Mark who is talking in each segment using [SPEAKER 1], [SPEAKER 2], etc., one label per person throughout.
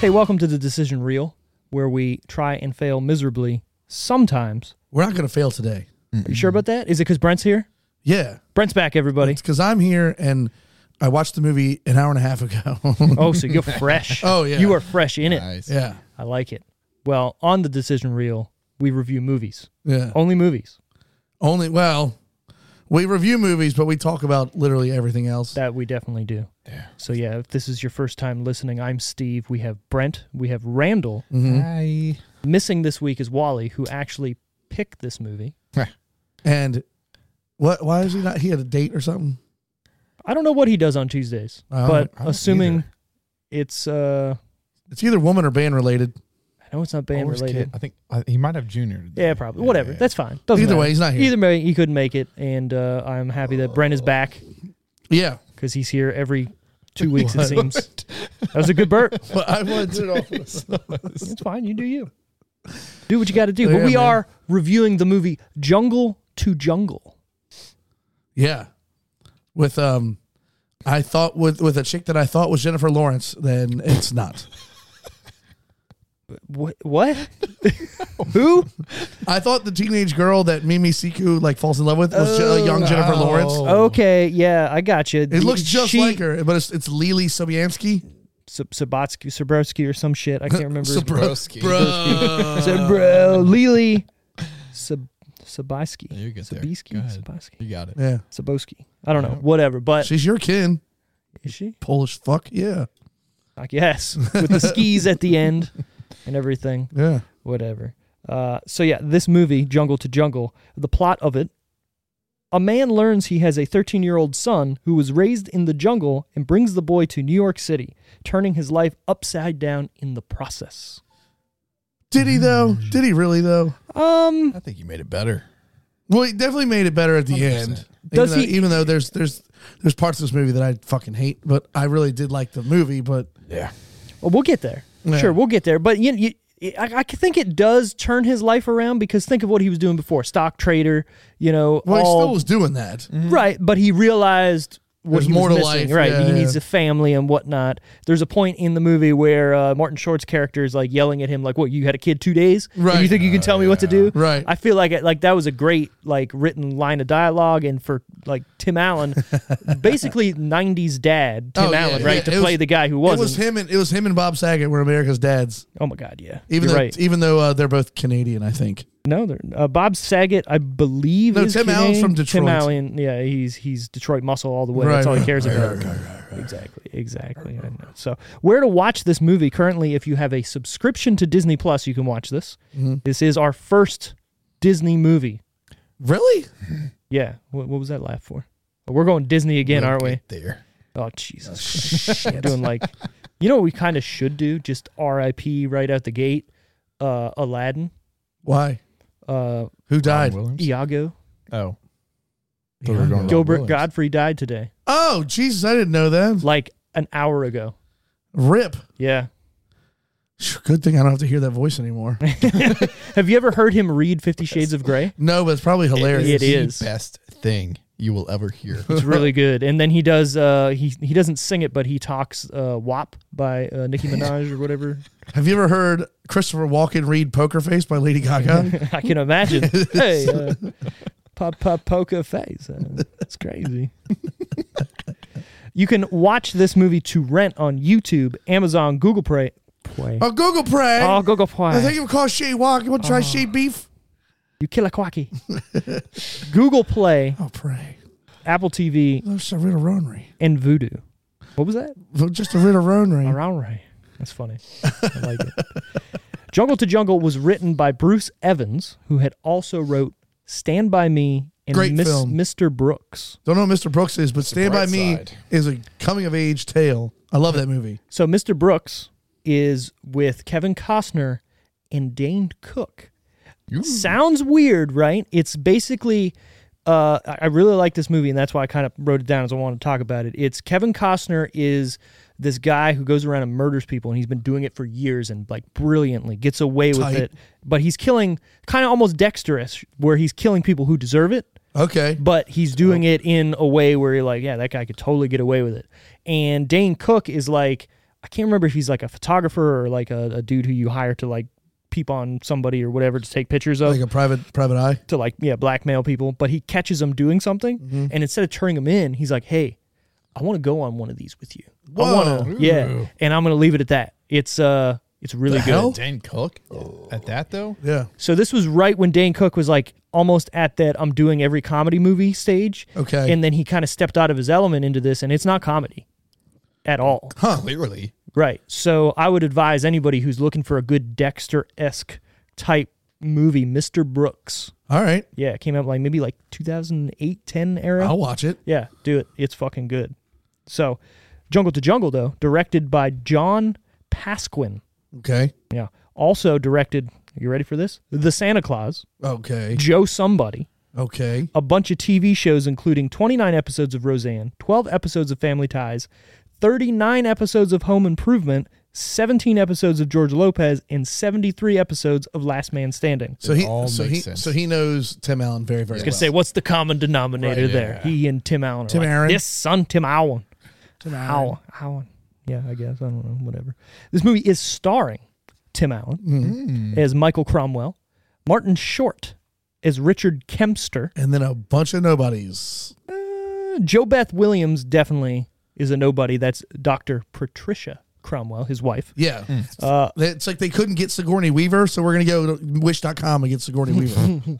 [SPEAKER 1] Hey, welcome to the Decision Reel, where we try and fail miserably sometimes.
[SPEAKER 2] We're not going to fail today.
[SPEAKER 1] Are you sure about that? Is it because Brent's here?
[SPEAKER 2] Yeah.
[SPEAKER 1] Brent's back, everybody.
[SPEAKER 2] It's because I'm here and I watched the movie an hour and a half ago.
[SPEAKER 1] Oh, so you're fresh.
[SPEAKER 2] Oh, yeah.
[SPEAKER 1] You are fresh in it.
[SPEAKER 3] Nice.
[SPEAKER 2] yeah.
[SPEAKER 1] I like it. Well, on the Decision Reel, we review movies,
[SPEAKER 2] Yeah.
[SPEAKER 1] only movies
[SPEAKER 2] Only, well, we review movies, but we talk about literally everything else.
[SPEAKER 1] that we definitely do. Yeah. So, yeah, if this is your first time listening, I'm Steve. We have Brent. We have Randall.
[SPEAKER 2] Mm-hmm.
[SPEAKER 3] Hi.
[SPEAKER 1] Missing this week is Wally, who actually picked this movie.
[SPEAKER 2] and what? why is he not? He had a date or something?
[SPEAKER 1] I don't know what he does on Tuesdays,
[SPEAKER 2] Uh, I don't-
[SPEAKER 1] but
[SPEAKER 2] I don't
[SPEAKER 1] assuming
[SPEAKER 2] either.
[SPEAKER 1] it's, uh,
[SPEAKER 2] It's either woman or band related.
[SPEAKER 1] I know it's not band
[SPEAKER 3] Or his kid.
[SPEAKER 1] related.
[SPEAKER 3] I think uh, he might have Junior. today.
[SPEAKER 1] Yeah, probably. Whatever.
[SPEAKER 3] yeah.
[SPEAKER 1] That's fine. Doesn't
[SPEAKER 2] Either way,
[SPEAKER 1] matter.
[SPEAKER 2] he's not here.
[SPEAKER 1] Either way, he couldn't make it, and uh, I'm happy that Brent is back
[SPEAKER 2] Yeah.
[SPEAKER 1] because he's here every two weeks. it seems that was a good burp.
[SPEAKER 2] But I wanted to off this.
[SPEAKER 1] It's fine. You do you. Do what you got to do. But
[SPEAKER 2] Oh, Yeah,
[SPEAKER 1] we
[SPEAKER 2] man.
[SPEAKER 1] are reviewing the movie Jungle to Jungle.
[SPEAKER 2] Yeah. With, um, I thought with with a chick that I thought was Jennifer Lawrence, then it's not.
[SPEAKER 1] What? What? Who?
[SPEAKER 2] I thought the teenage girl that Mimi Siku like falls in love with was Je- uh, young Jennifer
[SPEAKER 3] Oh.
[SPEAKER 2] Lawrence.
[SPEAKER 1] Okay. Yeah, I got you.
[SPEAKER 2] It looks just like her, but it's, it's Lily Sobieski.
[SPEAKER 1] Sabotsky, Sabrowski, or some shit. I can't remember.
[SPEAKER 3] Broski.
[SPEAKER 2] Bro.
[SPEAKER 3] Oh,
[SPEAKER 1] Sabro, Lily, Sab, Sabisky.
[SPEAKER 3] You get there. Go
[SPEAKER 1] Sabisky.
[SPEAKER 3] ahead.
[SPEAKER 1] Sabisky.
[SPEAKER 3] You got it.
[SPEAKER 2] yeah.
[SPEAKER 1] Saboski. I don't know. Whatever. But
[SPEAKER 2] She's your kin.
[SPEAKER 1] is she?
[SPEAKER 2] Polish fuck. Yeah.
[SPEAKER 1] I guess. With the skis at the end and everything.
[SPEAKER 2] Yeah.
[SPEAKER 1] Whatever. Uh, so, yeah, this movie, Jungle to Jungle, the plot of it a man learns he has a 13 year old son who was raised in the jungle and brings the boy to New York City, turning his life upside down in the process.
[SPEAKER 2] Did he though? Did he really though?
[SPEAKER 1] Um,
[SPEAKER 3] I think you made it better.
[SPEAKER 2] Well, he definitely made it better at the end.
[SPEAKER 1] Does
[SPEAKER 2] even
[SPEAKER 1] he-
[SPEAKER 2] Though, even though there's there's there's parts of this movie that I fucking hate, but I really did like the movie. But
[SPEAKER 3] Yeah.
[SPEAKER 1] well, we'll get there.
[SPEAKER 2] Yeah.
[SPEAKER 1] Sure, we'll get there. But you, you, I, I think it does turn his life around because think of what he was doing before stock trader, you know.
[SPEAKER 2] well, he
[SPEAKER 1] all-
[SPEAKER 2] still was doing that.
[SPEAKER 1] Right, but he realized what
[SPEAKER 2] There's
[SPEAKER 1] he
[SPEAKER 2] more
[SPEAKER 1] was
[SPEAKER 2] to
[SPEAKER 1] missing.
[SPEAKER 2] life,
[SPEAKER 1] Right,
[SPEAKER 2] yeah,
[SPEAKER 1] he
[SPEAKER 2] yeah.
[SPEAKER 1] needs a family and whatnot. There's a point in the movie where uh, Martin Short's character is like yelling at him, like, "What? You had a kid two days? And
[SPEAKER 2] Right. Oh,
[SPEAKER 1] You think you can tell me what to do?"
[SPEAKER 2] Right.
[SPEAKER 1] I feel like it, like that was a great like written line of dialogue, and for like Tim Allen, basically '90s dad Tim
[SPEAKER 2] Oh, yeah,
[SPEAKER 1] Allen,
[SPEAKER 2] yeah.
[SPEAKER 1] right, to
[SPEAKER 2] It
[SPEAKER 1] play
[SPEAKER 2] was-
[SPEAKER 1] the guy who
[SPEAKER 2] It
[SPEAKER 1] wasn't.
[SPEAKER 2] was him and it was him and Bob Saget were America's dads.
[SPEAKER 1] oh my God, yeah.
[SPEAKER 2] Even
[SPEAKER 1] You're
[SPEAKER 2] though
[SPEAKER 1] right.
[SPEAKER 2] even though uh, they're both Canadian, I think.
[SPEAKER 1] No, they're, uh, Bob Saget, I believe.
[SPEAKER 2] No,
[SPEAKER 1] is
[SPEAKER 2] Tim Allen's
[SPEAKER 1] Canadian.
[SPEAKER 2] from
[SPEAKER 1] Tim
[SPEAKER 2] Detroit.
[SPEAKER 1] Allen, yeah, he's he's Detroit muscle all the way.
[SPEAKER 2] Right,
[SPEAKER 1] That's all he
[SPEAKER 2] right,
[SPEAKER 1] cares
[SPEAKER 2] right,
[SPEAKER 1] about.
[SPEAKER 2] right,
[SPEAKER 1] Exactly, exactly. I know. So, where to watch this movie currently? If you have a subscription to Disney Plus, you can watch this.
[SPEAKER 2] Mm-hmm.
[SPEAKER 1] This is our first Disney movie.
[SPEAKER 2] Really?
[SPEAKER 1] Yeah. What, what was that laugh for? Oh, We're going Disney again, aren't we?
[SPEAKER 3] Get There.
[SPEAKER 1] Oh Jesus! Christ. We're doing like, you know, what we kind of should do just R.I.P. right out the gate. Uh, Aladdin,
[SPEAKER 2] Why?
[SPEAKER 1] uh,
[SPEAKER 2] Who died?
[SPEAKER 3] Williams.
[SPEAKER 1] Iago,
[SPEAKER 3] Oh. Thought we were going Rob
[SPEAKER 1] Gilbert
[SPEAKER 3] Williams.
[SPEAKER 1] Godfrey died today.
[SPEAKER 2] Oh Jesus! I didn't know that.
[SPEAKER 1] like an hour ago.
[SPEAKER 2] Rip.
[SPEAKER 1] Yeah.
[SPEAKER 2] Good thing I don't have to hear that voice anymore.
[SPEAKER 1] Have you ever heard him read Fifty Shades of Grey?
[SPEAKER 2] No, but it's probably hilarious.
[SPEAKER 1] It
[SPEAKER 3] The
[SPEAKER 1] is.
[SPEAKER 3] best thing you will ever hear.
[SPEAKER 1] It's really good. And then he does. Uh, he he doesn't sing it, but he talks uh, "WAP" by uh, Nicki Minaj or whatever.
[SPEAKER 2] Have you ever heard Christopher Walken read Poker Face by Lady Gaga?
[SPEAKER 1] I can imagine. hey, uh, pop pop poker face. Uh, It's crazy. you can watch this movie to rent on YouTube, Amazon, Google Play. Play.
[SPEAKER 2] oh, Google Pray.
[SPEAKER 1] Oh, Google Oh. Play.
[SPEAKER 2] I think I'm called Shea Walk. You want to try Shea Beef?
[SPEAKER 1] you kill a quacky. Google Play,
[SPEAKER 2] Oh, Pray.
[SPEAKER 1] Apple TV,
[SPEAKER 2] That's a Ritteronery.
[SPEAKER 1] and Voodoo. What was that?
[SPEAKER 2] Just a Ritteronery.
[SPEAKER 1] Around right. That's funny. I like it. Jungle to Jungle was written by Bruce Evans, who had also wrote Stand By Me and
[SPEAKER 2] Great
[SPEAKER 1] Miss,
[SPEAKER 2] film.
[SPEAKER 1] Mr. Brooks.
[SPEAKER 2] Don't know who Mr. Brooks is, but Stand By
[SPEAKER 3] Bright
[SPEAKER 2] Me
[SPEAKER 3] Side.
[SPEAKER 2] is a coming of age tale. I love that movie.
[SPEAKER 1] So Mr. Brooks is with Kevin Costner and Dane Cook.
[SPEAKER 3] Ooh.
[SPEAKER 1] Sounds weird, right? It's basically uh, I I really like this movie, and that's why I kind of wrote it down as I wanted to talk about it. It's Kevin Costner is this guy who goes around and murders people, and he's been doing it for years and like brilliantly gets away
[SPEAKER 2] Tight.
[SPEAKER 1] with it. But he's killing kind of almost dexterous, where he's killing people who deserve it
[SPEAKER 2] Okay.
[SPEAKER 1] but he's doing it in a way where you're like, yeah, that guy could totally get away with it. And Dane Cook is like, I can't remember if he's like a photographer or like a, a dude who you hire to like peep on somebody or whatever to take pictures of
[SPEAKER 2] Like a Mm-hmm. private private eye.
[SPEAKER 1] to like yeah blackmail people. But he catches them doing something, and instead of turning them in, he's like, hey, I want to go on one of these with you. I
[SPEAKER 2] Whoa.
[SPEAKER 1] want to, yeah,
[SPEAKER 3] Ooh.
[SPEAKER 1] and I'm gonna leave it at that. It's uh, it's really good.
[SPEAKER 2] hell?
[SPEAKER 3] Dan Cook at that though.
[SPEAKER 2] Yeah.
[SPEAKER 1] So this was right when Dane Cook was like almost at that I'm doing every comedy movie stage.
[SPEAKER 2] Okay.
[SPEAKER 1] And then he kind of stepped out of his element into this and it's not comedy at all.
[SPEAKER 3] Huh. Clearly.
[SPEAKER 1] Right. So I would advise anybody who's looking for a good Dexter-esque type movie, Mr. Brooks.
[SPEAKER 2] All right.
[SPEAKER 1] Yeah, it came out like maybe like 2008 10 era.
[SPEAKER 2] I'll watch it.
[SPEAKER 1] Yeah, do it. It's fucking good. So Jungle to Jungle though, directed by John Pasquin.
[SPEAKER 2] Okay.
[SPEAKER 1] Yeah. Also directed, you ready for this? The Santa Claus,
[SPEAKER 2] Okay.
[SPEAKER 1] Joe Somebody.
[SPEAKER 2] Okay.
[SPEAKER 1] a bunch of TV shows, including 29 episodes of Roseanne, 12 episodes of Family Ties, 39 episodes of Home Improvement, 17 episodes of George Lopez, and 73 episodes of Last Man Standing.
[SPEAKER 2] So he
[SPEAKER 3] all
[SPEAKER 2] so
[SPEAKER 3] makes
[SPEAKER 2] he
[SPEAKER 3] sense.
[SPEAKER 2] so he knows Tim Allen very very
[SPEAKER 1] I was
[SPEAKER 2] well.
[SPEAKER 1] gonna say, what's the common denominator
[SPEAKER 3] Right, yeah.
[SPEAKER 1] there? He and Tim Allen. Are
[SPEAKER 2] Tim
[SPEAKER 1] like,
[SPEAKER 2] Allen.
[SPEAKER 1] This son, Tim Allen.
[SPEAKER 2] Tim Allen.
[SPEAKER 1] Allen. Allen. Yeah, I guess I don't know. Whatever. This movie is starring Tim Allen
[SPEAKER 2] Mm-hmm.
[SPEAKER 1] as Michael Cromwell, Martin Short as Richard Kempster,
[SPEAKER 2] And then a bunch of nobodies.
[SPEAKER 1] Joe Beth Williams definitely is a nobody. That's Dr. Patricia Cromwell, his wife.
[SPEAKER 2] Yeah. it's like they couldn't get Sigourney Weaver, so we're gonna go to wish.com and get Sigourney Weaver.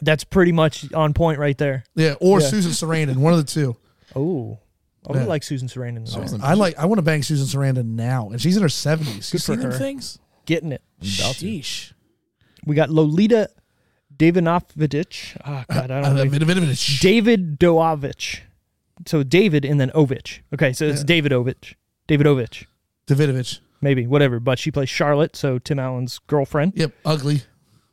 [SPEAKER 1] That's pretty much on point right there.
[SPEAKER 2] yeah, or
[SPEAKER 1] Yeah.
[SPEAKER 2] Susan Sarandon, one of the two.
[SPEAKER 1] Oh, I would
[SPEAKER 2] Yeah.
[SPEAKER 1] like Susan Sarandon. in this.
[SPEAKER 2] I like I want to bang Susan Sarandon now, and she's in her seventies. You
[SPEAKER 1] Good for
[SPEAKER 2] seen them
[SPEAKER 1] her.
[SPEAKER 2] things?
[SPEAKER 1] Getting it.
[SPEAKER 3] About to.
[SPEAKER 2] Sheesh.
[SPEAKER 1] We got Lolita Davinovich. Ah, God, I
[SPEAKER 2] Uh,
[SPEAKER 1] don't
[SPEAKER 2] a
[SPEAKER 1] know.
[SPEAKER 2] bit- a bit of it is-
[SPEAKER 1] David Doavich. So David and then Ovich. Okay, so it's David Ovich. David Ovich.
[SPEAKER 2] Davidovich.
[SPEAKER 1] Maybe, whatever. But she plays Charlotte, so Tim Allen's girlfriend.
[SPEAKER 2] Yep, ugly.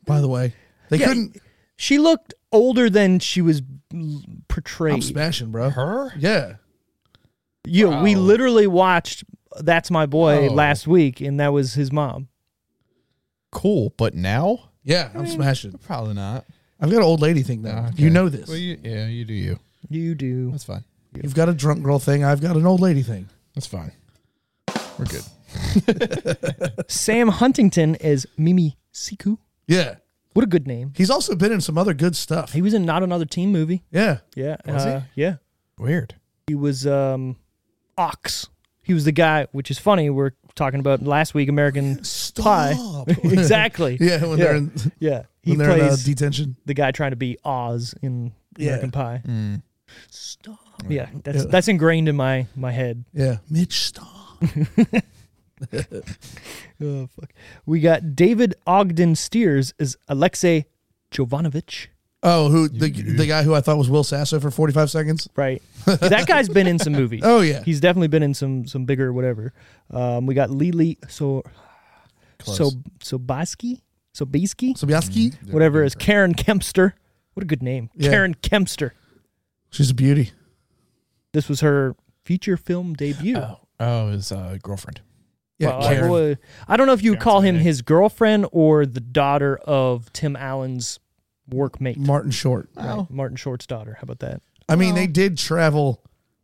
[SPEAKER 2] By the way, they
[SPEAKER 1] Yeah,
[SPEAKER 2] couldn't.
[SPEAKER 1] She looked older than she was mm, portrayed.
[SPEAKER 2] I'm smashing, bro.
[SPEAKER 3] Her.
[SPEAKER 2] Yeah,
[SPEAKER 1] Yo, we
[SPEAKER 3] Wow.
[SPEAKER 1] literally watched That's My Boy
[SPEAKER 3] Oh.
[SPEAKER 1] last week, and that was his mom.
[SPEAKER 3] Cool, but now
[SPEAKER 2] yeah, I'm smashing.
[SPEAKER 3] probably not.
[SPEAKER 2] I've got an old lady thing
[SPEAKER 1] Ah,
[SPEAKER 2] now.
[SPEAKER 3] Okay.
[SPEAKER 2] You know this.
[SPEAKER 3] Well, you, yeah, you do you.
[SPEAKER 1] You do.
[SPEAKER 3] That's fine.
[SPEAKER 2] You've got a drunk girl thing. I've got an old lady thing.
[SPEAKER 3] That's fine. We're good.
[SPEAKER 1] Sam Huntington as Mimi Siku.
[SPEAKER 2] Yeah,
[SPEAKER 1] What a good name.
[SPEAKER 2] he's also been in some other good stuff.
[SPEAKER 1] He was in Not Another Teen movie.
[SPEAKER 2] Yeah,
[SPEAKER 1] Yeah.
[SPEAKER 3] Was he?
[SPEAKER 1] uh, Yeah.
[SPEAKER 3] Weird.
[SPEAKER 1] He was um, Ox. He was the guy, which is funny. We're talking about last week, American Pie. exactly.
[SPEAKER 2] yeah. When they're in, when
[SPEAKER 1] Yeah. He
[SPEAKER 2] they're in uh,
[SPEAKER 1] plays
[SPEAKER 2] detention.
[SPEAKER 1] the guy trying to be Oz in
[SPEAKER 2] Yeah.
[SPEAKER 1] American Pie. Stop. Yeah. That's that's ingrained in my my head.
[SPEAKER 2] Yeah, Mitch Stahl.
[SPEAKER 1] Oh fuck. We got David Ogden Steers as Alexei Jovanovich.
[SPEAKER 2] Oh, who the the guy who I thought was Will Sasso for 45 seconds.
[SPEAKER 1] Right. that guy's been in some movies.
[SPEAKER 2] Oh, yeah.
[SPEAKER 1] He's definitely been in some some bigger whatever. Um, we got Lily so so Sobaski? Sobieski?
[SPEAKER 2] Sobieski.
[SPEAKER 3] Mm-hmm.
[SPEAKER 1] whatever is Karen Kempster. What a good name.
[SPEAKER 2] Yeah.
[SPEAKER 1] Karen Kempster.
[SPEAKER 2] She's a beauty.
[SPEAKER 1] This was her feature film debut.
[SPEAKER 3] Oh, oh, his uh, girlfriend.
[SPEAKER 2] Yeah,
[SPEAKER 1] Well, I,
[SPEAKER 2] Karen.
[SPEAKER 1] would- I don't know if you would
[SPEAKER 3] Karen's
[SPEAKER 1] call him
[SPEAKER 3] amazing.
[SPEAKER 1] his girlfriend or the daughter of Tim Allen's workmate,
[SPEAKER 2] Martin Short.
[SPEAKER 1] right? Martin Short's daughter. How about that?
[SPEAKER 2] I mean, they did travel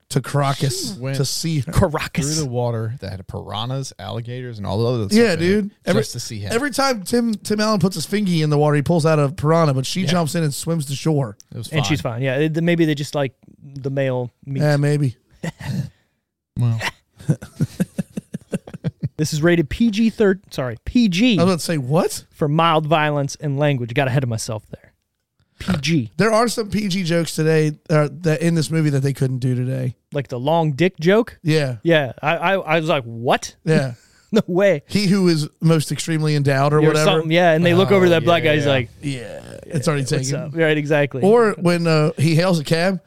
[SPEAKER 2] to Caracas
[SPEAKER 3] She went
[SPEAKER 2] to see her.
[SPEAKER 1] Caracas.
[SPEAKER 3] Through the water that had piranhas, alligators, and all the other stuff.
[SPEAKER 2] Yeah,
[SPEAKER 3] in it,
[SPEAKER 2] dude.
[SPEAKER 3] Just
[SPEAKER 2] Every,
[SPEAKER 3] to see him.
[SPEAKER 2] every time Tim Tim Allen puts his fingy in the water, he pulls out a piranha, but she jumps in and swims to shore.
[SPEAKER 3] it was fine.
[SPEAKER 1] and she's fine. Yeah, it- maybe they just like the male meat.
[SPEAKER 2] Yeah, maybe.
[SPEAKER 3] Well,
[SPEAKER 1] this is rated PG third. Sorry,
[SPEAKER 2] I was
[SPEAKER 1] PG
[SPEAKER 2] about to say what?
[SPEAKER 1] for mild violence and language. Got ahead of myself there. PG,
[SPEAKER 2] There are some PG jokes today uh, that in this movie that they couldn't do today.
[SPEAKER 1] like the long dick joke.
[SPEAKER 2] Yeah,
[SPEAKER 1] Yeah, I I, I was like, what?
[SPEAKER 2] yeah.
[SPEAKER 1] no way.
[SPEAKER 2] He who is most extremely endowed or
[SPEAKER 1] Or
[SPEAKER 2] whatever.
[SPEAKER 1] something. Yeah, and they look over to that black guy. He's
[SPEAKER 3] Oh, yeah.
[SPEAKER 1] like,
[SPEAKER 2] Yeah, it's already
[SPEAKER 1] "What's
[SPEAKER 2] taken.
[SPEAKER 1] up?" Right, exactly.
[SPEAKER 2] Or when uh, he hails a cab,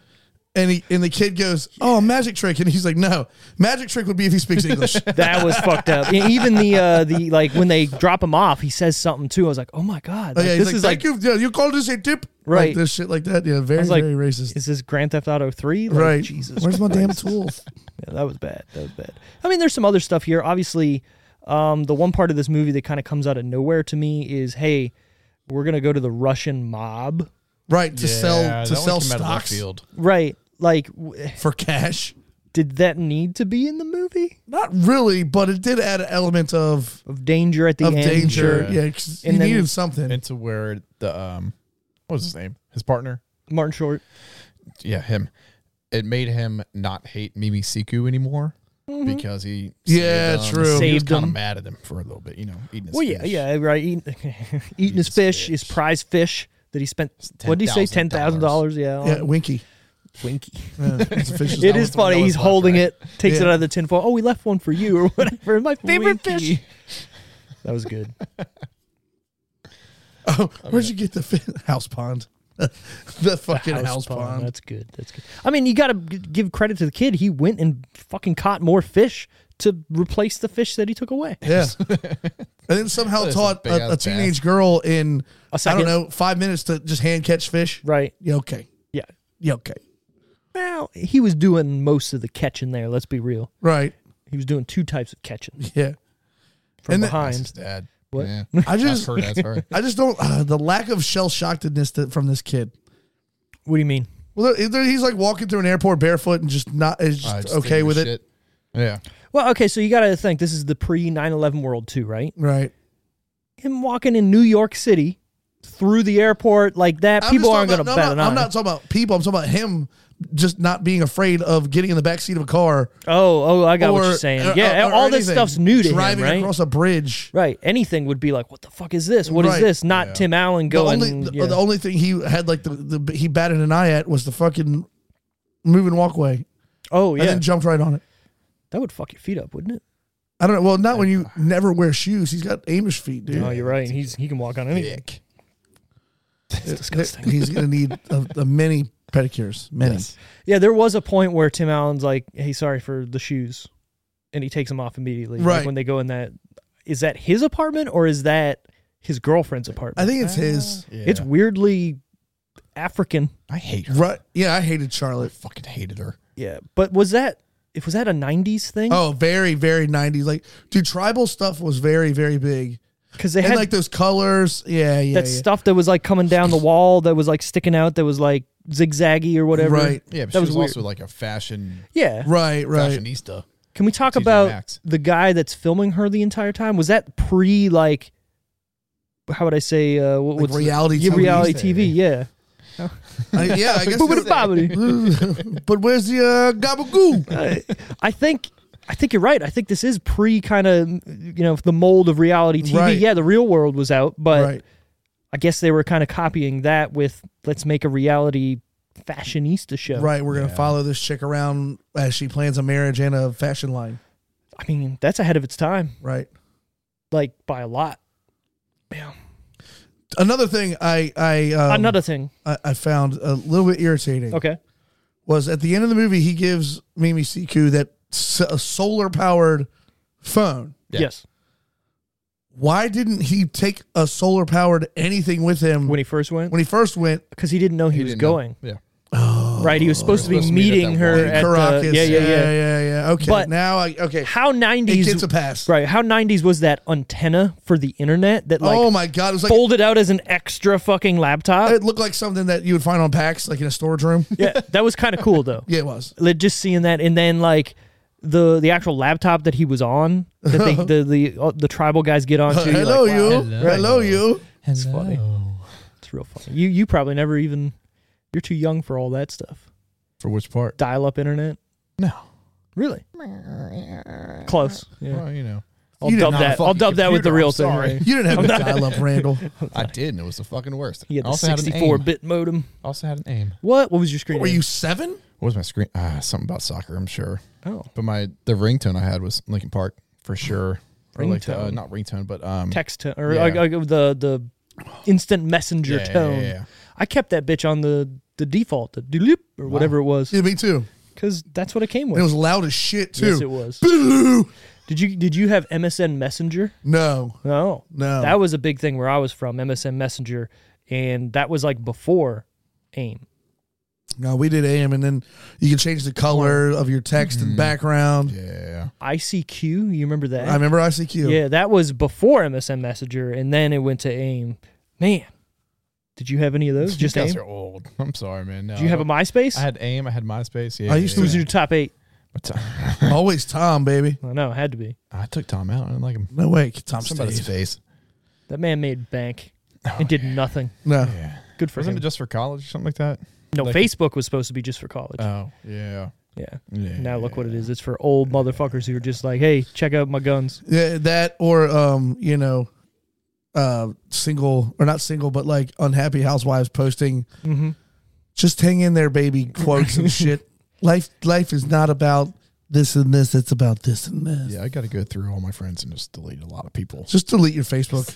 [SPEAKER 2] and he and the kid goes, "Oh, magic trick," and he's like, "No, magic trick would be if he speaks English."
[SPEAKER 1] that was fucked up. E- Even the uh, the like when they drop him off, he says something too. I was like, oh my god,
[SPEAKER 2] Oh,
[SPEAKER 1] like,
[SPEAKER 2] yeah, he's
[SPEAKER 1] this
[SPEAKER 2] like,
[SPEAKER 1] is like
[SPEAKER 2] Thank you. Yeah, you call this a tip,
[SPEAKER 1] Right.
[SPEAKER 2] Like this shit like that. Yeah, very
[SPEAKER 1] was like,
[SPEAKER 2] very racist.
[SPEAKER 1] is this Grand Theft Auto three? Like,
[SPEAKER 2] right.
[SPEAKER 1] Jesus,
[SPEAKER 2] Where's my damn tools?
[SPEAKER 1] Yeah, that was bad. That was bad. I mean, there's some other stuff here. Obviously, um, the one part of this movie that kind of comes out of nowhere to me is, hey, we're gonna go to the Russian mob,
[SPEAKER 2] Right to
[SPEAKER 3] Yeah,
[SPEAKER 2] sell to
[SPEAKER 3] that
[SPEAKER 2] sell
[SPEAKER 3] one came out of left
[SPEAKER 2] stocks
[SPEAKER 3] field.
[SPEAKER 1] right? Like, w-
[SPEAKER 2] for cash.
[SPEAKER 1] did that need to be in the movie
[SPEAKER 2] Not really, but it did add an element of
[SPEAKER 1] of danger at the
[SPEAKER 2] of
[SPEAKER 1] end?
[SPEAKER 2] danger.
[SPEAKER 3] sure.
[SPEAKER 2] Yeah, 'cause
[SPEAKER 1] And
[SPEAKER 2] you
[SPEAKER 1] then-
[SPEAKER 2] needed something.
[SPEAKER 3] into where the um what was his name his partner
[SPEAKER 1] Martin Short.
[SPEAKER 3] yeah him it made him not hate Mimi Siku anymore because he
[SPEAKER 2] Mm-hmm. Yeah,
[SPEAKER 3] saved him.
[SPEAKER 2] true.
[SPEAKER 3] he was
[SPEAKER 1] Saved
[SPEAKER 3] kind of
[SPEAKER 1] him.
[SPEAKER 3] mad at him for a little bit you know eating his
[SPEAKER 1] Well, yeah,
[SPEAKER 3] fish.
[SPEAKER 1] yeah, right. Eating, eating his
[SPEAKER 3] his
[SPEAKER 1] fish,
[SPEAKER 3] fish.
[SPEAKER 1] his prize fish that he spent. What did he say? Ten thousand
[SPEAKER 3] $10,000.
[SPEAKER 1] dollars? Yeah,
[SPEAKER 2] yeah,
[SPEAKER 1] on
[SPEAKER 2] Winky.
[SPEAKER 1] Winky.
[SPEAKER 2] Yeah, it's a fish's
[SPEAKER 1] It
[SPEAKER 2] mouth.
[SPEAKER 1] is funny.
[SPEAKER 3] that
[SPEAKER 1] He's
[SPEAKER 3] was
[SPEAKER 1] holding
[SPEAKER 3] right.
[SPEAKER 1] it, takes it
[SPEAKER 2] Yeah.
[SPEAKER 1] out of the tin foil. Oh, we left one for you or whatever. My favorite fish.
[SPEAKER 3] Winky.
[SPEAKER 1] That was good.
[SPEAKER 2] Oh, where'd you get the fi- house pond? the fucking house, pond.
[SPEAKER 1] That's good. That's good. I mean, you got to give credit to the kid. He went and fucking caught more fish to replace the fish that he took away.
[SPEAKER 2] Yeah. and then somehow
[SPEAKER 3] That is a
[SPEAKER 2] taught
[SPEAKER 3] big-ass
[SPEAKER 2] a, a teenage girl in
[SPEAKER 1] A
[SPEAKER 2] I
[SPEAKER 1] second.
[SPEAKER 2] don't know five minutes to just hand catch fish.
[SPEAKER 1] Right.
[SPEAKER 2] Yeah. Okay.
[SPEAKER 1] Yeah.
[SPEAKER 2] Yeah. Okay.
[SPEAKER 1] Well, he was doing most of the catching there. Let's be real.
[SPEAKER 2] Right.
[SPEAKER 1] He was doing two types of catching
[SPEAKER 2] Yeah.
[SPEAKER 1] from
[SPEAKER 2] And the-
[SPEAKER 3] his
[SPEAKER 1] behind.
[SPEAKER 3] dad
[SPEAKER 1] What?
[SPEAKER 3] yeah.
[SPEAKER 2] I
[SPEAKER 3] I've
[SPEAKER 2] just
[SPEAKER 3] heard that's her
[SPEAKER 2] I just don't uh, the lack of shell shockedness that, from this kid.
[SPEAKER 1] What do you mean?
[SPEAKER 2] Well, there- there- he's like walking through an airport barefoot and just not is just
[SPEAKER 3] I just
[SPEAKER 2] okay
[SPEAKER 3] take
[SPEAKER 2] with
[SPEAKER 3] the
[SPEAKER 2] it.
[SPEAKER 3] shit. yeah
[SPEAKER 1] Well, okay, so you got to think this is the pre 9 11 world, too, right?
[SPEAKER 2] Right.
[SPEAKER 1] Him walking in New York City through the airport like that,
[SPEAKER 2] I'm
[SPEAKER 1] people
[SPEAKER 2] just
[SPEAKER 1] aren't going
[SPEAKER 2] talking
[SPEAKER 1] to
[SPEAKER 2] about-
[SPEAKER 1] bet
[SPEAKER 2] no,
[SPEAKER 1] an
[SPEAKER 2] no, I'm
[SPEAKER 1] eye.
[SPEAKER 2] not talking about people. I'm talking about him just not being afraid of getting in the back seat of a car.
[SPEAKER 1] Oh, oh, I got what
[SPEAKER 2] or-
[SPEAKER 1] you're saying.
[SPEAKER 2] or-
[SPEAKER 1] yeah,
[SPEAKER 2] or- or
[SPEAKER 1] all this
[SPEAKER 2] anything.
[SPEAKER 1] stuff's new to
[SPEAKER 2] Driving
[SPEAKER 1] him, right?
[SPEAKER 2] across a bridge.
[SPEAKER 1] Right. Anything would be like, what the fuck is this? What is
[SPEAKER 2] Right.
[SPEAKER 1] this? Not Tim Allen
[SPEAKER 2] The
[SPEAKER 1] going.
[SPEAKER 2] only the,
[SPEAKER 1] yeah.
[SPEAKER 2] the only thing he had like the, the he batted an eye at was the fucking moving walkway
[SPEAKER 1] oh yeah,
[SPEAKER 2] and then jumped right on it.
[SPEAKER 1] that would fuck your feet up, wouldn't it?
[SPEAKER 2] I don't know. Well, not when you never wear shoes. He's got Amish feet, dude.
[SPEAKER 1] Oh, you're right. He's he can walk on anything.
[SPEAKER 3] Dick.
[SPEAKER 1] It's disgusting.
[SPEAKER 2] He's gonna need a, a many pedicures. Many.
[SPEAKER 1] Yeah, there was a point where Tim Allen's like, "Hey, sorry for the shoes," and he takes them off immediately. like,
[SPEAKER 2] Right.
[SPEAKER 1] when they go in that, is that his apartment or is that his girlfriend's apartment?
[SPEAKER 2] I think it's his.
[SPEAKER 3] yeah.
[SPEAKER 1] it's weirdly African.
[SPEAKER 3] I hate
[SPEAKER 1] Uh.
[SPEAKER 3] her
[SPEAKER 2] Right. Yeah, I hated
[SPEAKER 3] I
[SPEAKER 2] Charlotte.
[SPEAKER 3] fucking hated her
[SPEAKER 1] Yeah, but was that if was that a '90s thing?
[SPEAKER 2] Oh, very, very nineties. Like, dude, tribal stuff was very, very big.
[SPEAKER 1] because they
[SPEAKER 2] And
[SPEAKER 1] had
[SPEAKER 2] like those colors. Yeah, yeah.
[SPEAKER 1] that
[SPEAKER 2] yeah.
[SPEAKER 1] stuff that was like coming down the wall that was like sticking out that was like zigzaggy or whatever.
[SPEAKER 2] Right.
[SPEAKER 3] yeah but
[SPEAKER 1] That
[SPEAKER 3] she
[SPEAKER 1] was
[SPEAKER 3] was,
[SPEAKER 1] weird.
[SPEAKER 3] also like a fashion
[SPEAKER 1] Yeah.
[SPEAKER 2] Right, right.
[SPEAKER 3] fashionista
[SPEAKER 1] Can we talk
[SPEAKER 3] TJ
[SPEAKER 1] about
[SPEAKER 3] Maxx.
[SPEAKER 1] the guy that's filming her the entire time? Was that pre like how would I say uh what,
[SPEAKER 2] Like
[SPEAKER 1] what's the-
[SPEAKER 2] reality
[SPEAKER 1] yeah,
[SPEAKER 2] TV
[SPEAKER 1] reality
[SPEAKER 2] thing.
[SPEAKER 1] TV, yeah.
[SPEAKER 2] I- yeah, I guess.
[SPEAKER 1] Boobity bobbity.
[SPEAKER 2] it's- but where's the uh, gabagoo?
[SPEAKER 1] I- I think I think you're right. I think this is pre kind of you know the mold of reality TV.
[SPEAKER 2] Right.
[SPEAKER 1] Yeah, the real world was out, but
[SPEAKER 2] right.
[SPEAKER 1] I guess they were kind of copying that with let's make a reality fashionista show.
[SPEAKER 2] Right, we're gonna follow this chick around as she plans a marriage and a fashion line.
[SPEAKER 1] I mean, that's ahead of its time,
[SPEAKER 2] Right.
[SPEAKER 1] like by a lot. Bam.
[SPEAKER 2] Another thing I I um,
[SPEAKER 1] Another thing.
[SPEAKER 2] I, I found a little bit irritating
[SPEAKER 1] Okay.
[SPEAKER 2] was at the end of the movie he gives Mimi Siku that s- a solar powered phone.
[SPEAKER 3] Yeah.
[SPEAKER 1] Yes.
[SPEAKER 2] Why didn't he take a solar powered anything with him
[SPEAKER 1] When he first went,
[SPEAKER 2] when he first went?
[SPEAKER 1] because he didn't know he, was
[SPEAKER 3] didn't know.
[SPEAKER 1] going.
[SPEAKER 3] yeah
[SPEAKER 1] Right, he was supposed to be
[SPEAKER 3] supposed to meet at
[SPEAKER 1] meeting
[SPEAKER 3] that
[SPEAKER 1] her
[SPEAKER 3] one.
[SPEAKER 1] at
[SPEAKER 2] Caracas,
[SPEAKER 1] the, yeah, yeah, yeah,
[SPEAKER 2] yeah, yeah, yeah. Okay,
[SPEAKER 1] But-
[SPEAKER 2] now I okay.
[SPEAKER 1] How
[SPEAKER 2] It
[SPEAKER 1] nineties?
[SPEAKER 2] gets a pass.
[SPEAKER 1] Right, how nineties was that antenna for the internet that like
[SPEAKER 2] oh my Uh, god, it was like
[SPEAKER 1] folded out as an extra fucking laptop?
[SPEAKER 2] it looked like something that you would find on packs, like in a storage room.
[SPEAKER 1] yeah, that was kind of cool though.
[SPEAKER 2] yeah, it was.
[SPEAKER 1] Like, Just seeing that, and then like the the actual laptop that he was on that they, the the uh, the tribal guys get onto. you're
[SPEAKER 2] Hello,
[SPEAKER 1] like,
[SPEAKER 2] you.
[SPEAKER 1] wow,
[SPEAKER 2] Hello, you.
[SPEAKER 1] It's funny. It's real funny. You you probably never even you're too young for all that stuff.
[SPEAKER 3] for which part
[SPEAKER 1] Dial up internet.
[SPEAKER 3] no
[SPEAKER 1] Really? Close. Yeah.
[SPEAKER 3] well you know
[SPEAKER 1] I'll
[SPEAKER 2] You did
[SPEAKER 1] dub
[SPEAKER 2] not
[SPEAKER 1] that.
[SPEAKER 3] fucking
[SPEAKER 1] I'll dub that with the
[SPEAKER 3] computer,
[SPEAKER 1] real
[SPEAKER 3] I'm
[SPEAKER 1] thing.
[SPEAKER 3] sorry.
[SPEAKER 1] right?
[SPEAKER 2] You didn't have a dial up, Randall.
[SPEAKER 3] I did, and it was the fucking worst.
[SPEAKER 1] He had
[SPEAKER 3] I
[SPEAKER 1] the
[SPEAKER 3] also had an aim.
[SPEAKER 1] 64 bit modem.
[SPEAKER 3] I also had an aim.
[SPEAKER 1] What? What was your screen?
[SPEAKER 2] Were
[SPEAKER 1] name?
[SPEAKER 2] you seven?
[SPEAKER 3] What was my screen? Ah, something about soccer, I'm sure.
[SPEAKER 1] Oh,
[SPEAKER 3] But my the ringtone I had was Linkin Park for sure. or like the, uh,
[SPEAKER 1] Ringtone.
[SPEAKER 3] not ringtone, but um,
[SPEAKER 1] text tone or
[SPEAKER 3] Yeah.
[SPEAKER 1] like, like, the the instant messenger
[SPEAKER 3] Yeah, yeah,
[SPEAKER 1] tone.
[SPEAKER 3] yeah, yeah.
[SPEAKER 1] I kept that bitch on the the default, the doop or whatever it was,
[SPEAKER 2] Yeah, me too.
[SPEAKER 1] because that's what it came with.
[SPEAKER 2] And it was loud as shit too.
[SPEAKER 1] yes, it was.
[SPEAKER 2] Boo!
[SPEAKER 1] Did you did you have MSN Messenger?
[SPEAKER 2] No,
[SPEAKER 1] No,
[SPEAKER 2] No.
[SPEAKER 1] That was a big thing where I was from MSN Messenger, and that was like before AIM.
[SPEAKER 2] no, we did AM, and then you can change the color of your text
[SPEAKER 1] Mm-hmm.
[SPEAKER 2] and background.
[SPEAKER 3] yeah, yeah, yeah.
[SPEAKER 1] ICQ, you remember that?
[SPEAKER 2] I remember ICQ.
[SPEAKER 1] yeah, that was before MSN Messenger, and then it went to AIM. Man, did you have any of those? Just
[SPEAKER 3] you guys
[SPEAKER 1] AIM?
[SPEAKER 3] are old. I'm sorry, man. No,
[SPEAKER 1] Do you have a MySpace?
[SPEAKER 3] I had AIM. I had MySpace. Yeah,
[SPEAKER 2] I used
[SPEAKER 3] yeah,
[SPEAKER 2] to-
[SPEAKER 1] Who's
[SPEAKER 3] yeah.
[SPEAKER 1] your top eight?
[SPEAKER 3] But, uh,
[SPEAKER 2] Always Tom, baby.
[SPEAKER 1] I know, it had to be.
[SPEAKER 3] I took Tom out. I didn't like him.
[SPEAKER 2] No way, Tom
[SPEAKER 3] Somebody's
[SPEAKER 2] stays.
[SPEAKER 3] face.
[SPEAKER 1] That man made bank and did nothing.
[SPEAKER 2] No,
[SPEAKER 3] Oh, Yeah.
[SPEAKER 1] Good for
[SPEAKER 3] Wasn't
[SPEAKER 1] him.
[SPEAKER 3] it just for college or something like that?
[SPEAKER 1] no,
[SPEAKER 3] like-
[SPEAKER 1] Facebook was supposed to be just for college.
[SPEAKER 3] Oh, yeah.
[SPEAKER 1] yeah.
[SPEAKER 3] yeah.
[SPEAKER 1] Now look what it is. It's for old motherfuckers who are just like, hey, check out my guns.
[SPEAKER 2] yeah, that or um, you know, uh, single or not single, but like unhappy housewives posting.
[SPEAKER 1] Mhm.
[SPEAKER 2] Just hang in there, baby. Quotes and shit. Life, life is not about this and this. It's about this and this.
[SPEAKER 3] Yeah, I got to go through all my friends and just delete a lot of people.
[SPEAKER 2] Just delete your Facebook.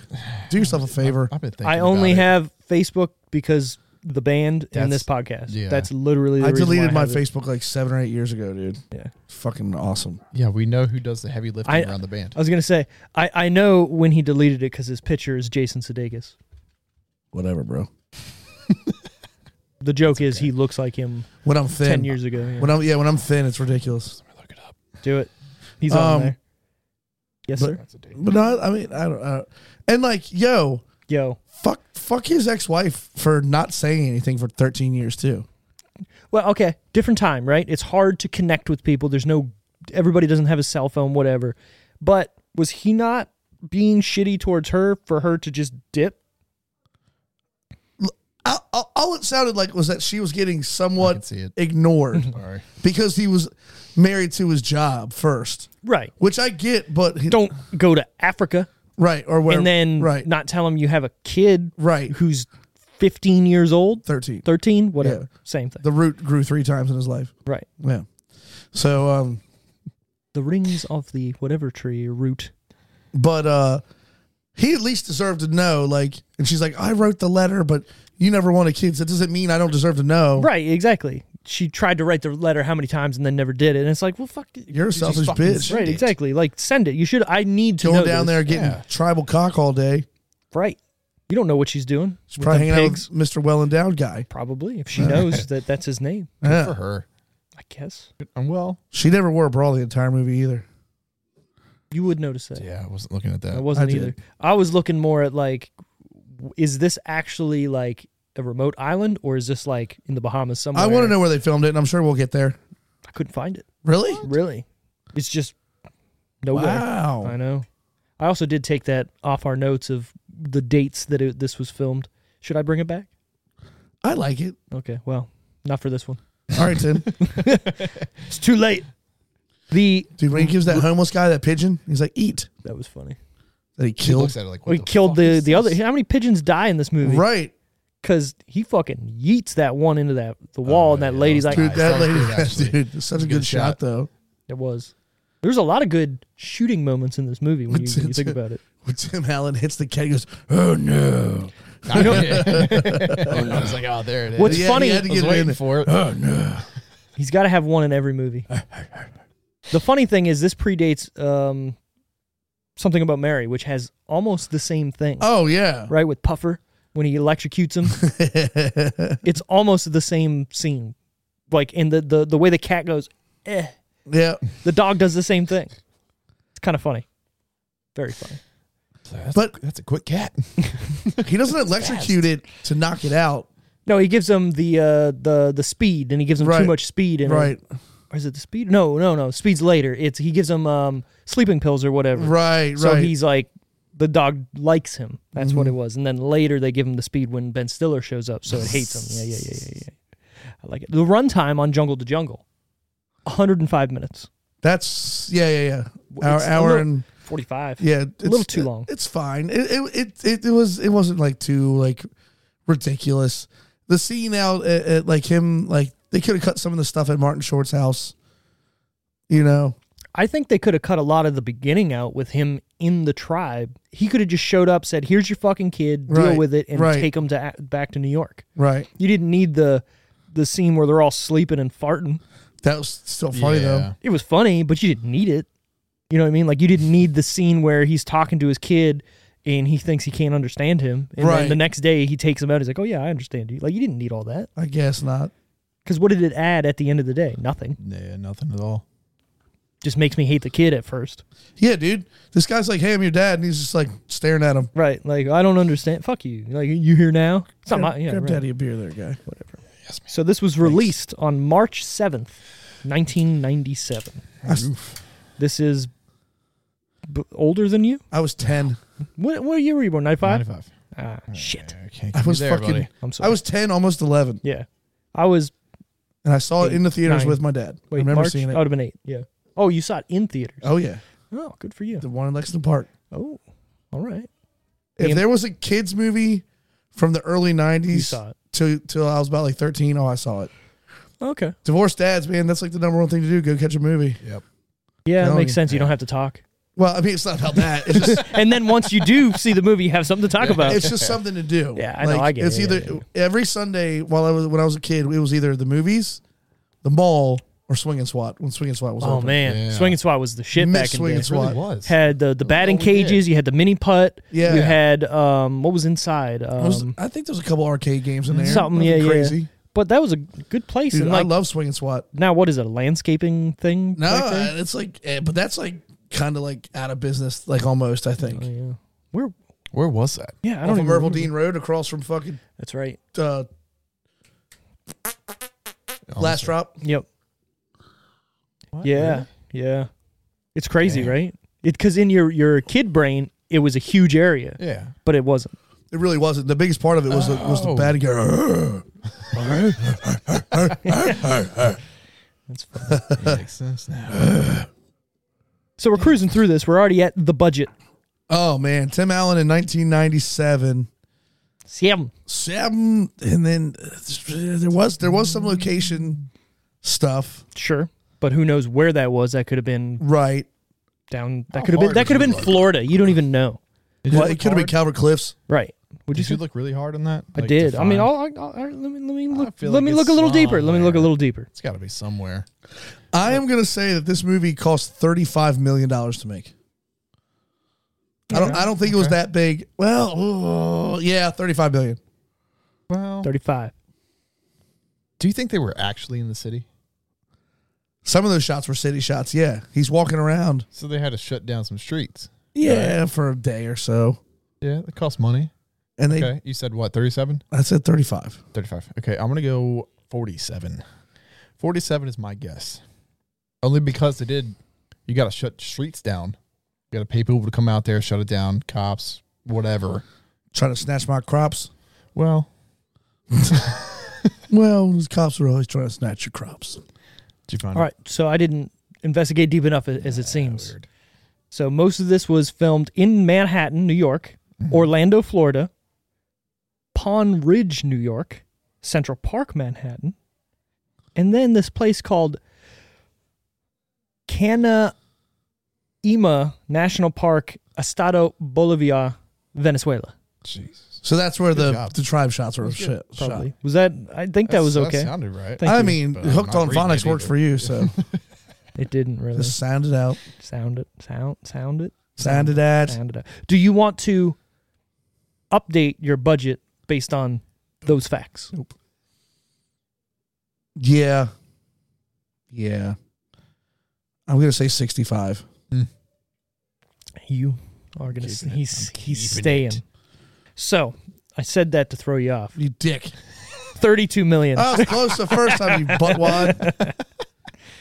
[SPEAKER 2] Do yourself a favor.
[SPEAKER 3] I've been thinking.
[SPEAKER 1] I only
[SPEAKER 3] about it.
[SPEAKER 1] have Facebook because the band and this podcast.
[SPEAKER 3] yeah.
[SPEAKER 1] That's literally the
[SPEAKER 2] I
[SPEAKER 1] reason why
[SPEAKER 2] deleted my
[SPEAKER 1] have it.
[SPEAKER 2] Facebook like seven or eight years ago, dude.
[SPEAKER 1] Yeah.
[SPEAKER 2] Fucking awesome.
[SPEAKER 3] Yeah, we know who does the heavy lifting
[SPEAKER 1] I-
[SPEAKER 3] around the band.
[SPEAKER 1] I was going to say, I, I know when he deleted it because his picture is Jason Sudeikis.
[SPEAKER 2] Whatever, bro.
[SPEAKER 1] The joke is he looks like him
[SPEAKER 2] When I'm thin,
[SPEAKER 1] 10 years ago. Yeah.
[SPEAKER 2] When I'm yeah, when I'm thin, it's ridiculous.
[SPEAKER 3] Let me look it up.
[SPEAKER 1] Do it. He's on
[SPEAKER 2] Um,
[SPEAKER 1] there. Yes,
[SPEAKER 2] but-
[SPEAKER 1] sir.
[SPEAKER 3] That's a date.
[SPEAKER 2] But no, I mean, I don't. I don't and like, yo,
[SPEAKER 1] Yo.
[SPEAKER 2] fuck, fuck his ex-wife for not saying anything for 13 years too.
[SPEAKER 1] Well, okay, different time, right? It's hard to connect with people. There's no everybody doesn't have a cell phone, whatever. But was he not being shitty towards her for her to just dip?
[SPEAKER 2] All, all- all it sounded like was that she was getting
[SPEAKER 3] I can
[SPEAKER 2] somewhat
[SPEAKER 3] see it.
[SPEAKER 2] ignored
[SPEAKER 3] Sorry.
[SPEAKER 2] because he was married to his job first,
[SPEAKER 1] Right.
[SPEAKER 2] which I get, but he,
[SPEAKER 1] Don't go to Africa
[SPEAKER 2] right or where
[SPEAKER 1] and then
[SPEAKER 2] right
[SPEAKER 1] not tell him you have a kid
[SPEAKER 2] right
[SPEAKER 1] who's 15 years old,
[SPEAKER 2] 13.
[SPEAKER 1] 13, whatever.
[SPEAKER 2] Yeah.
[SPEAKER 1] Same thing.
[SPEAKER 2] The root grew three times in his life.
[SPEAKER 1] right.
[SPEAKER 2] Yeah. So um,
[SPEAKER 1] The rings of the whatever tree or root.
[SPEAKER 2] but uh he at least deserved to know like and she's like i wrote the letter but you never wanted kids that doesn't mean i don't deserve to know
[SPEAKER 1] Right, exactly. She tried to write the letter how many times and then never did it. And it's like, well, fuck. it.
[SPEAKER 2] you're a
[SPEAKER 3] Did you
[SPEAKER 2] selfish
[SPEAKER 3] fucking
[SPEAKER 2] bitch
[SPEAKER 1] Right,
[SPEAKER 3] it.
[SPEAKER 1] exactly. Like, send it. You should. I need to know
[SPEAKER 2] going down
[SPEAKER 1] this.
[SPEAKER 2] there getting
[SPEAKER 3] Yeah.
[SPEAKER 2] tribal cock all day
[SPEAKER 1] Right. You don't know what she's doing.
[SPEAKER 2] she's
[SPEAKER 1] with
[SPEAKER 2] probably
[SPEAKER 1] them
[SPEAKER 2] hanging
[SPEAKER 1] pigs.
[SPEAKER 2] out with mr well endowed guy
[SPEAKER 1] Probably, if she knows that that's his name,
[SPEAKER 3] Good
[SPEAKER 2] Yeah.
[SPEAKER 3] for her.
[SPEAKER 1] I guess
[SPEAKER 3] And well,
[SPEAKER 2] she never wore a bra the entire movie either
[SPEAKER 1] you would notice that.
[SPEAKER 3] yeah, I wasn't looking at
[SPEAKER 1] I
[SPEAKER 3] that.
[SPEAKER 1] wasn't
[SPEAKER 2] I did.
[SPEAKER 1] either. I was looking more at like, w- is this actually like a remote island or is this like in the Bahamas somewhere?
[SPEAKER 2] i want to know where they filmed it and i'm sure we'll get there
[SPEAKER 1] I couldn't find it.
[SPEAKER 2] really
[SPEAKER 1] Really, it's just nowhere. I
[SPEAKER 2] wow
[SPEAKER 1] know. I also did take that off our notes of the dates that it, this was filmed. Should I bring it back?
[SPEAKER 2] i like it
[SPEAKER 1] Okay, well, not for this one.
[SPEAKER 2] all right tim
[SPEAKER 1] It's too late. The
[SPEAKER 2] dude when he gives that homeless guy that pigeon he's like eat
[SPEAKER 1] that was funny.
[SPEAKER 2] that he
[SPEAKER 3] She looks
[SPEAKER 2] killed
[SPEAKER 3] at it like,
[SPEAKER 1] we
[SPEAKER 3] what the
[SPEAKER 1] killed
[SPEAKER 3] fuck
[SPEAKER 1] the
[SPEAKER 3] is
[SPEAKER 1] the other.
[SPEAKER 3] this?
[SPEAKER 1] How many pigeons die in this movie?
[SPEAKER 2] right
[SPEAKER 1] Because he fucking yeets that one into that the wall,
[SPEAKER 3] Oh,
[SPEAKER 1] and that
[SPEAKER 3] yeah,
[SPEAKER 1] lady's
[SPEAKER 3] that
[SPEAKER 1] like,
[SPEAKER 3] was
[SPEAKER 2] dude
[SPEAKER 3] Nice.
[SPEAKER 2] that
[SPEAKER 3] That was
[SPEAKER 2] lady
[SPEAKER 3] good, actually.
[SPEAKER 2] dude such a
[SPEAKER 3] Good
[SPEAKER 2] good, shot
[SPEAKER 3] shot.
[SPEAKER 2] though
[SPEAKER 1] it was. There's a lot of good shooting moments in this movie when you, when you think about it.
[SPEAKER 2] when Tim Allen hits the cat, he goes, "Oh no!"
[SPEAKER 3] I, I was like, oh, there it is.
[SPEAKER 1] What's
[SPEAKER 2] Yeah,
[SPEAKER 1] funny?
[SPEAKER 2] he had
[SPEAKER 3] I
[SPEAKER 2] to
[SPEAKER 3] was
[SPEAKER 2] get it
[SPEAKER 3] waiting
[SPEAKER 2] in.
[SPEAKER 3] for it.
[SPEAKER 2] Oh no!
[SPEAKER 1] He's got to have one in every movie. the funny thing is, this predates um, something about Mary, which has almost the same thing,
[SPEAKER 2] Oh yeah,
[SPEAKER 1] right? With Puffer when he electrocutes him, it's almost the same scene. Like in the the the way the cat goes, eh.
[SPEAKER 2] yeah.
[SPEAKER 1] The dog does the same thing. It's kind of funny. Very funny.
[SPEAKER 3] That's,
[SPEAKER 2] But-
[SPEAKER 3] that's a quick cat.
[SPEAKER 2] He doesn't electrocute it to knock it out,
[SPEAKER 1] No, he gives him the uh, the the speed, and he gives him too
[SPEAKER 2] Right.
[SPEAKER 1] much speed. And
[SPEAKER 2] right?
[SPEAKER 1] or is it the speed? No, no, no. Speed's later. It's he gives him um, sleeping pills or whatever.
[SPEAKER 2] Right,
[SPEAKER 1] So
[SPEAKER 2] right. Mm-hmm.
[SPEAKER 1] he's like, the dog likes him. That's what it was. And then later they give him the speed when Ben Stiller shows up, so it hates him. Yeah, yeah, yeah, yeah, yeah. I like it. The runtime on Jungle to Jungle, 105 minutes,
[SPEAKER 2] That's yeah, yeah, yeah. Hour,
[SPEAKER 1] It's a
[SPEAKER 2] hour
[SPEAKER 1] little-
[SPEAKER 2] and
[SPEAKER 1] 45.
[SPEAKER 2] yeah,
[SPEAKER 1] a little too long.
[SPEAKER 2] It's fine. It it, it it it was it wasn't like too like ridiculous. The scene out at, at like him like they could have cut some of the stuff at Martin Short's house, you know.
[SPEAKER 1] I think they could have cut a lot of the beginning out with him in the tribe. He could have just showed up, said, "Here's your fucking kid, deal
[SPEAKER 2] Right,
[SPEAKER 1] with it, and
[SPEAKER 2] right.
[SPEAKER 1] take him to a- back to New York."
[SPEAKER 2] Right.
[SPEAKER 1] You didn't need the the scene where they're all sleeping and farting.
[SPEAKER 2] That was still funny
[SPEAKER 3] Yeah.
[SPEAKER 2] though.
[SPEAKER 1] It was funny, but you didn't need it. You know what I mean? Like you didn't need the scene where he's talking to his kid and he thinks he can't understand him, and then
[SPEAKER 2] Right.
[SPEAKER 1] the next day he takes him out. He's like, "Oh yeah, I understand you." Like you didn't need all that
[SPEAKER 2] I guess not.
[SPEAKER 1] because what did it add at the end of the day? Nothing.
[SPEAKER 3] Yeah, nothing at all.
[SPEAKER 1] Just makes me hate the kid at first.
[SPEAKER 2] Yeah, dude. This guy's like, "Hey, I'm your dad," and he's just like staring at him.
[SPEAKER 1] Right. Like, I don't understand. Fuck you. Like, you here now? It's not my. Yeah,
[SPEAKER 2] Grab
[SPEAKER 1] right.
[SPEAKER 2] daddy a beer, there, guy.
[SPEAKER 1] So this was released on March 7th, 1997.
[SPEAKER 2] I s-
[SPEAKER 1] This is b- older than you?
[SPEAKER 2] I was ten.
[SPEAKER 1] What, what year were you born? 95?
[SPEAKER 3] 95.
[SPEAKER 1] Ah, shit.
[SPEAKER 3] Yeah, can't
[SPEAKER 2] I
[SPEAKER 3] keep you
[SPEAKER 2] was
[SPEAKER 3] there,
[SPEAKER 2] fucking.
[SPEAKER 3] buddy.
[SPEAKER 1] I'm sorry.
[SPEAKER 2] I was ten, almost eleven,
[SPEAKER 1] Yeah. I was.
[SPEAKER 2] and I saw it in the theaters
[SPEAKER 1] Nine.
[SPEAKER 2] with my dad.
[SPEAKER 1] Wait,
[SPEAKER 2] I remember
[SPEAKER 1] March?
[SPEAKER 2] seeing
[SPEAKER 1] I would
[SPEAKER 2] it.
[SPEAKER 1] have been eight. Yeah. Oh, you saw it in theaters.
[SPEAKER 2] Oh yeah,
[SPEAKER 1] Oh, good for you.
[SPEAKER 2] the one in Lexington Park.
[SPEAKER 1] Oh, all right.
[SPEAKER 2] If
[SPEAKER 1] Ian-
[SPEAKER 2] there was a kids movie from the early
[SPEAKER 1] You
[SPEAKER 2] nineties
[SPEAKER 1] saw it.
[SPEAKER 2] till till I was about like thirteen, oh, I saw it.
[SPEAKER 1] Okay.
[SPEAKER 2] Divorced dads, man, that's like the number one thing to do. Go catch a movie.
[SPEAKER 3] Yep.
[SPEAKER 1] Yeah, it
[SPEAKER 2] Telling
[SPEAKER 1] makes
[SPEAKER 2] you.
[SPEAKER 1] sense. You don't have to talk.
[SPEAKER 2] Well, I mean, it's not about that. It's just
[SPEAKER 1] And then once you do see the movie, you have something to talk about.
[SPEAKER 2] it's just something to do.
[SPEAKER 1] Yeah, I know, I get
[SPEAKER 2] it's
[SPEAKER 1] it,
[SPEAKER 2] either
[SPEAKER 1] yeah, yeah.
[SPEAKER 2] every Sunday while I was when I was a kid, it was either the movies, the mall, or Swing and Swat. When Swing and Swat was
[SPEAKER 1] Oh
[SPEAKER 2] open.
[SPEAKER 1] man,
[SPEAKER 3] Yeah.
[SPEAKER 1] swing and swat was the shit
[SPEAKER 2] Miss
[SPEAKER 1] back in
[SPEAKER 2] Swing
[SPEAKER 1] the
[SPEAKER 2] and
[SPEAKER 1] day.
[SPEAKER 2] Swat. Really
[SPEAKER 3] was.
[SPEAKER 1] Had the the batting
[SPEAKER 3] all we did.
[SPEAKER 1] cages. You had the mini putt.
[SPEAKER 2] Yeah.
[SPEAKER 1] You had um, what was inside.
[SPEAKER 2] It was-
[SPEAKER 1] Um,
[SPEAKER 2] I think there was a couple arcade games in there.
[SPEAKER 1] something. Yeah,
[SPEAKER 2] Nothing
[SPEAKER 1] yeah.
[SPEAKER 2] crazy.
[SPEAKER 1] But that was a good place.
[SPEAKER 2] Dude,
[SPEAKER 1] and like
[SPEAKER 2] I love Swing and Swat.
[SPEAKER 1] now, what is it? A landscaping thing? Oh,
[SPEAKER 2] No,
[SPEAKER 1] back there?
[SPEAKER 2] uh, it's like, eh, but that's like kind of like out of business, like almost. I think.
[SPEAKER 1] Oh, yeah. Where?
[SPEAKER 3] Where was that?
[SPEAKER 1] Yeah, I
[SPEAKER 2] Off
[SPEAKER 1] don't
[SPEAKER 2] of
[SPEAKER 1] even
[SPEAKER 2] Merville
[SPEAKER 1] remember.
[SPEAKER 2] Dean Road, across from fucking
[SPEAKER 1] That's right.
[SPEAKER 2] uh, Last Drop.
[SPEAKER 1] Yep.
[SPEAKER 3] What?
[SPEAKER 1] Yeah. Yeah. It's crazy, right? It because in your your kid brain, it was a huge area,
[SPEAKER 3] Really? Yeah.
[SPEAKER 1] but it wasn't.
[SPEAKER 2] It really wasn't. The biggest part of it was the, was the
[SPEAKER 3] Oh.
[SPEAKER 2] bad guy.
[SPEAKER 1] That's funny.
[SPEAKER 3] Makes sense now.
[SPEAKER 1] so we're cruising through this. We're already at the budget.
[SPEAKER 2] Oh man, Tim Allen in 1997.
[SPEAKER 1] Seven.
[SPEAKER 2] Seven, and then uh, there was there was some location stuff,
[SPEAKER 1] Sure. But who knows where that was? That could have been
[SPEAKER 2] right?
[SPEAKER 1] down. That
[SPEAKER 3] How
[SPEAKER 1] could have been.
[SPEAKER 3] hard
[SPEAKER 1] That
[SPEAKER 3] would
[SPEAKER 1] could have
[SPEAKER 3] you
[SPEAKER 1] been
[SPEAKER 3] look?
[SPEAKER 1] Florida. You don't even know.
[SPEAKER 3] Did
[SPEAKER 2] It could have been Calvert Cliffs.
[SPEAKER 1] Right? Would you?
[SPEAKER 3] Did
[SPEAKER 1] say
[SPEAKER 3] you look really hard on that?
[SPEAKER 1] I
[SPEAKER 3] Like, to
[SPEAKER 1] did. I mean,
[SPEAKER 3] find-
[SPEAKER 1] I'll, I'll, I'll, let me let me look. Let
[SPEAKER 3] feel like
[SPEAKER 1] me
[SPEAKER 3] it's
[SPEAKER 1] look a little deeper. Let me look a
[SPEAKER 3] somewhere.
[SPEAKER 1] little deeper.
[SPEAKER 3] It's got to be somewhere.
[SPEAKER 2] I am gonna say that this movie cost 35 million dollars to make. I don't. I don't think it was that big. Well, oh, yeah, 35 million.
[SPEAKER 3] Well,
[SPEAKER 1] Thirty-five.
[SPEAKER 3] do you think they were actually in the city?
[SPEAKER 2] Some of those shots were city shots. Yeah, he's walking around.
[SPEAKER 3] So they had to shut down some streets.
[SPEAKER 2] Yeah, for a day or so,
[SPEAKER 3] Yeah, that costs money.
[SPEAKER 2] and they.
[SPEAKER 3] Okay. You said what? 37?
[SPEAKER 2] I said 35.
[SPEAKER 3] 35. Okay, I'm going to go 47. 47 is my guess. Only because they did, you got to shut streets down. You got to pay people to come out there, shut it down, cops, whatever.
[SPEAKER 2] Trying to snatch my crops.
[SPEAKER 3] Well,
[SPEAKER 2] Well, those cops are always trying to snatch your crops.
[SPEAKER 3] did you find
[SPEAKER 1] All right. So I didn't investigate deep enough a- as it seems.
[SPEAKER 3] weird.
[SPEAKER 1] So most of this was filmed in Manhattan, New York,
[SPEAKER 3] Mm-hmm.
[SPEAKER 1] Orlando, Florida, Pond Ridge, New York, Central Park, Manhattan, and then this place called Cana Ima National Park, Estado Bolivia, Venezuela.
[SPEAKER 3] Jesus.
[SPEAKER 2] So that's where
[SPEAKER 3] Good
[SPEAKER 2] the,
[SPEAKER 3] job.
[SPEAKER 2] the tribe shots were
[SPEAKER 3] That's
[SPEAKER 2] shit. shot.
[SPEAKER 1] Probably was that. I think that was okay.
[SPEAKER 3] That sounded right.
[SPEAKER 1] Thank
[SPEAKER 2] I
[SPEAKER 1] you,
[SPEAKER 2] mean,
[SPEAKER 3] but I'm
[SPEAKER 2] hooked
[SPEAKER 3] not
[SPEAKER 2] on
[SPEAKER 3] reading
[SPEAKER 2] phonics
[SPEAKER 3] it
[SPEAKER 2] worked
[SPEAKER 3] either.
[SPEAKER 2] for you, so
[SPEAKER 1] it didn't really
[SPEAKER 2] just sound it out,
[SPEAKER 1] sound it. Sound sound it.
[SPEAKER 2] sound it out.
[SPEAKER 1] sound it out. Do you want to update your budget based on those facts?
[SPEAKER 2] Yeah, yeah. I'm gonna say 65.
[SPEAKER 1] You are gonna.
[SPEAKER 3] Keeping it.
[SPEAKER 1] He's
[SPEAKER 3] I'm
[SPEAKER 1] he's
[SPEAKER 3] keeping
[SPEAKER 1] staying.
[SPEAKER 3] it.
[SPEAKER 1] So I said that to throw you off.
[SPEAKER 2] You dick.
[SPEAKER 1] Thirty-two million.
[SPEAKER 2] I was Oh, close the first time you buttwad.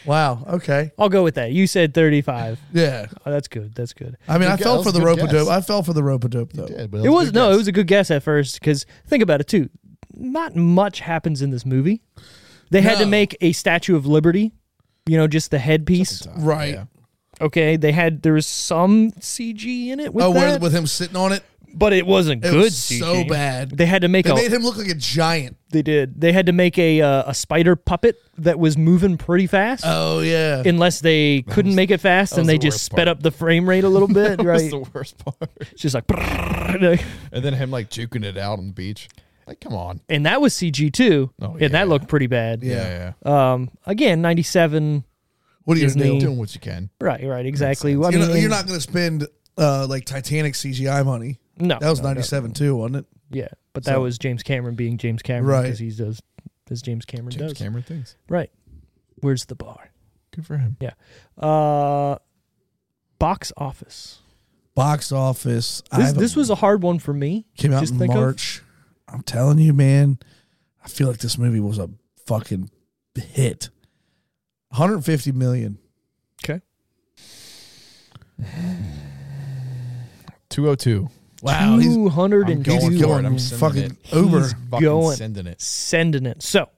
[SPEAKER 2] Wow. Okay.
[SPEAKER 1] I'll go with that. You said thirty-five.
[SPEAKER 2] Yeah.
[SPEAKER 1] Oh, that's good. That's good.
[SPEAKER 2] I mean,
[SPEAKER 3] Good
[SPEAKER 2] I
[SPEAKER 3] guess.
[SPEAKER 2] fell for the
[SPEAKER 3] Good
[SPEAKER 2] rope a
[SPEAKER 3] guess.
[SPEAKER 2] dope. I fell for the rope a dope though.
[SPEAKER 3] Yeah, but that
[SPEAKER 1] It was
[SPEAKER 3] a good
[SPEAKER 1] no.
[SPEAKER 3] guess.
[SPEAKER 1] It was a good guess at first because think about it too. Not much happens in this movie. They had to
[SPEAKER 2] No.
[SPEAKER 1] make a Statue of Liberty. You know, just the headpiece.
[SPEAKER 3] Sometimes,
[SPEAKER 2] Right.
[SPEAKER 3] yeah.
[SPEAKER 1] Okay, they had there was some CG in it. With
[SPEAKER 2] Oh, where,
[SPEAKER 1] that.
[SPEAKER 2] with him sitting on it.
[SPEAKER 1] but it wasn't
[SPEAKER 2] It
[SPEAKER 1] good.
[SPEAKER 2] was so
[SPEAKER 1] CG.
[SPEAKER 2] bad.
[SPEAKER 1] They had to make
[SPEAKER 2] They
[SPEAKER 1] a.
[SPEAKER 2] made him look like a giant.
[SPEAKER 1] they did. They had to make a uh, a spider puppet that was moving pretty fast.
[SPEAKER 2] Oh yeah.
[SPEAKER 1] Unless they couldn't make it fast, and
[SPEAKER 3] was
[SPEAKER 1] they
[SPEAKER 3] the
[SPEAKER 1] just
[SPEAKER 3] worst
[SPEAKER 1] sped
[SPEAKER 3] part.
[SPEAKER 1] up the frame rate a little bit,
[SPEAKER 3] That's
[SPEAKER 1] right?
[SPEAKER 3] the worst part.
[SPEAKER 1] It's just like, like-
[SPEAKER 3] And then him like juking it out on the beach. Like, come on.
[SPEAKER 1] and that was CG too,
[SPEAKER 3] Oh,
[SPEAKER 1] and
[SPEAKER 3] yeah.
[SPEAKER 1] that looked pretty bad.
[SPEAKER 2] Yeah.
[SPEAKER 3] yeah.
[SPEAKER 1] Um, again, ninety seven.
[SPEAKER 2] what are you
[SPEAKER 1] Disney.
[SPEAKER 2] gonna do?
[SPEAKER 3] Doing what you can.
[SPEAKER 1] Right, right, exactly. I
[SPEAKER 2] You're,
[SPEAKER 1] mean,
[SPEAKER 2] not, you're
[SPEAKER 1] and-
[SPEAKER 2] not gonna spend uh, like Titanic CGI money.
[SPEAKER 1] No,
[SPEAKER 2] That was
[SPEAKER 1] no, no.
[SPEAKER 2] '97 too, wasn't it?
[SPEAKER 1] Yeah, but that
[SPEAKER 2] So-
[SPEAKER 1] was James Cameron being James Cameron
[SPEAKER 2] Right.
[SPEAKER 1] because he does as James Cameron
[SPEAKER 3] James
[SPEAKER 1] does.
[SPEAKER 3] Cameron things.
[SPEAKER 1] Right. Where's the bar?
[SPEAKER 3] Good for him.
[SPEAKER 1] Uh, box office.
[SPEAKER 2] Box office. I
[SPEAKER 1] This,
[SPEAKER 2] haven't-
[SPEAKER 1] this was a hard one for me.
[SPEAKER 2] came out
[SPEAKER 1] just
[SPEAKER 2] in
[SPEAKER 1] think of-
[SPEAKER 2] March. I'm telling you, man. I feel like this movie was a fucking hit. 150 million.
[SPEAKER 1] Okay.
[SPEAKER 3] 202.
[SPEAKER 2] Wow, he's-
[SPEAKER 1] two hundred
[SPEAKER 3] I'm
[SPEAKER 1] and
[SPEAKER 3] going
[SPEAKER 1] two
[SPEAKER 3] for it. I'm
[SPEAKER 2] going
[SPEAKER 3] sending
[SPEAKER 2] fucking
[SPEAKER 3] it.
[SPEAKER 2] Uber.
[SPEAKER 3] He's fucking
[SPEAKER 1] going.
[SPEAKER 3] sending it.
[SPEAKER 1] sending it. So,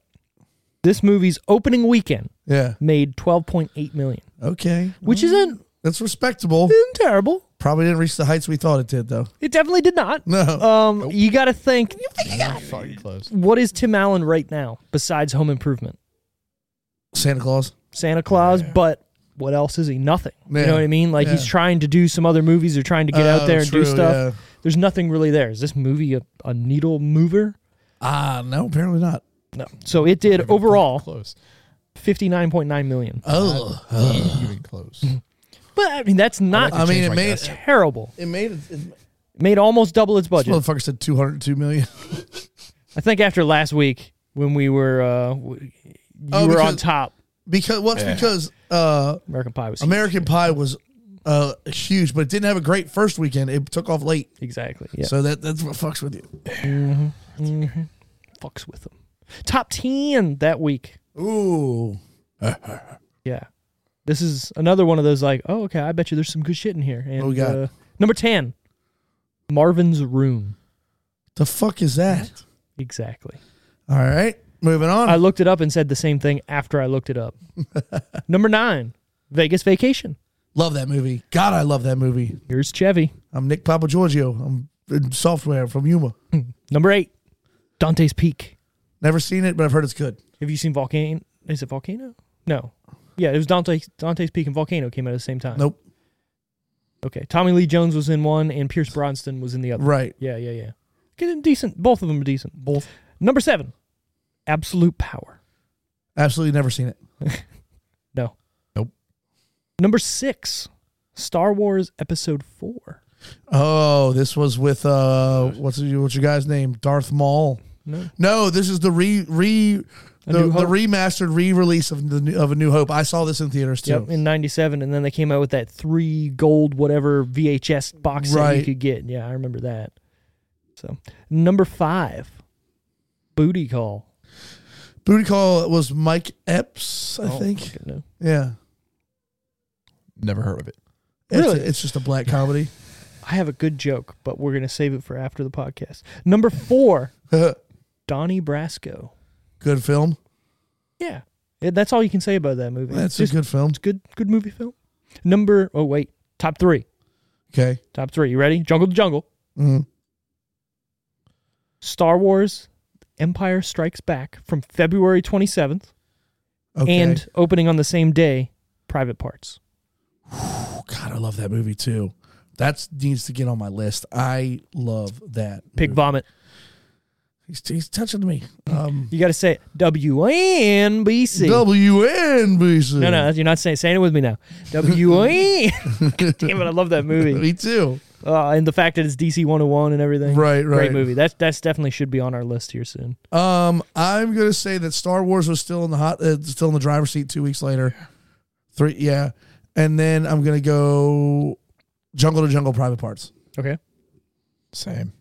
[SPEAKER 1] this movie's opening weekend
[SPEAKER 2] Yeah.
[SPEAKER 1] made twelve point eight million,
[SPEAKER 2] Okay.
[SPEAKER 1] which isn't,
[SPEAKER 2] That's respectable.
[SPEAKER 1] isn't terrible.
[SPEAKER 2] Probably didn't reach the heights we thought it did, though.
[SPEAKER 1] It definitely did not.
[SPEAKER 2] No.
[SPEAKER 1] Um, you got to think.
[SPEAKER 3] Not fucking close.
[SPEAKER 1] What is Tim Allen right now besides Home Improvement?
[SPEAKER 2] Santa Claus.
[SPEAKER 1] Santa Claus, but what else is he? Nothing. You
[SPEAKER 2] Yeah.
[SPEAKER 1] know what I mean? Like he's
[SPEAKER 2] Yeah.
[SPEAKER 1] trying to do some other movies or trying to get
[SPEAKER 2] Oh,
[SPEAKER 1] out there and do
[SPEAKER 2] true,
[SPEAKER 1] stuff.
[SPEAKER 2] yeah.
[SPEAKER 1] There's nothing really there. Is this movie a, a needle mover?
[SPEAKER 2] Ah, no, apparently not.
[SPEAKER 1] No. So it did overall
[SPEAKER 3] Close.
[SPEAKER 1] 59.9 million.
[SPEAKER 2] Oh.
[SPEAKER 3] Even close.
[SPEAKER 1] But I mean that's not
[SPEAKER 2] I mean,
[SPEAKER 3] Change
[SPEAKER 2] it
[SPEAKER 3] my
[SPEAKER 2] made
[SPEAKER 3] guess.
[SPEAKER 1] terrible.
[SPEAKER 2] it made it. it
[SPEAKER 1] Made almost double its
[SPEAKER 2] this
[SPEAKER 1] budget.
[SPEAKER 2] motherfucker said 202 million.
[SPEAKER 1] I think after last week when we were uh w- you
[SPEAKER 2] Oh,
[SPEAKER 1] were
[SPEAKER 2] because-
[SPEAKER 1] on top.
[SPEAKER 2] Because what's because uh
[SPEAKER 1] American Pie was huge.
[SPEAKER 2] American Pie was uh huge, but it didn't have a great first weekend. It took off late.
[SPEAKER 1] Exactly. Yeah.
[SPEAKER 2] So that that's what fucks with you.
[SPEAKER 1] Fucks with them. Top 10 that week.
[SPEAKER 2] Ooh.
[SPEAKER 1] Yeah. This is another one of those like, oh, okay, I bet you there's some good shit in here. And,
[SPEAKER 2] What Oh, we got?
[SPEAKER 1] Uh, number 10, Marvin's Room.
[SPEAKER 2] The fuck is that?
[SPEAKER 1] Exactly.
[SPEAKER 2] All right. Moving on.
[SPEAKER 1] I looked it up and said the same thing after I looked it up. number 9, Vegas Vacation.
[SPEAKER 2] love that movie. God, I love that movie.
[SPEAKER 1] Here's Chevy.
[SPEAKER 2] I'm Nick Papa Giorgio. I'm in software from Yuma.
[SPEAKER 1] Number 8, Dante's Peak.
[SPEAKER 2] Never seen it, but I've heard it's good.
[SPEAKER 1] Have you seen Volcano? Is it Volcano? No. Yeah, it was Dante, Dante's Peak and Volcano came out at the same time.
[SPEAKER 2] Nope.
[SPEAKER 1] Okay. Tommy Lee Jones was in one and Pierce Bronston was in the other.
[SPEAKER 2] Right.
[SPEAKER 1] Yeah, yeah, yeah. Getting decent. Both of them are decent. Both. Number seven, Absolute Power.
[SPEAKER 2] Absolutely never seen it.
[SPEAKER 1] No.
[SPEAKER 3] Nope.
[SPEAKER 1] Number six, Star Wars Episode Four.
[SPEAKER 2] Oh, this was with uh, what's your, what's your guy's name? Darth Maul.
[SPEAKER 1] No.
[SPEAKER 2] No, this is the re re the,
[SPEAKER 1] New
[SPEAKER 2] the
[SPEAKER 1] Hope.
[SPEAKER 2] remastered re release of the new- of A New Hope. I saw this in theaters too.
[SPEAKER 1] Yep, in '97, and then they came out with that three gold whatever VHS box set you
[SPEAKER 2] Right.
[SPEAKER 1] could get. Yeah, I remember that. So number five, Booty Call.
[SPEAKER 2] Booty Call was Mike Epps, I
[SPEAKER 1] Oh,
[SPEAKER 2] think.
[SPEAKER 1] fucking no.
[SPEAKER 2] Yeah.
[SPEAKER 3] Never heard of it.
[SPEAKER 2] It's-
[SPEAKER 1] Really?
[SPEAKER 2] It's, just a black comedy.
[SPEAKER 1] I have a good joke, but we're gonna save it for after the podcast. Number four,
[SPEAKER 2] Good
[SPEAKER 1] Donnie Brasco.
[SPEAKER 2] film.
[SPEAKER 1] Yeah, Yeah, that's all you can say about that movie.
[SPEAKER 2] That's
[SPEAKER 1] Just-
[SPEAKER 2] a good film.
[SPEAKER 1] It's good, good movie film. Number oh wait, top three,
[SPEAKER 2] Okay.
[SPEAKER 1] top three. You ready? Jungle to Jungle,
[SPEAKER 2] Mhm.
[SPEAKER 1] Star Wars, Empire Strikes Back from February twenty seventh,
[SPEAKER 2] Okay.
[SPEAKER 1] and opening on the same day, Private Parts.
[SPEAKER 2] oh, God, I love that movie too. That needs to get on my list. I love that.
[SPEAKER 1] Pig
[SPEAKER 2] movie.
[SPEAKER 1] vomit.
[SPEAKER 2] He's, he's touching me. Um,
[SPEAKER 1] You got to say WNBC.
[SPEAKER 2] WNBC.
[SPEAKER 1] no, no, you're not saying saying it with me now. WN. God damn it, I love that movie.
[SPEAKER 2] Me too.
[SPEAKER 1] Uh, and the fact that it's DC 101 and everything.
[SPEAKER 2] Right, right.
[SPEAKER 1] Great movie. That's that's definitely should be on our list here soon.
[SPEAKER 2] Um, I'm gonna say that Star Wars was still in the hot, uh, still in the driver's seat two weeks later. Three, yeah, and then I'm gonna go Jungle to Jungle Private Parts.
[SPEAKER 1] Okay.
[SPEAKER 3] Same.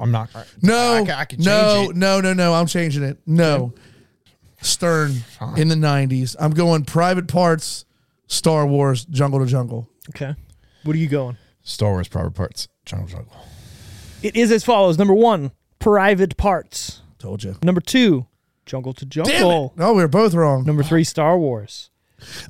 [SPEAKER 3] I'm not. I-
[SPEAKER 2] No,
[SPEAKER 3] I, ca- I can change
[SPEAKER 2] no,
[SPEAKER 3] it.
[SPEAKER 2] no, no, no. I'm changing it. No, Stern
[SPEAKER 3] Fine.
[SPEAKER 2] in the '90s. I'm going Private Parts, Star Wars, Jungle to Jungle.
[SPEAKER 1] Okay. What are you going?
[SPEAKER 3] Star Wars private parts. Jungle Jungle.
[SPEAKER 1] It is as follows. Number one, private parts.
[SPEAKER 2] Told you.
[SPEAKER 1] Number two, jungle to
[SPEAKER 2] Damn
[SPEAKER 1] jungle.
[SPEAKER 2] it! No, we were both wrong.
[SPEAKER 1] Number three, Star Wars.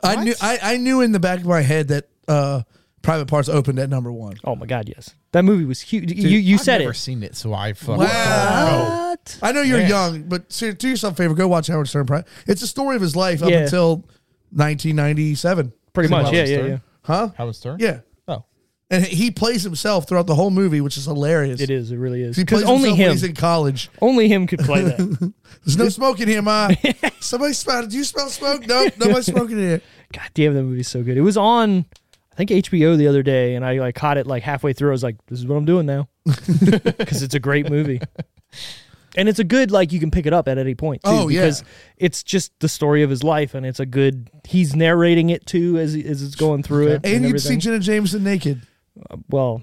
[SPEAKER 2] I knew. I, I knew in the back of my head that uh, Private Parts opened at number one.
[SPEAKER 1] Oh my God, yes. That movie was huge. you you
[SPEAKER 3] I've
[SPEAKER 1] said
[SPEAKER 3] never
[SPEAKER 1] it.
[SPEAKER 3] seen it, so I fucking don't know.
[SPEAKER 2] Wow.
[SPEAKER 1] What?
[SPEAKER 2] I know you're
[SPEAKER 3] Man.
[SPEAKER 2] young, but ser- do yourself a favor. Go watch Howard Stern. Pri- It's a story of his life up
[SPEAKER 1] Yeah.
[SPEAKER 2] until 1997.
[SPEAKER 1] Pretty much.
[SPEAKER 3] Howard
[SPEAKER 1] Yeah, yeah,
[SPEAKER 3] Stern?
[SPEAKER 1] yeah.
[SPEAKER 2] Huh?
[SPEAKER 3] Howard Stern.
[SPEAKER 2] Yeah.
[SPEAKER 3] Oh,
[SPEAKER 2] And he plays himself throughout the whole movie, which is hilarious.
[SPEAKER 1] It is. It really is.
[SPEAKER 2] He
[SPEAKER 1] Because
[SPEAKER 2] plays
[SPEAKER 1] only
[SPEAKER 2] only when
[SPEAKER 1] him,
[SPEAKER 2] he's in college.
[SPEAKER 1] only him could play that.
[SPEAKER 2] There's no smoke in here, ma. Somebody smell? Do you smell smoke? Nope. Nobody's smoking in here.
[SPEAKER 1] God damn, that movie's so good. It was on, I think HBO the other day, and I like caught it like halfway through. I was like, "This is what I'm doing now," because it's a great movie, and it's a good like you can pick it up at any point. Too,
[SPEAKER 2] Oh, yeah.
[SPEAKER 1] because it's just the story of his life, and it's a good. He's narrating it too as as it's going through it,
[SPEAKER 2] And,
[SPEAKER 1] and,
[SPEAKER 2] you'd
[SPEAKER 1] everything.
[SPEAKER 2] see Jenna Jameson naked.
[SPEAKER 1] well,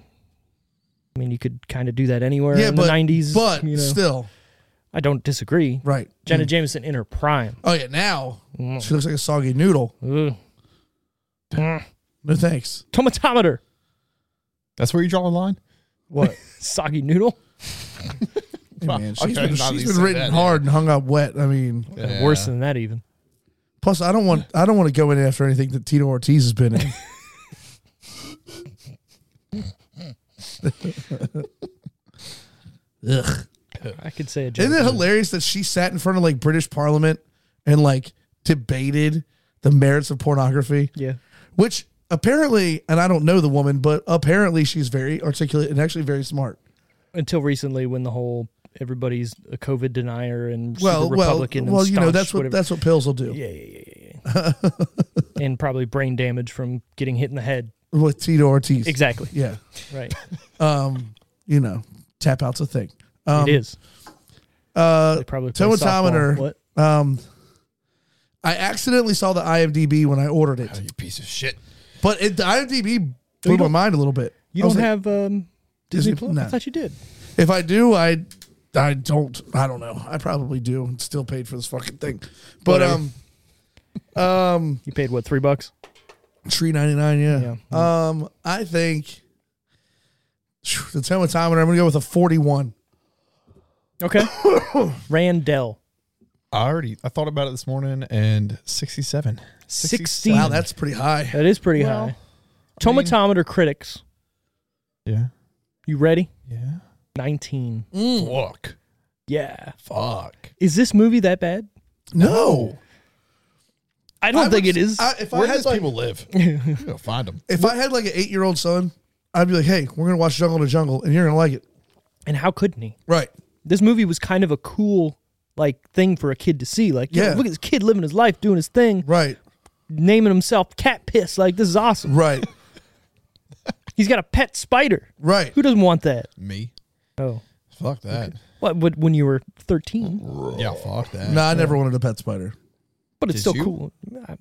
[SPEAKER 1] I mean, you could kind of do that anywhere
[SPEAKER 2] Yeah,
[SPEAKER 1] in
[SPEAKER 2] but
[SPEAKER 1] the '90s,
[SPEAKER 2] but Hmm.
[SPEAKER 1] you know.
[SPEAKER 2] still,
[SPEAKER 1] I don't disagree.
[SPEAKER 2] right?
[SPEAKER 1] Jenna Jameson in her prime.
[SPEAKER 2] Oh yeah, now
[SPEAKER 1] Mm.
[SPEAKER 2] she looks like a soggy noodle.
[SPEAKER 1] Ugh. Mm.
[SPEAKER 2] No thanks.
[SPEAKER 1] Tomatometer,
[SPEAKER 3] that's where you draw the line.
[SPEAKER 2] What?
[SPEAKER 1] soggy noodle.
[SPEAKER 2] Hey, man,
[SPEAKER 3] Fuck,
[SPEAKER 2] she's
[SPEAKER 3] I
[SPEAKER 2] Oh, been,
[SPEAKER 3] did not
[SPEAKER 2] she's
[SPEAKER 3] even
[SPEAKER 2] been
[SPEAKER 3] say
[SPEAKER 2] written
[SPEAKER 3] that.
[SPEAKER 2] hard and hung up wet. I mean,
[SPEAKER 3] Yeah.
[SPEAKER 1] Worse than that, even.
[SPEAKER 2] plus I don't want I don't want to go in after anything that Tito Ortiz has been in. Ugh.
[SPEAKER 1] I could say a joke.
[SPEAKER 2] Isn't it hilarious that she sat in front of like British Parliament and like debated the merits of pornography?
[SPEAKER 1] Yeah.
[SPEAKER 2] which apparently, and I don't know the woman, but apparently she's very articulate and actually very smart.
[SPEAKER 1] Until recently, when the whole everybody's a COVID denier and
[SPEAKER 2] Well,
[SPEAKER 1] super
[SPEAKER 2] well,
[SPEAKER 1] Republican
[SPEAKER 2] well,
[SPEAKER 1] and
[SPEAKER 2] you know
[SPEAKER 1] staunch,
[SPEAKER 2] that's what
[SPEAKER 1] whatever.
[SPEAKER 2] that's what pills will do
[SPEAKER 1] yeah, yeah, yeah, yeah, yeah. and probably brain damage from getting hit in the head.
[SPEAKER 2] with Tito Ortiz.
[SPEAKER 1] Exactly.
[SPEAKER 2] Yeah.
[SPEAKER 1] Right.
[SPEAKER 2] Um, you know, tap out's a thing. Um,
[SPEAKER 1] it is.
[SPEAKER 2] Uh,
[SPEAKER 1] They probably play
[SPEAKER 2] tomatometer.
[SPEAKER 1] softball. What?
[SPEAKER 2] um, I accidentally saw the IMDb when I ordered
[SPEAKER 3] Oh,
[SPEAKER 2] it,
[SPEAKER 3] you piece of shit.
[SPEAKER 2] but it, the IMDb blew my
[SPEAKER 1] don't-
[SPEAKER 2] mind a little bit.
[SPEAKER 1] You
[SPEAKER 2] I was
[SPEAKER 1] don't
[SPEAKER 2] like,
[SPEAKER 1] have um, Disney
[SPEAKER 2] Disney-
[SPEAKER 1] Plus? I
[SPEAKER 2] no.
[SPEAKER 1] thought you did.
[SPEAKER 2] If I do, I, I don't. I don't know. I probably do. and still paid for this fucking thing, but
[SPEAKER 1] Whatever.
[SPEAKER 2] um, um.
[SPEAKER 1] You paid what? Three bucks.
[SPEAKER 2] Tree ninety nine, yeah. Um, I think phew, the tomatometer. I'm gonna go with a forty one.
[SPEAKER 1] Okay. Randell.
[SPEAKER 3] I already I thought about it this morning and 67.
[SPEAKER 1] 16.
[SPEAKER 2] Wow, that's pretty high.
[SPEAKER 1] That is pretty
[SPEAKER 3] Well,
[SPEAKER 1] high. Tomatometer critics.
[SPEAKER 3] Yeah.
[SPEAKER 1] You ready?
[SPEAKER 3] Yeah.
[SPEAKER 1] 19.
[SPEAKER 3] Mm. Fuck.
[SPEAKER 1] Yeah.
[SPEAKER 3] Fuck.
[SPEAKER 1] Is this movie that bad?
[SPEAKER 2] No,
[SPEAKER 1] I don't think it is.
[SPEAKER 2] I, if
[SPEAKER 3] Where
[SPEAKER 2] I had
[SPEAKER 3] does
[SPEAKER 2] like,
[SPEAKER 3] people live? you gotta find them.
[SPEAKER 2] if I had like an eight year old son, I'd be like, "Hey, we're gonna watch Jungle to Jungle, and you're gonna like it."
[SPEAKER 1] and how couldn't he?
[SPEAKER 2] Right.
[SPEAKER 1] This movie was kind of a cool like thing for a kid to see. Like, yeah,
[SPEAKER 2] Yeah.
[SPEAKER 1] look at this kid living his life, doing his thing,
[SPEAKER 2] Right.
[SPEAKER 1] naming himself Cat Piss. Like, this is awesome.
[SPEAKER 2] Right.
[SPEAKER 1] He's got a pet spider.
[SPEAKER 2] right.
[SPEAKER 1] Who doesn't want that?
[SPEAKER 3] Me.
[SPEAKER 1] Oh,
[SPEAKER 3] Fuck that.
[SPEAKER 1] what? But when you were thirteen,
[SPEAKER 3] Yeah, fuck that.
[SPEAKER 2] No, I never wanted a pet spider.
[SPEAKER 1] but it's
[SPEAKER 3] Did
[SPEAKER 1] still
[SPEAKER 3] you?
[SPEAKER 1] cool. Uh,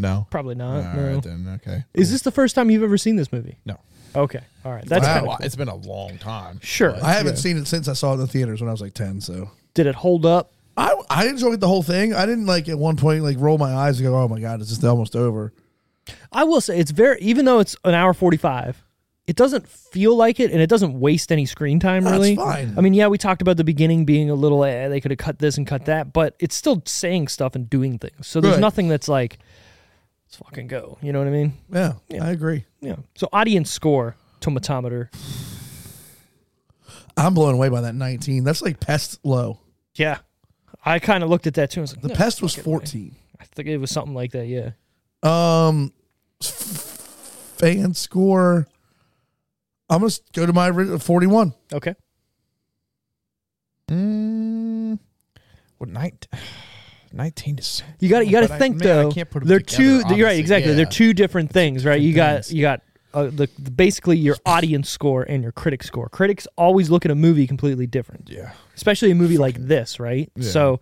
[SPEAKER 3] No.
[SPEAKER 1] Probably
[SPEAKER 3] All
[SPEAKER 1] not.
[SPEAKER 3] right
[SPEAKER 1] no.
[SPEAKER 3] then. Okay.
[SPEAKER 1] Is this the first time you've ever seen this movie?
[SPEAKER 3] No.
[SPEAKER 1] Okay. All right. That's
[SPEAKER 2] Wow.
[SPEAKER 1] kind
[SPEAKER 3] Well,
[SPEAKER 1] of
[SPEAKER 3] It's been a long time.
[SPEAKER 1] sure.
[SPEAKER 2] I haven't seen it since I saw it in the theaters when I was like ten. So
[SPEAKER 1] Did it hold up?
[SPEAKER 2] I I enjoyed the whole thing. I didn't like at one point like roll my eyes and go, "Oh my god, it's just almost over."
[SPEAKER 1] I will say it's very even though it's an hour forty five, it doesn't feel like it, and it doesn't waste any screen time
[SPEAKER 2] No, it's
[SPEAKER 1] really.
[SPEAKER 2] fine.
[SPEAKER 1] I mean, yeah, we talked about the beginning being a little eh, they could have cut this and cut that, but it's still saying stuff and doing things. So there's
[SPEAKER 2] Right.
[SPEAKER 1] nothing that's like, let's fucking go. You know what I mean?
[SPEAKER 2] Yeah, I agree.
[SPEAKER 1] Yeah. So audience score tomatometer.
[SPEAKER 2] I'm blown away by that 19. That's like pest low.
[SPEAKER 1] Yeah. I kind of looked at that too. and was like,
[SPEAKER 2] The
[SPEAKER 1] no,
[SPEAKER 2] pest was
[SPEAKER 1] fucking way.
[SPEAKER 2] 14.
[SPEAKER 1] I think it was something like that. Yeah.
[SPEAKER 2] Um, f- fan score. I'm gonna s- go to my ri- 41.
[SPEAKER 1] Okay.
[SPEAKER 3] Mm, what night? Nineteen is so
[SPEAKER 1] You got to you got
[SPEAKER 3] But
[SPEAKER 1] to
[SPEAKER 3] I-
[SPEAKER 1] think
[SPEAKER 3] man, I
[SPEAKER 1] though.
[SPEAKER 3] can't put 'em
[SPEAKER 1] they're
[SPEAKER 3] together,
[SPEAKER 1] two. You're right.
[SPEAKER 3] obviously,
[SPEAKER 1] Exactly. They're
[SPEAKER 3] yeah.
[SPEAKER 1] two different things, right? you got
[SPEAKER 3] things.
[SPEAKER 1] you got uh, the, the basically your audience score and your critic score. Critics always look at a movie completely different,
[SPEAKER 3] yeah.
[SPEAKER 1] especially a movie like this, right?
[SPEAKER 3] Yeah.
[SPEAKER 1] So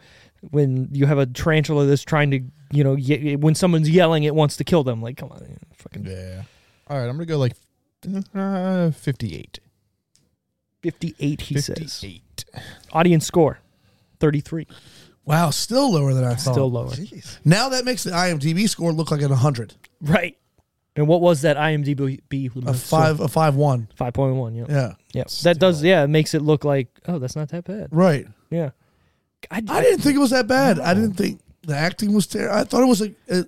[SPEAKER 1] when you have a tarantula that's trying to you know ye- when someone's yelling it wants to kill them like come on you know, fucking
[SPEAKER 3] Yeah. All right, I'm gonna go like uh, 58.
[SPEAKER 1] 58 he says
[SPEAKER 3] 58.
[SPEAKER 1] audience score 33
[SPEAKER 2] Wow, still lower than I thought.
[SPEAKER 1] still lower
[SPEAKER 3] Jeez.
[SPEAKER 2] Now that makes the IMDb score look like an 100.
[SPEAKER 1] right and what was that imdb
[SPEAKER 2] A five, a five one.
[SPEAKER 1] 5.1 yeah
[SPEAKER 2] Yeah,
[SPEAKER 1] yeah that does yeah it makes it look like oh that's not that bad
[SPEAKER 2] right.
[SPEAKER 1] Yeah. I,
[SPEAKER 2] I didn't think it was that bad. uh, I didn't think the acting was terrible. I thought it was a. It,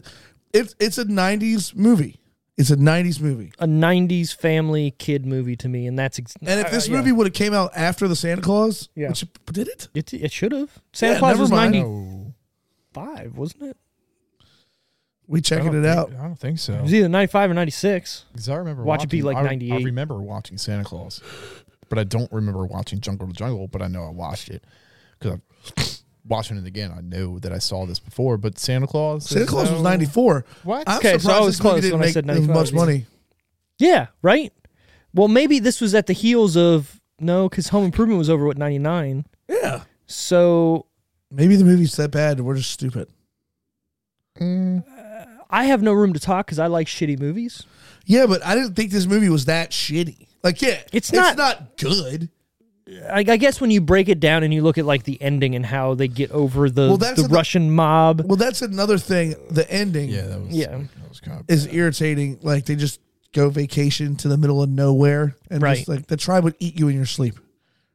[SPEAKER 2] it's it's a 90s movie. It's a '90s movie.
[SPEAKER 1] a 90s family kid movie to me and that's ex-
[SPEAKER 2] And if
[SPEAKER 1] uh,
[SPEAKER 2] this
[SPEAKER 1] yeah.
[SPEAKER 2] movie would have came out after the Santa Claus,
[SPEAKER 1] Yeah.
[SPEAKER 2] which it- did it?
[SPEAKER 1] it, it should have Santa
[SPEAKER 2] Yeah,
[SPEAKER 1] Claus
[SPEAKER 2] never
[SPEAKER 1] was
[SPEAKER 2] mind.
[SPEAKER 3] 95.
[SPEAKER 1] 95 wasn't it
[SPEAKER 2] We checking it out.
[SPEAKER 3] I don't think
[SPEAKER 1] it
[SPEAKER 3] so.
[SPEAKER 1] was either 95 or 96
[SPEAKER 3] Because I remember
[SPEAKER 1] Watch it be like
[SPEAKER 3] I-
[SPEAKER 1] 98.
[SPEAKER 3] I remember watching Santa Claus, but I don't remember watching Jungle to Jungle. But I know I watched it because watching it again. I know that I saw this before, but Santa Claus.
[SPEAKER 2] Santa
[SPEAKER 3] is
[SPEAKER 2] Claus was
[SPEAKER 3] no-
[SPEAKER 2] '94.
[SPEAKER 3] What?
[SPEAKER 2] I'm
[SPEAKER 1] Okay, so I
[SPEAKER 2] surprised
[SPEAKER 1] was
[SPEAKER 2] this movie
[SPEAKER 1] close
[SPEAKER 2] didn't
[SPEAKER 1] when I
[SPEAKER 2] make
[SPEAKER 1] said 95,
[SPEAKER 2] much
[SPEAKER 1] yeah.
[SPEAKER 2] money.
[SPEAKER 1] yeah right well maybe this was at the heels of no because Home Improvement was over with 99
[SPEAKER 2] Yeah,
[SPEAKER 1] so
[SPEAKER 2] maybe the movie's that bad. and We're just stupid.
[SPEAKER 3] Mm,
[SPEAKER 1] I have no room to talk because I like shitty movies
[SPEAKER 2] Yeah, but I didn't think this movie was that shitty. Like, yeah,
[SPEAKER 1] It's not-
[SPEAKER 2] good.
[SPEAKER 1] I, I guess when you break it down and you look at like the ending and how they get over the
[SPEAKER 2] Well, that's
[SPEAKER 1] the
[SPEAKER 2] in the-
[SPEAKER 1] Russian mob
[SPEAKER 2] Well, that's another thing. The ending
[SPEAKER 3] yeah, that was
[SPEAKER 1] Yeah.
[SPEAKER 3] That was kind of
[SPEAKER 2] is irritating. Like they just go vacation to the middle of nowhere, and
[SPEAKER 1] Right.
[SPEAKER 2] just, like the tribe would eat you in your sleep.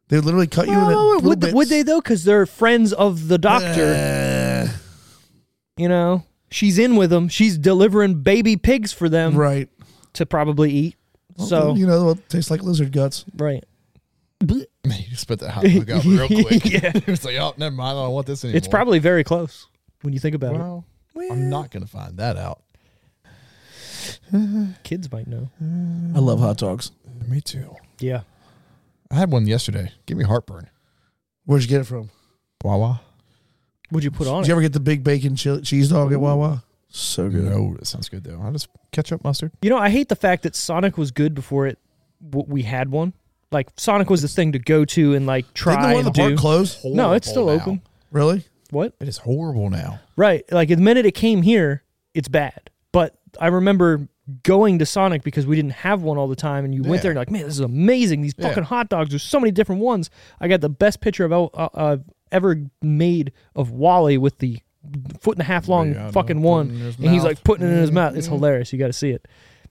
[SPEAKER 2] They would literally cut you in.
[SPEAKER 1] Oh,
[SPEAKER 2] little
[SPEAKER 1] would, th- would
[SPEAKER 2] bits.
[SPEAKER 1] they though? Because they're friends of the doctor.
[SPEAKER 2] Uh,
[SPEAKER 1] you know, she's in with them. She's delivering baby pigs for them
[SPEAKER 2] right.
[SPEAKER 1] to probably eat. So
[SPEAKER 2] you know, it tastes like lizard guts.
[SPEAKER 1] right,
[SPEAKER 3] you just spit that hot dog out real quick.
[SPEAKER 1] Yeah.
[SPEAKER 3] it was like, oh, never mind. I don't want this anymore.
[SPEAKER 1] it's probably very close when you think about
[SPEAKER 3] Well, I'm not gonna find that out.
[SPEAKER 1] it. Kids might know.
[SPEAKER 2] I love hot dogs.
[SPEAKER 3] Me too.
[SPEAKER 1] Yeah,
[SPEAKER 3] I had one yesterday. Give me heartburn.
[SPEAKER 2] Where'd you get it from?
[SPEAKER 3] Wawa.
[SPEAKER 1] would you put on
[SPEAKER 2] Did
[SPEAKER 1] it?
[SPEAKER 2] you ever get the big bacon chili, cheese dog at Wawa? So
[SPEAKER 3] No, that sounds good though. I just ketchup mustard.
[SPEAKER 1] You know, I hate the fact that Sonic was good before it. W- we had one. Like Sonic was this thing to go to and like
[SPEAKER 2] Didn't the
[SPEAKER 1] try
[SPEAKER 2] one in the
[SPEAKER 1] and
[SPEAKER 2] park
[SPEAKER 1] do.
[SPEAKER 2] close?
[SPEAKER 1] No, it's still
[SPEAKER 3] Horrible now.
[SPEAKER 1] open.
[SPEAKER 2] Really?
[SPEAKER 1] What?
[SPEAKER 3] It is horrible now.
[SPEAKER 1] Right. Like the minute it came here, it's bad. But I remember going to Sonic because we didn't have one all the time, and you went
[SPEAKER 3] Yeah.
[SPEAKER 1] there and you're like, man, this is amazing. These
[SPEAKER 3] Yeah.
[SPEAKER 1] fucking hot dogs. There's so many different ones. I got the best picture I've el- uh, uh, ever made of Wally with the foot and a half long
[SPEAKER 3] Yeah, I know,
[SPEAKER 1] fucking
[SPEAKER 3] putting
[SPEAKER 1] one,
[SPEAKER 3] it in his
[SPEAKER 1] and he's
[SPEAKER 3] mouth.
[SPEAKER 1] like putting it in his mouth. It's
[SPEAKER 3] Mhm.
[SPEAKER 1] hilarious. You got to see it.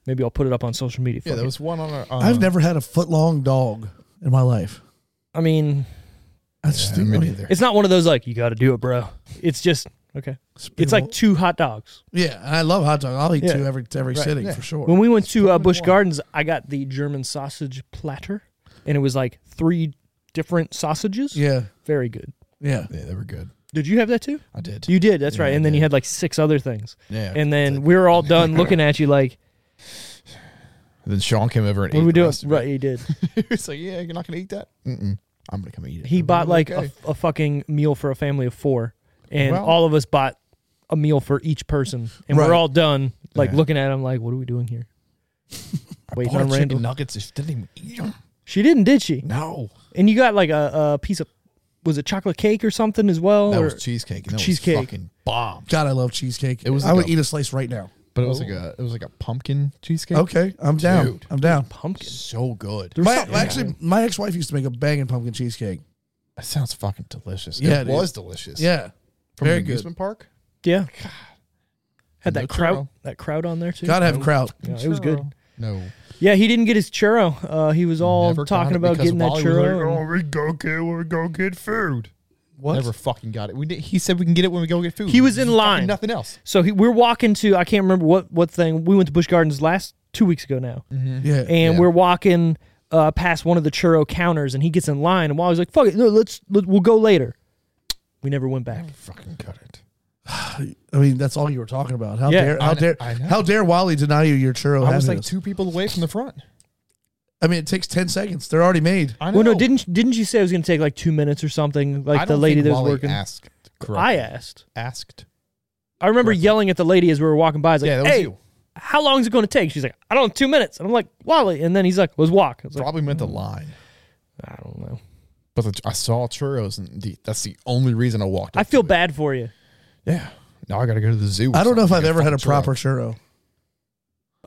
[SPEAKER 1] Maybe I'll put it up on social media.
[SPEAKER 3] Yeah,
[SPEAKER 1] Fuck
[SPEAKER 3] there
[SPEAKER 1] it.
[SPEAKER 3] was one on our. Uh,
[SPEAKER 2] I've never had a foot long dog in my life.
[SPEAKER 1] I mean,
[SPEAKER 2] That's
[SPEAKER 3] Yeah,
[SPEAKER 2] stupid.
[SPEAKER 3] me neither.
[SPEAKER 1] it's not one of those like you got to do it, bro. It's just okay. It's like two hot dogs.
[SPEAKER 2] yeah, and I love hot dog. I'll eat
[SPEAKER 1] Yeah.
[SPEAKER 2] two every every
[SPEAKER 3] Right,
[SPEAKER 2] sitting
[SPEAKER 3] yeah.
[SPEAKER 2] for sure.
[SPEAKER 1] When we went to uh, Busch
[SPEAKER 3] one.
[SPEAKER 1] Gardens, I got the German sausage platter, and it was like three different sausages.
[SPEAKER 2] yeah,
[SPEAKER 1] Very good.
[SPEAKER 2] yeah.
[SPEAKER 3] Yeah, they were good.
[SPEAKER 1] Did you have that too?
[SPEAKER 3] I did.
[SPEAKER 1] You did. That's
[SPEAKER 3] Yeah,
[SPEAKER 1] right.
[SPEAKER 3] I
[SPEAKER 1] And then you
[SPEAKER 3] did.
[SPEAKER 1] had like six other things.
[SPEAKER 3] yeah.
[SPEAKER 1] And then we were all done looking at you like,
[SPEAKER 3] then Sean came over and
[SPEAKER 1] what
[SPEAKER 3] ate
[SPEAKER 1] are we
[SPEAKER 3] the
[SPEAKER 1] doing?
[SPEAKER 3] rest of it.
[SPEAKER 1] Right, he did.
[SPEAKER 3] he was like, "Yeah, you're not gonna eat that." Mm-mm. I'm gonna come eat it.
[SPEAKER 1] He
[SPEAKER 3] I'm
[SPEAKER 1] bought like
[SPEAKER 3] okay.
[SPEAKER 1] a, a fucking meal for a family of four, and
[SPEAKER 3] Well-
[SPEAKER 1] all of us bought a meal for each person. And
[SPEAKER 2] Right.
[SPEAKER 1] we're all done like
[SPEAKER 3] Yeah.
[SPEAKER 1] looking at him like, what are we doing here? Waiting
[SPEAKER 3] Bought
[SPEAKER 1] on
[SPEAKER 3] chicken
[SPEAKER 1] Randall.
[SPEAKER 3] nuggets. Just didn't even eat them.
[SPEAKER 1] She didn't, did she?
[SPEAKER 3] No,
[SPEAKER 1] And you got like a, a piece of was it chocolate cake or something as well?
[SPEAKER 3] that
[SPEAKER 1] or,
[SPEAKER 3] was cheesecake. And that
[SPEAKER 1] Cheesecake.
[SPEAKER 3] was fucking bomb.
[SPEAKER 2] God, I love cheesecake.
[SPEAKER 3] It was
[SPEAKER 2] I
[SPEAKER 3] like
[SPEAKER 2] would
[SPEAKER 3] a-
[SPEAKER 2] eat a slice right now.
[SPEAKER 3] But it was like
[SPEAKER 1] Oh.
[SPEAKER 3] a it was like a pumpkin cheesecake.
[SPEAKER 2] Okay, I'm down.
[SPEAKER 3] Dude.
[SPEAKER 2] I'm down.
[SPEAKER 1] pumpkin.
[SPEAKER 3] so good.
[SPEAKER 1] There was
[SPEAKER 2] My,
[SPEAKER 1] something-
[SPEAKER 2] actually, my ex wife used to make a banging pumpkin cheesecake.
[SPEAKER 3] That sounds fucking delicious.
[SPEAKER 2] Yeah,
[SPEAKER 3] it
[SPEAKER 2] dude.
[SPEAKER 3] was delicious.
[SPEAKER 2] Yeah,
[SPEAKER 3] from
[SPEAKER 2] very
[SPEAKER 3] the
[SPEAKER 2] good.
[SPEAKER 3] amusement park.
[SPEAKER 1] yeah. Had
[SPEAKER 3] No
[SPEAKER 1] that crowd,
[SPEAKER 3] churro.
[SPEAKER 1] that crowd on there too.
[SPEAKER 2] gotta have kraut.
[SPEAKER 1] Yeah, it was good.
[SPEAKER 3] Churro. No,
[SPEAKER 1] Yeah, he didn't get his churro. Uh, he was all
[SPEAKER 3] Never got
[SPEAKER 1] talking
[SPEAKER 3] it
[SPEAKER 1] about
[SPEAKER 3] because
[SPEAKER 1] getting that
[SPEAKER 3] Wally was like,
[SPEAKER 1] churro. and-
[SPEAKER 3] oh, we go get we go get food.
[SPEAKER 2] What?
[SPEAKER 3] Never fucking got it. We did, he said we can get it when we go get food.
[SPEAKER 1] He was in
[SPEAKER 3] Fucking
[SPEAKER 1] line.
[SPEAKER 3] Nothing else.
[SPEAKER 1] so he, we're walking to I can't remember what what thing. We went to Busch Gardens last two weeks ago now,
[SPEAKER 2] Yeah,
[SPEAKER 1] and
[SPEAKER 3] Yeah.
[SPEAKER 1] we're walking uh, past one of the churro counters, and he gets in line, and Wally's like, "Fuck it, no, let's let, we'll go later." We never went back.
[SPEAKER 3] Fucking got it.
[SPEAKER 2] I mean that's all you were talking about. How
[SPEAKER 1] Yeah.
[SPEAKER 2] dare
[SPEAKER 3] I
[SPEAKER 2] how
[SPEAKER 3] kn-
[SPEAKER 2] dare
[SPEAKER 3] I know.
[SPEAKER 2] how dare Wally deny you your
[SPEAKER 1] Oh,
[SPEAKER 2] churro?
[SPEAKER 3] I was like
[SPEAKER 2] happiness?
[SPEAKER 3] two people away from the front.
[SPEAKER 2] I mean, it takes ten seconds. They're already made.
[SPEAKER 3] I know.
[SPEAKER 1] Well, no, didn't didn't you say it was going to take like two minutes or something?
[SPEAKER 3] I
[SPEAKER 1] Like the
[SPEAKER 3] don't
[SPEAKER 1] lady
[SPEAKER 3] think
[SPEAKER 1] that was
[SPEAKER 3] Wally
[SPEAKER 1] working.
[SPEAKER 3] Asked. Correct.
[SPEAKER 1] I asked.
[SPEAKER 3] asked.
[SPEAKER 1] I remember
[SPEAKER 3] Correctly.
[SPEAKER 1] yelling at the lady as we were walking by. I was like,
[SPEAKER 3] yeah, that was
[SPEAKER 1] "Hey,
[SPEAKER 3] you.
[SPEAKER 1] how long is it going to take?" She's like, "I don't know, two minutes." And I'm like, "Wally," and then he's like, "Let's walk." I was like, "Hmm."
[SPEAKER 3] Probably meant the line.
[SPEAKER 1] "I don't know."
[SPEAKER 3] But the, I saw churros, and the, that's the only reason I walked.
[SPEAKER 1] I
[SPEAKER 3] up
[SPEAKER 1] feel
[SPEAKER 3] to it.
[SPEAKER 1] bad for you.
[SPEAKER 3] Yeah. Now I got to go to the zoo. or
[SPEAKER 2] I don't know if
[SPEAKER 3] something.
[SPEAKER 2] I've
[SPEAKER 3] Get
[SPEAKER 2] ever had a
[SPEAKER 3] fucking churro.
[SPEAKER 2] proper churro.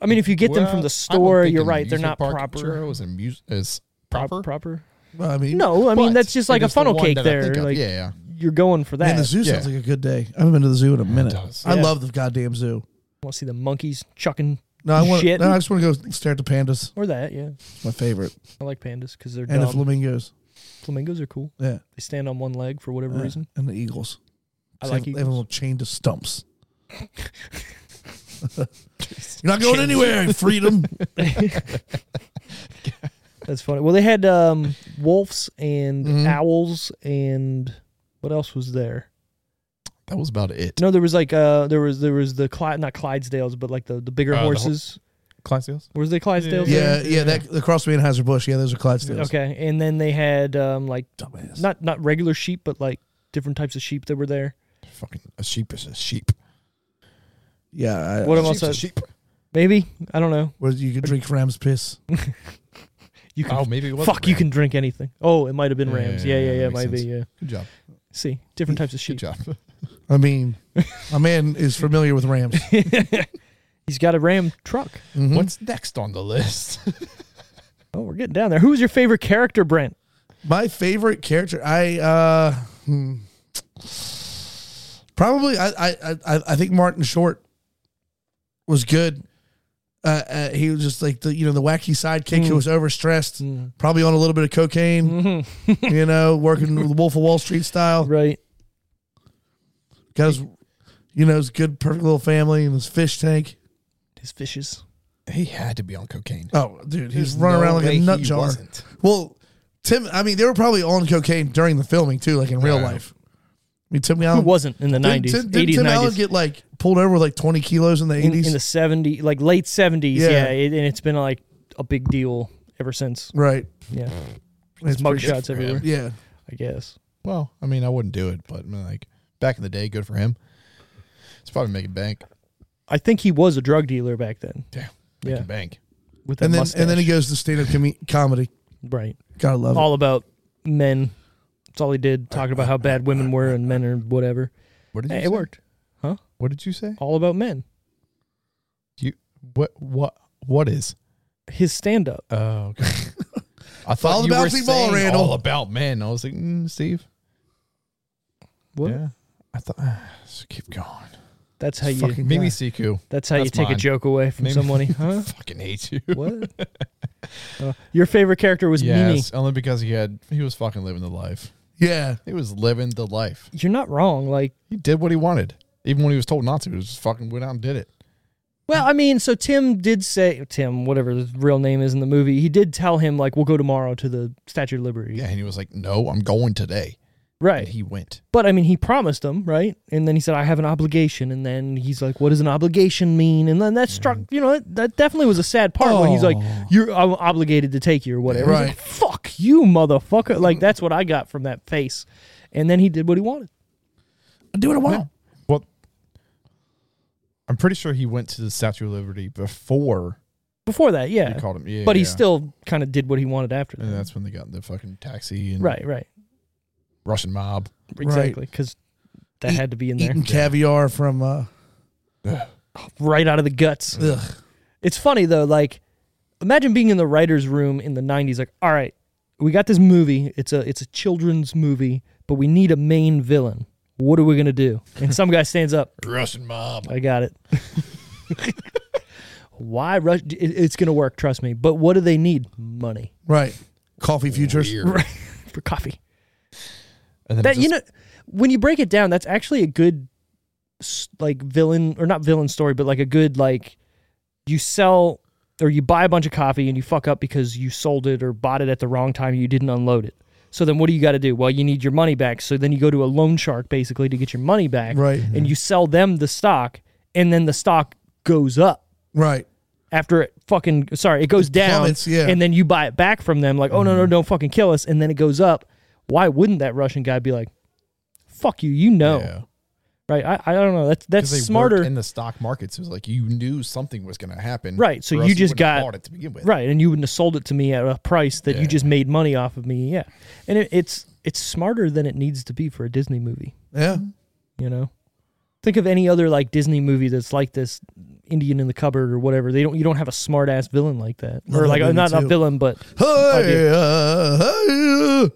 [SPEAKER 1] I mean, if you get them
[SPEAKER 3] Well,
[SPEAKER 1] from
[SPEAKER 3] I
[SPEAKER 1] the
[SPEAKER 3] don't
[SPEAKER 1] store,
[SPEAKER 3] think
[SPEAKER 1] you're
[SPEAKER 3] an
[SPEAKER 1] right; they're not
[SPEAKER 3] amusement park
[SPEAKER 1] proper.
[SPEAKER 3] Churro is, amuse- is
[SPEAKER 1] Prop-
[SPEAKER 3] proper.
[SPEAKER 1] proper.
[SPEAKER 2] Well, I mean,
[SPEAKER 1] No, I mean
[SPEAKER 3] But
[SPEAKER 1] that's just
[SPEAKER 3] it
[SPEAKER 1] like a
[SPEAKER 3] is the
[SPEAKER 1] funnel
[SPEAKER 3] one
[SPEAKER 1] cake
[SPEAKER 3] that I
[SPEAKER 1] there.
[SPEAKER 3] think of.
[SPEAKER 1] Like
[SPEAKER 3] yeah, yeah.
[SPEAKER 1] you're going for that.
[SPEAKER 2] man, the zoo
[SPEAKER 3] Yeah.
[SPEAKER 2] sounds like a good day. I haven't been to the zoo in a minute.
[SPEAKER 3] does.
[SPEAKER 2] I
[SPEAKER 1] Yeah.
[SPEAKER 2] love the goddamn zoo.
[SPEAKER 1] want to see the monkeys chucking
[SPEAKER 2] No, I want.
[SPEAKER 1] Shit.
[SPEAKER 2] No, I just want to go stare at the pandas.
[SPEAKER 1] or that? Yeah,
[SPEAKER 2] It's my favorite,
[SPEAKER 1] I like pandas because they're
[SPEAKER 2] and the
[SPEAKER 1] dumb.
[SPEAKER 2] flamingos.
[SPEAKER 1] Flamingos are cool.
[SPEAKER 2] Yeah,
[SPEAKER 1] They stand on one leg for whatever
[SPEAKER 2] Yeah.
[SPEAKER 1] reason.
[SPEAKER 2] and the eagles.
[SPEAKER 1] I
[SPEAKER 2] They
[SPEAKER 1] like
[SPEAKER 2] have- They have a
[SPEAKER 1] eagles.
[SPEAKER 2] little chain to stumps. You're not going anywhere, freedom.
[SPEAKER 1] That's funny. Well, they had um, wolves and
[SPEAKER 2] Mm-hmm.
[SPEAKER 1] owls and what else was there?
[SPEAKER 3] That was about it.
[SPEAKER 1] No, there was like uh, there was there was the Clyde, not Clydesdales, but like the the bigger
[SPEAKER 3] Uh, the ho-
[SPEAKER 1] horses.
[SPEAKER 3] Clydesdales?
[SPEAKER 1] was there Clydesdales?
[SPEAKER 2] yeah,
[SPEAKER 1] there?
[SPEAKER 2] yeah. That the cross between Hazard Bush. Yeah, those are Clydesdales.
[SPEAKER 1] Okay, and then they had um, like
[SPEAKER 2] Dumbass.
[SPEAKER 1] not not regular sheep, but like different types of sheep that were there.
[SPEAKER 3] Fucking a sheep is a sheep.
[SPEAKER 2] Yeah. I,
[SPEAKER 1] What am I
[SPEAKER 3] Sheep's a
[SPEAKER 1] saying?
[SPEAKER 3] sheep.
[SPEAKER 1] Maybe I don't know.
[SPEAKER 2] where you could drink Ram's piss.
[SPEAKER 1] You can
[SPEAKER 3] Oh, maybe it was.
[SPEAKER 1] fuck. You
[SPEAKER 3] Ram.
[SPEAKER 1] can drink anything. Oh, it might have been
[SPEAKER 3] Yeah,
[SPEAKER 1] rams. Yeah,
[SPEAKER 3] yeah,
[SPEAKER 1] yeah,
[SPEAKER 3] yeah,
[SPEAKER 1] yeah.
[SPEAKER 3] that
[SPEAKER 1] it
[SPEAKER 3] makes
[SPEAKER 1] might be.
[SPEAKER 3] sense.
[SPEAKER 1] Yeah.
[SPEAKER 3] Good job.
[SPEAKER 1] See, different types of sheep.
[SPEAKER 3] Good
[SPEAKER 1] Hmm?
[SPEAKER 3] job.
[SPEAKER 2] I mean, my man is familiar with Rams.
[SPEAKER 1] He's got a ram truck.
[SPEAKER 2] Mhm.
[SPEAKER 3] What's next on the list?
[SPEAKER 1] Oh, we're getting down there. Who was your favorite character, Brent?
[SPEAKER 2] My favorite character, I uh, hmm. probably I, I I I think Martin Short was good. Uh, uh, he was just like the you know the wacky sidekick
[SPEAKER 3] Hmm.
[SPEAKER 2] who was overstressed,
[SPEAKER 1] Hmm.
[SPEAKER 2] probably on a little bit of cocaine,
[SPEAKER 3] Hmm.
[SPEAKER 2] you know, working with Wolf of Wall Street style.
[SPEAKER 1] Right.
[SPEAKER 2] Got his, you know, his good perfect little family and his fish tank.
[SPEAKER 1] His fishes.
[SPEAKER 3] he had to be on cocaine.
[SPEAKER 2] Oh, dude, he's
[SPEAKER 3] There's
[SPEAKER 2] running
[SPEAKER 3] no
[SPEAKER 2] around like
[SPEAKER 3] way
[SPEAKER 2] a nut
[SPEAKER 3] he
[SPEAKER 2] jar.
[SPEAKER 3] wasn't.
[SPEAKER 2] Well, Tim, I mean, they were probably on cocaine during the filming too, like in real
[SPEAKER 3] Yeah.
[SPEAKER 2] life. I mean, Tim
[SPEAKER 1] Who
[SPEAKER 2] Allen
[SPEAKER 1] wasn't in the
[SPEAKER 2] Um, Didn't
[SPEAKER 1] nineties,
[SPEAKER 2] Tim, didn't
[SPEAKER 1] eighties,
[SPEAKER 2] Tim Allen
[SPEAKER 1] nineties?
[SPEAKER 2] get like pulled over with like 20 kilos in the
[SPEAKER 1] In,
[SPEAKER 2] 80s?
[SPEAKER 1] in the seventies, like late seventies.
[SPEAKER 2] Yeah.
[SPEAKER 1] Yeah, it, and it's been like a big deal ever since.
[SPEAKER 2] right.
[SPEAKER 1] Yeah,
[SPEAKER 2] It's
[SPEAKER 1] mug
[SPEAKER 2] pretty-
[SPEAKER 1] shots
[SPEAKER 3] for him.
[SPEAKER 1] everywhere.
[SPEAKER 2] Yeah.
[SPEAKER 1] I guess.
[SPEAKER 3] Well, I mean, I wouldn't do it, but I mean, like back in the day, good for him. It's probably making bank.
[SPEAKER 1] I think he was a drug dealer back then.
[SPEAKER 3] Yeah,
[SPEAKER 1] Yeah,
[SPEAKER 3] making bank.
[SPEAKER 1] with that
[SPEAKER 2] And then
[SPEAKER 1] mustache.
[SPEAKER 2] and then he goes to stand up com- comedy.
[SPEAKER 1] right,
[SPEAKER 2] Gotta love
[SPEAKER 1] all about men. That's all he did, talking about how bad women were and men or whatever.
[SPEAKER 3] What did you
[SPEAKER 1] Hey,
[SPEAKER 3] say?
[SPEAKER 1] it worked.
[SPEAKER 3] What did you say?
[SPEAKER 1] All about men.
[SPEAKER 3] You what what what is?
[SPEAKER 1] His stand up.
[SPEAKER 3] Oh, okay. I thought
[SPEAKER 2] All
[SPEAKER 3] you
[SPEAKER 2] about
[SPEAKER 3] were
[SPEAKER 2] the ball,
[SPEAKER 3] saying
[SPEAKER 2] Randall.
[SPEAKER 3] all about men. I was like, mm, Steve.
[SPEAKER 1] What?
[SPEAKER 3] Yeah. I thought just keep going.
[SPEAKER 1] That's how you.
[SPEAKER 2] fucking-
[SPEAKER 3] Mimi
[SPEAKER 2] Yeah.
[SPEAKER 3] Siku.
[SPEAKER 1] that's how you
[SPEAKER 3] that's
[SPEAKER 1] take a
[SPEAKER 3] mine.
[SPEAKER 1] joke away from
[SPEAKER 3] Maybe-
[SPEAKER 1] somebody, huh?
[SPEAKER 3] Fucking hate you.
[SPEAKER 1] what? Uh, your favorite character was Mimi.
[SPEAKER 3] Yes, only because he had he was fucking living the life.
[SPEAKER 2] it. Yeah.
[SPEAKER 3] He was living the life.
[SPEAKER 1] You're not wrong. Like,
[SPEAKER 3] He did what he wanted, even when he was told not to. He just fucking went out and did it.
[SPEAKER 1] well, I mean, so Tim did say Tim, whatever his real name is in the movie, he did tell him like we'll go tomorrow to the Statue of Liberty.
[SPEAKER 3] Yeah, and he was like, "No, I'm going today." And
[SPEAKER 1] Right.
[SPEAKER 3] he went.
[SPEAKER 1] But I mean, he promised him, right? And then he said, "I have an obligation." And then he's like, "What does an obligation mean?" And then that struck, you know, that, that definitely was a sad part when he's like,
[SPEAKER 3] Oh.
[SPEAKER 1] "You're I'm obligated to take you or whatever." He's
[SPEAKER 2] Right.
[SPEAKER 1] like, Fuck you, motherfucker! Like that's what I got from that face. And then he did what he wanted.
[SPEAKER 2] I do what I want.
[SPEAKER 3] No. Well, I'm pretty sure he went to the Statue of Liberty before
[SPEAKER 1] Before that,
[SPEAKER 3] you
[SPEAKER 1] yeah.
[SPEAKER 3] called him. Yeah,
[SPEAKER 1] But he
[SPEAKER 3] yeah.
[SPEAKER 1] still kind of did what he wanted after that.
[SPEAKER 3] And that's when they got in the fucking taxi and
[SPEAKER 1] Mm. right, right,
[SPEAKER 3] Russian mob.
[SPEAKER 1] exactly. Because that
[SPEAKER 2] Eat-
[SPEAKER 1] had to be in there,
[SPEAKER 2] Eating caviar from uh
[SPEAKER 1] right out of the guts.
[SPEAKER 2] ugh.
[SPEAKER 1] It's funny though, like imagine being in the writer's room in the nineties, like, all right, we got this movie, it's a it's a children's movie, but we need a main villain. What are we gonna do? And some guy stands up,
[SPEAKER 3] Russian mob.
[SPEAKER 1] I got it. Why rush it- it's gonna work, trust me. But what do they need? Money.
[SPEAKER 2] Right. Coffee futures.
[SPEAKER 3] Weird.
[SPEAKER 1] Right. For coffee.
[SPEAKER 3] And then
[SPEAKER 1] That
[SPEAKER 3] just,
[SPEAKER 1] you know when you break it down, that's actually a good s- like villain or not villain story, but like a good like you sell or you buy a bunch of coffee and you fuck up because you sold it or bought it at the wrong time, you didn't unload it. So then what do you got to do? Well, you need your money back. So then you go to a loan shark basically to get your money back.
[SPEAKER 2] Right.
[SPEAKER 1] And you sell them the stock and then the stock goes up
[SPEAKER 2] Right.
[SPEAKER 1] after it fucking sorry, it goes down
[SPEAKER 2] plummets, yeah.
[SPEAKER 1] and then you buy it back from them like, "Oh no, no, don't fucking kill us." And then it goes up. Why wouldn't that Russian guy be like, "Fuck you, you know."
[SPEAKER 3] Yeah.
[SPEAKER 1] Right? I, I don't know. That's that's
[SPEAKER 3] 'Cause they worked
[SPEAKER 1] smarter.
[SPEAKER 3] in the stock markets. It was like you knew something was going to happen,
[SPEAKER 1] Right, so
[SPEAKER 3] or
[SPEAKER 1] you
[SPEAKER 3] else
[SPEAKER 1] just
[SPEAKER 3] wouldn't have
[SPEAKER 1] got-
[SPEAKER 3] bought it to begin with,
[SPEAKER 1] Right, and you wouldn't have sold it to me at a price that
[SPEAKER 3] Yeah.
[SPEAKER 1] you just made money off of me. Yeah, and it, it's it's smarter than it needs to be for a Disney movie.
[SPEAKER 2] Yeah.
[SPEAKER 1] You know, think of any other like Disney movie that's like this Indian in the cupboard or whatever. They don't you don't have a smart ass villain like that, or
[SPEAKER 2] Love that
[SPEAKER 1] like
[SPEAKER 2] movie
[SPEAKER 1] not
[SPEAKER 2] too.
[SPEAKER 1] a villain, but
[SPEAKER 2] Hey, uh, hey, uh.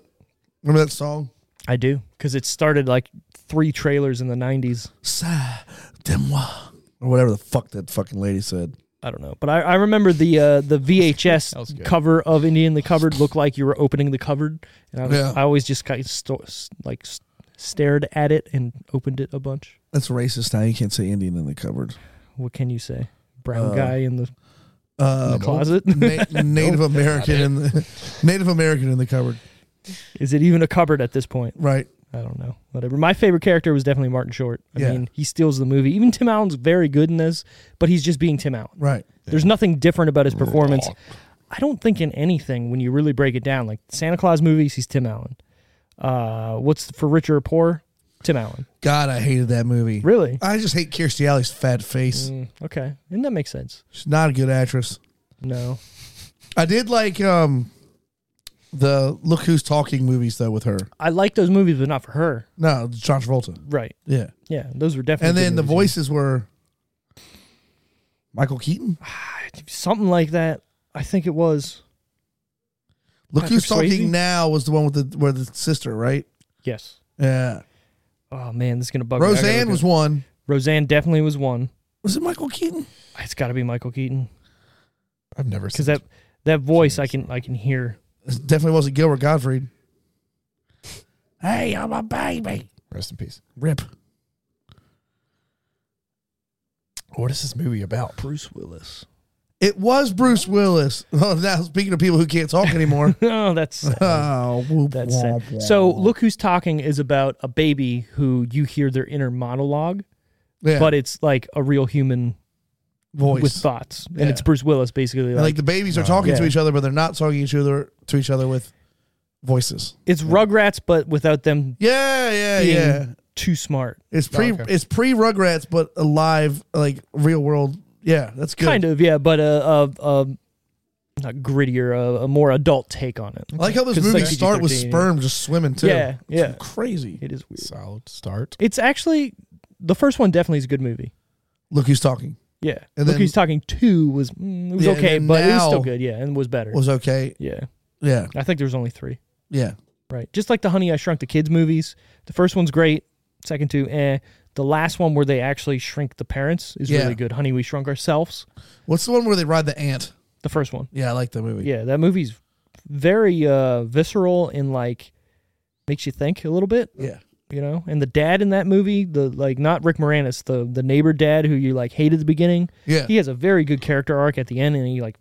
[SPEAKER 2] Remember that song?
[SPEAKER 1] I do because it started like three trailers in the '90s.
[SPEAKER 2] Ça, de moi. Or whatever the fuck that fucking lady said.
[SPEAKER 1] I don't know, but I, I remember the uh, the
[SPEAKER 3] That was
[SPEAKER 1] VHS
[SPEAKER 3] good.
[SPEAKER 1] cover of Indian in the Cupboard looked like you were opening the cupboard, and I, was,
[SPEAKER 2] Yeah.
[SPEAKER 1] I always just kind of sto- s- like s- stared at it and opened it a bunch.
[SPEAKER 2] That's racist now. You can't say Indian in the cupboard.
[SPEAKER 1] what can you say? Brown guy in the
[SPEAKER 2] Uh,
[SPEAKER 1] closet.
[SPEAKER 2] Na- Native American in the Native American in the cupboard,
[SPEAKER 1] Is it even a cupboard at this point?
[SPEAKER 2] right?
[SPEAKER 1] I don't know. Whatever. My favorite character was definitely Martin Short. I
[SPEAKER 2] Yeah.
[SPEAKER 1] mean, he steals the movie. Even Tim Allen's very good in this, but he's just being Tim Allen.
[SPEAKER 2] Right.
[SPEAKER 1] There's nothing different about his performance. I don't think in anything when you really break it down. Like Santa Claus movies, he's Tim Allen. Uh, what's for richer or poor? Tim Allen.
[SPEAKER 2] God, I hated that movie.
[SPEAKER 1] Really?
[SPEAKER 2] I just hate Kirstie Alley's fat face.
[SPEAKER 1] Mm, okay. And that makes sense.
[SPEAKER 2] She's not a good actress.
[SPEAKER 1] No.
[SPEAKER 2] I did like um the Look Who's Talking movies though with her.
[SPEAKER 1] I like those movies, but not for her.
[SPEAKER 2] No, John Travolta.
[SPEAKER 1] Right.
[SPEAKER 2] Yeah.
[SPEAKER 1] Yeah. Those were definitely.
[SPEAKER 2] And
[SPEAKER 1] good
[SPEAKER 2] then the
[SPEAKER 1] movies.
[SPEAKER 2] voices were Michael Keaton.
[SPEAKER 1] Something like that. I think it was.
[SPEAKER 2] Look
[SPEAKER 1] Patrick
[SPEAKER 2] Who's
[SPEAKER 1] Swayze?
[SPEAKER 2] Talking Now was the one with the where the sister, right?
[SPEAKER 1] Yes.
[SPEAKER 2] Yeah.
[SPEAKER 1] Oh, man. This is going to bug me. I gotta look
[SPEAKER 2] Roseanne
[SPEAKER 1] it
[SPEAKER 2] was one.
[SPEAKER 1] Roseanne definitely was one.
[SPEAKER 2] Was it Michael Keaton?
[SPEAKER 1] It's got to be Michael Keaton
[SPEAKER 3] I've never seen
[SPEAKER 1] because that that voice I can I can hear.
[SPEAKER 2] It definitely wasn't Gilbert Gottfried. Hey, I'm a baby.
[SPEAKER 3] Rest in peace.
[SPEAKER 2] Rip.
[SPEAKER 3] What is this movie about?
[SPEAKER 1] Bruce Willis.
[SPEAKER 2] It was Bruce Willis. Oh, now speaking of people who can't talk anymore.
[SPEAKER 1] Oh, that's
[SPEAKER 2] oh, whoop,
[SPEAKER 1] that's
[SPEAKER 2] womp,
[SPEAKER 1] sad.
[SPEAKER 2] womp.
[SPEAKER 1] So, look who's talking is about a baby who you hear their inner monologue,
[SPEAKER 2] yeah,
[SPEAKER 1] but it's like a real human
[SPEAKER 2] voice.
[SPEAKER 1] with thoughts, and
[SPEAKER 2] Yeah.
[SPEAKER 1] it's Bruce Willis basically.
[SPEAKER 2] And,
[SPEAKER 1] Like,
[SPEAKER 2] like the babies are talking to
[SPEAKER 1] Oh, yeah.
[SPEAKER 2] each other, but they're not talking each other to each other with voices.
[SPEAKER 1] it's Rugrats, but without them
[SPEAKER 2] Yeah, yeah,
[SPEAKER 1] being
[SPEAKER 2] yeah.
[SPEAKER 1] too smart.
[SPEAKER 2] It's pre
[SPEAKER 3] okay.
[SPEAKER 2] it's pre Rugrats, but alive, like real world. Yeah, that's good.
[SPEAKER 1] Kind of, yeah, but a, a, a not grittier, a, a more adult take on it.
[SPEAKER 2] I like how those
[SPEAKER 1] 'Cause it's
[SPEAKER 2] movies
[SPEAKER 1] like
[SPEAKER 2] start with
[SPEAKER 1] PG-13, yeah.
[SPEAKER 2] sperm just swimming too.
[SPEAKER 1] Yeah,
[SPEAKER 2] It's
[SPEAKER 1] yeah.
[SPEAKER 2] crazy.
[SPEAKER 1] It is weird.
[SPEAKER 3] Solid start.
[SPEAKER 1] It's actually the first one. Definitely is a good movie.
[SPEAKER 2] Look who's talking
[SPEAKER 1] Yeah.
[SPEAKER 2] And
[SPEAKER 1] Look
[SPEAKER 2] then-
[SPEAKER 1] Who's Talking 2 was mm, it was
[SPEAKER 2] Yeah, and
[SPEAKER 1] okay,
[SPEAKER 2] then
[SPEAKER 1] but it was still
[SPEAKER 2] now-
[SPEAKER 1] good, yeah, and was better.
[SPEAKER 2] was okay.
[SPEAKER 1] yeah.
[SPEAKER 2] Yeah,
[SPEAKER 1] I think there was only 3.
[SPEAKER 2] yeah.
[SPEAKER 1] Right. Just like the Honey I Shrunk the Kids movies. The first one's great, second two eh. The last one where they actually shrink the parents is
[SPEAKER 2] Yeah.
[SPEAKER 1] really good. Honey We Shrunk Ourselves.
[SPEAKER 2] What's the one where they ride the ant?
[SPEAKER 1] The first one.
[SPEAKER 2] Yeah, I like that movie.
[SPEAKER 1] Yeah, that movie's very uh visceral and like makes you think a little bit,
[SPEAKER 2] yeah.
[SPEAKER 1] you know? And the dad in that movie, the like not Rick Moranis, the the neighbor dad who you like hated at the beginning.
[SPEAKER 2] Yeah.
[SPEAKER 1] he has a very good character arc at the end, and he like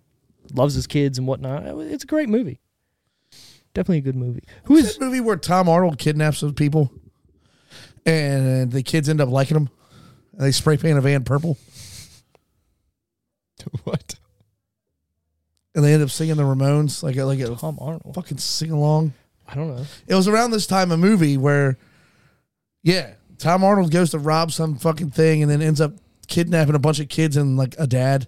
[SPEAKER 1] loves his kids and whatnot. It's a great movie. Definitely a good movie. Who
[SPEAKER 2] Who's
[SPEAKER 1] is
[SPEAKER 2] that movie where Tom Arnold kidnaps those people, and the kids end up liking him, and they spray paint a van purple,
[SPEAKER 3] what?
[SPEAKER 2] and they end up singing the Ramones like a, like a
[SPEAKER 1] Tom Arnold?
[SPEAKER 2] fucking sing along.
[SPEAKER 1] I don't know.
[SPEAKER 2] It was around this time a movie where, yeah, Tom Arnold goes to rob some fucking thing and then ends up kidnapping a bunch of kids and like a dad.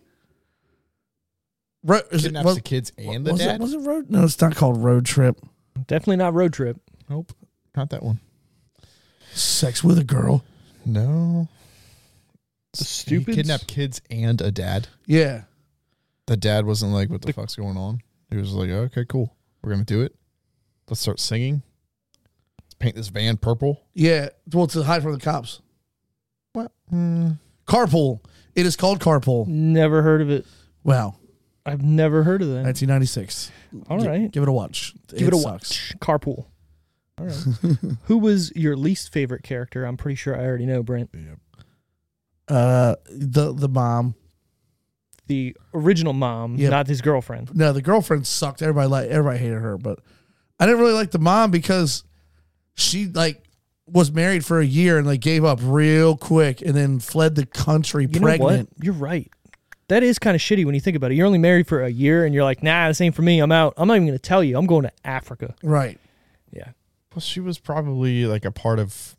[SPEAKER 2] Ro- is it-
[SPEAKER 3] Kidnaps
[SPEAKER 2] was-
[SPEAKER 3] the kids and the
[SPEAKER 2] was
[SPEAKER 3] dad?
[SPEAKER 2] It, was it road? No, it's not called Road Trip.
[SPEAKER 1] Definitely not Road Trip.
[SPEAKER 3] Nope. Not that one.
[SPEAKER 2] Sex with a girl.
[SPEAKER 3] No.
[SPEAKER 1] The
[SPEAKER 3] He
[SPEAKER 1] Stupids?
[SPEAKER 3] kidnapped kids and a dad.
[SPEAKER 2] Yeah,
[SPEAKER 3] The dad wasn't like, what the fuck's going on? He was like, okay, cool. We're going to do it. Let's start singing. Let's paint this van purple.
[SPEAKER 2] yeah. Well, to hide from the cops.
[SPEAKER 3] What? Mm.
[SPEAKER 2] Carpool. It is called Carpool.
[SPEAKER 1] Never heard of it.
[SPEAKER 2] Wow,
[SPEAKER 1] I've never heard of that.
[SPEAKER 2] 1996.
[SPEAKER 1] All
[SPEAKER 2] Gi-
[SPEAKER 1] right,
[SPEAKER 2] give it a watch.
[SPEAKER 1] give it a
[SPEAKER 2] sucks.
[SPEAKER 1] watch. Carpool. All right. Who was your least favorite character? I'm pretty sure I already know, Brent.
[SPEAKER 2] Uh, the the mom.
[SPEAKER 1] The original mom,
[SPEAKER 2] Yep.
[SPEAKER 1] not his girlfriend.
[SPEAKER 2] no, the girlfriend sucked. Everybody like everybody hated her, but I didn't really like the mom because she like was married for a year and like gave up real quick and then fled the country
[SPEAKER 1] You know
[SPEAKER 2] pregnant.
[SPEAKER 1] what? You're right. That is kind of shitty when you think about it. You're only married for a year, and you're like, nah, this ain't for me. I'm out. I'm not even gonna tell you. I'm going to Africa.
[SPEAKER 2] Right.
[SPEAKER 1] Yeah.
[SPEAKER 3] Well, she was probably like a part of.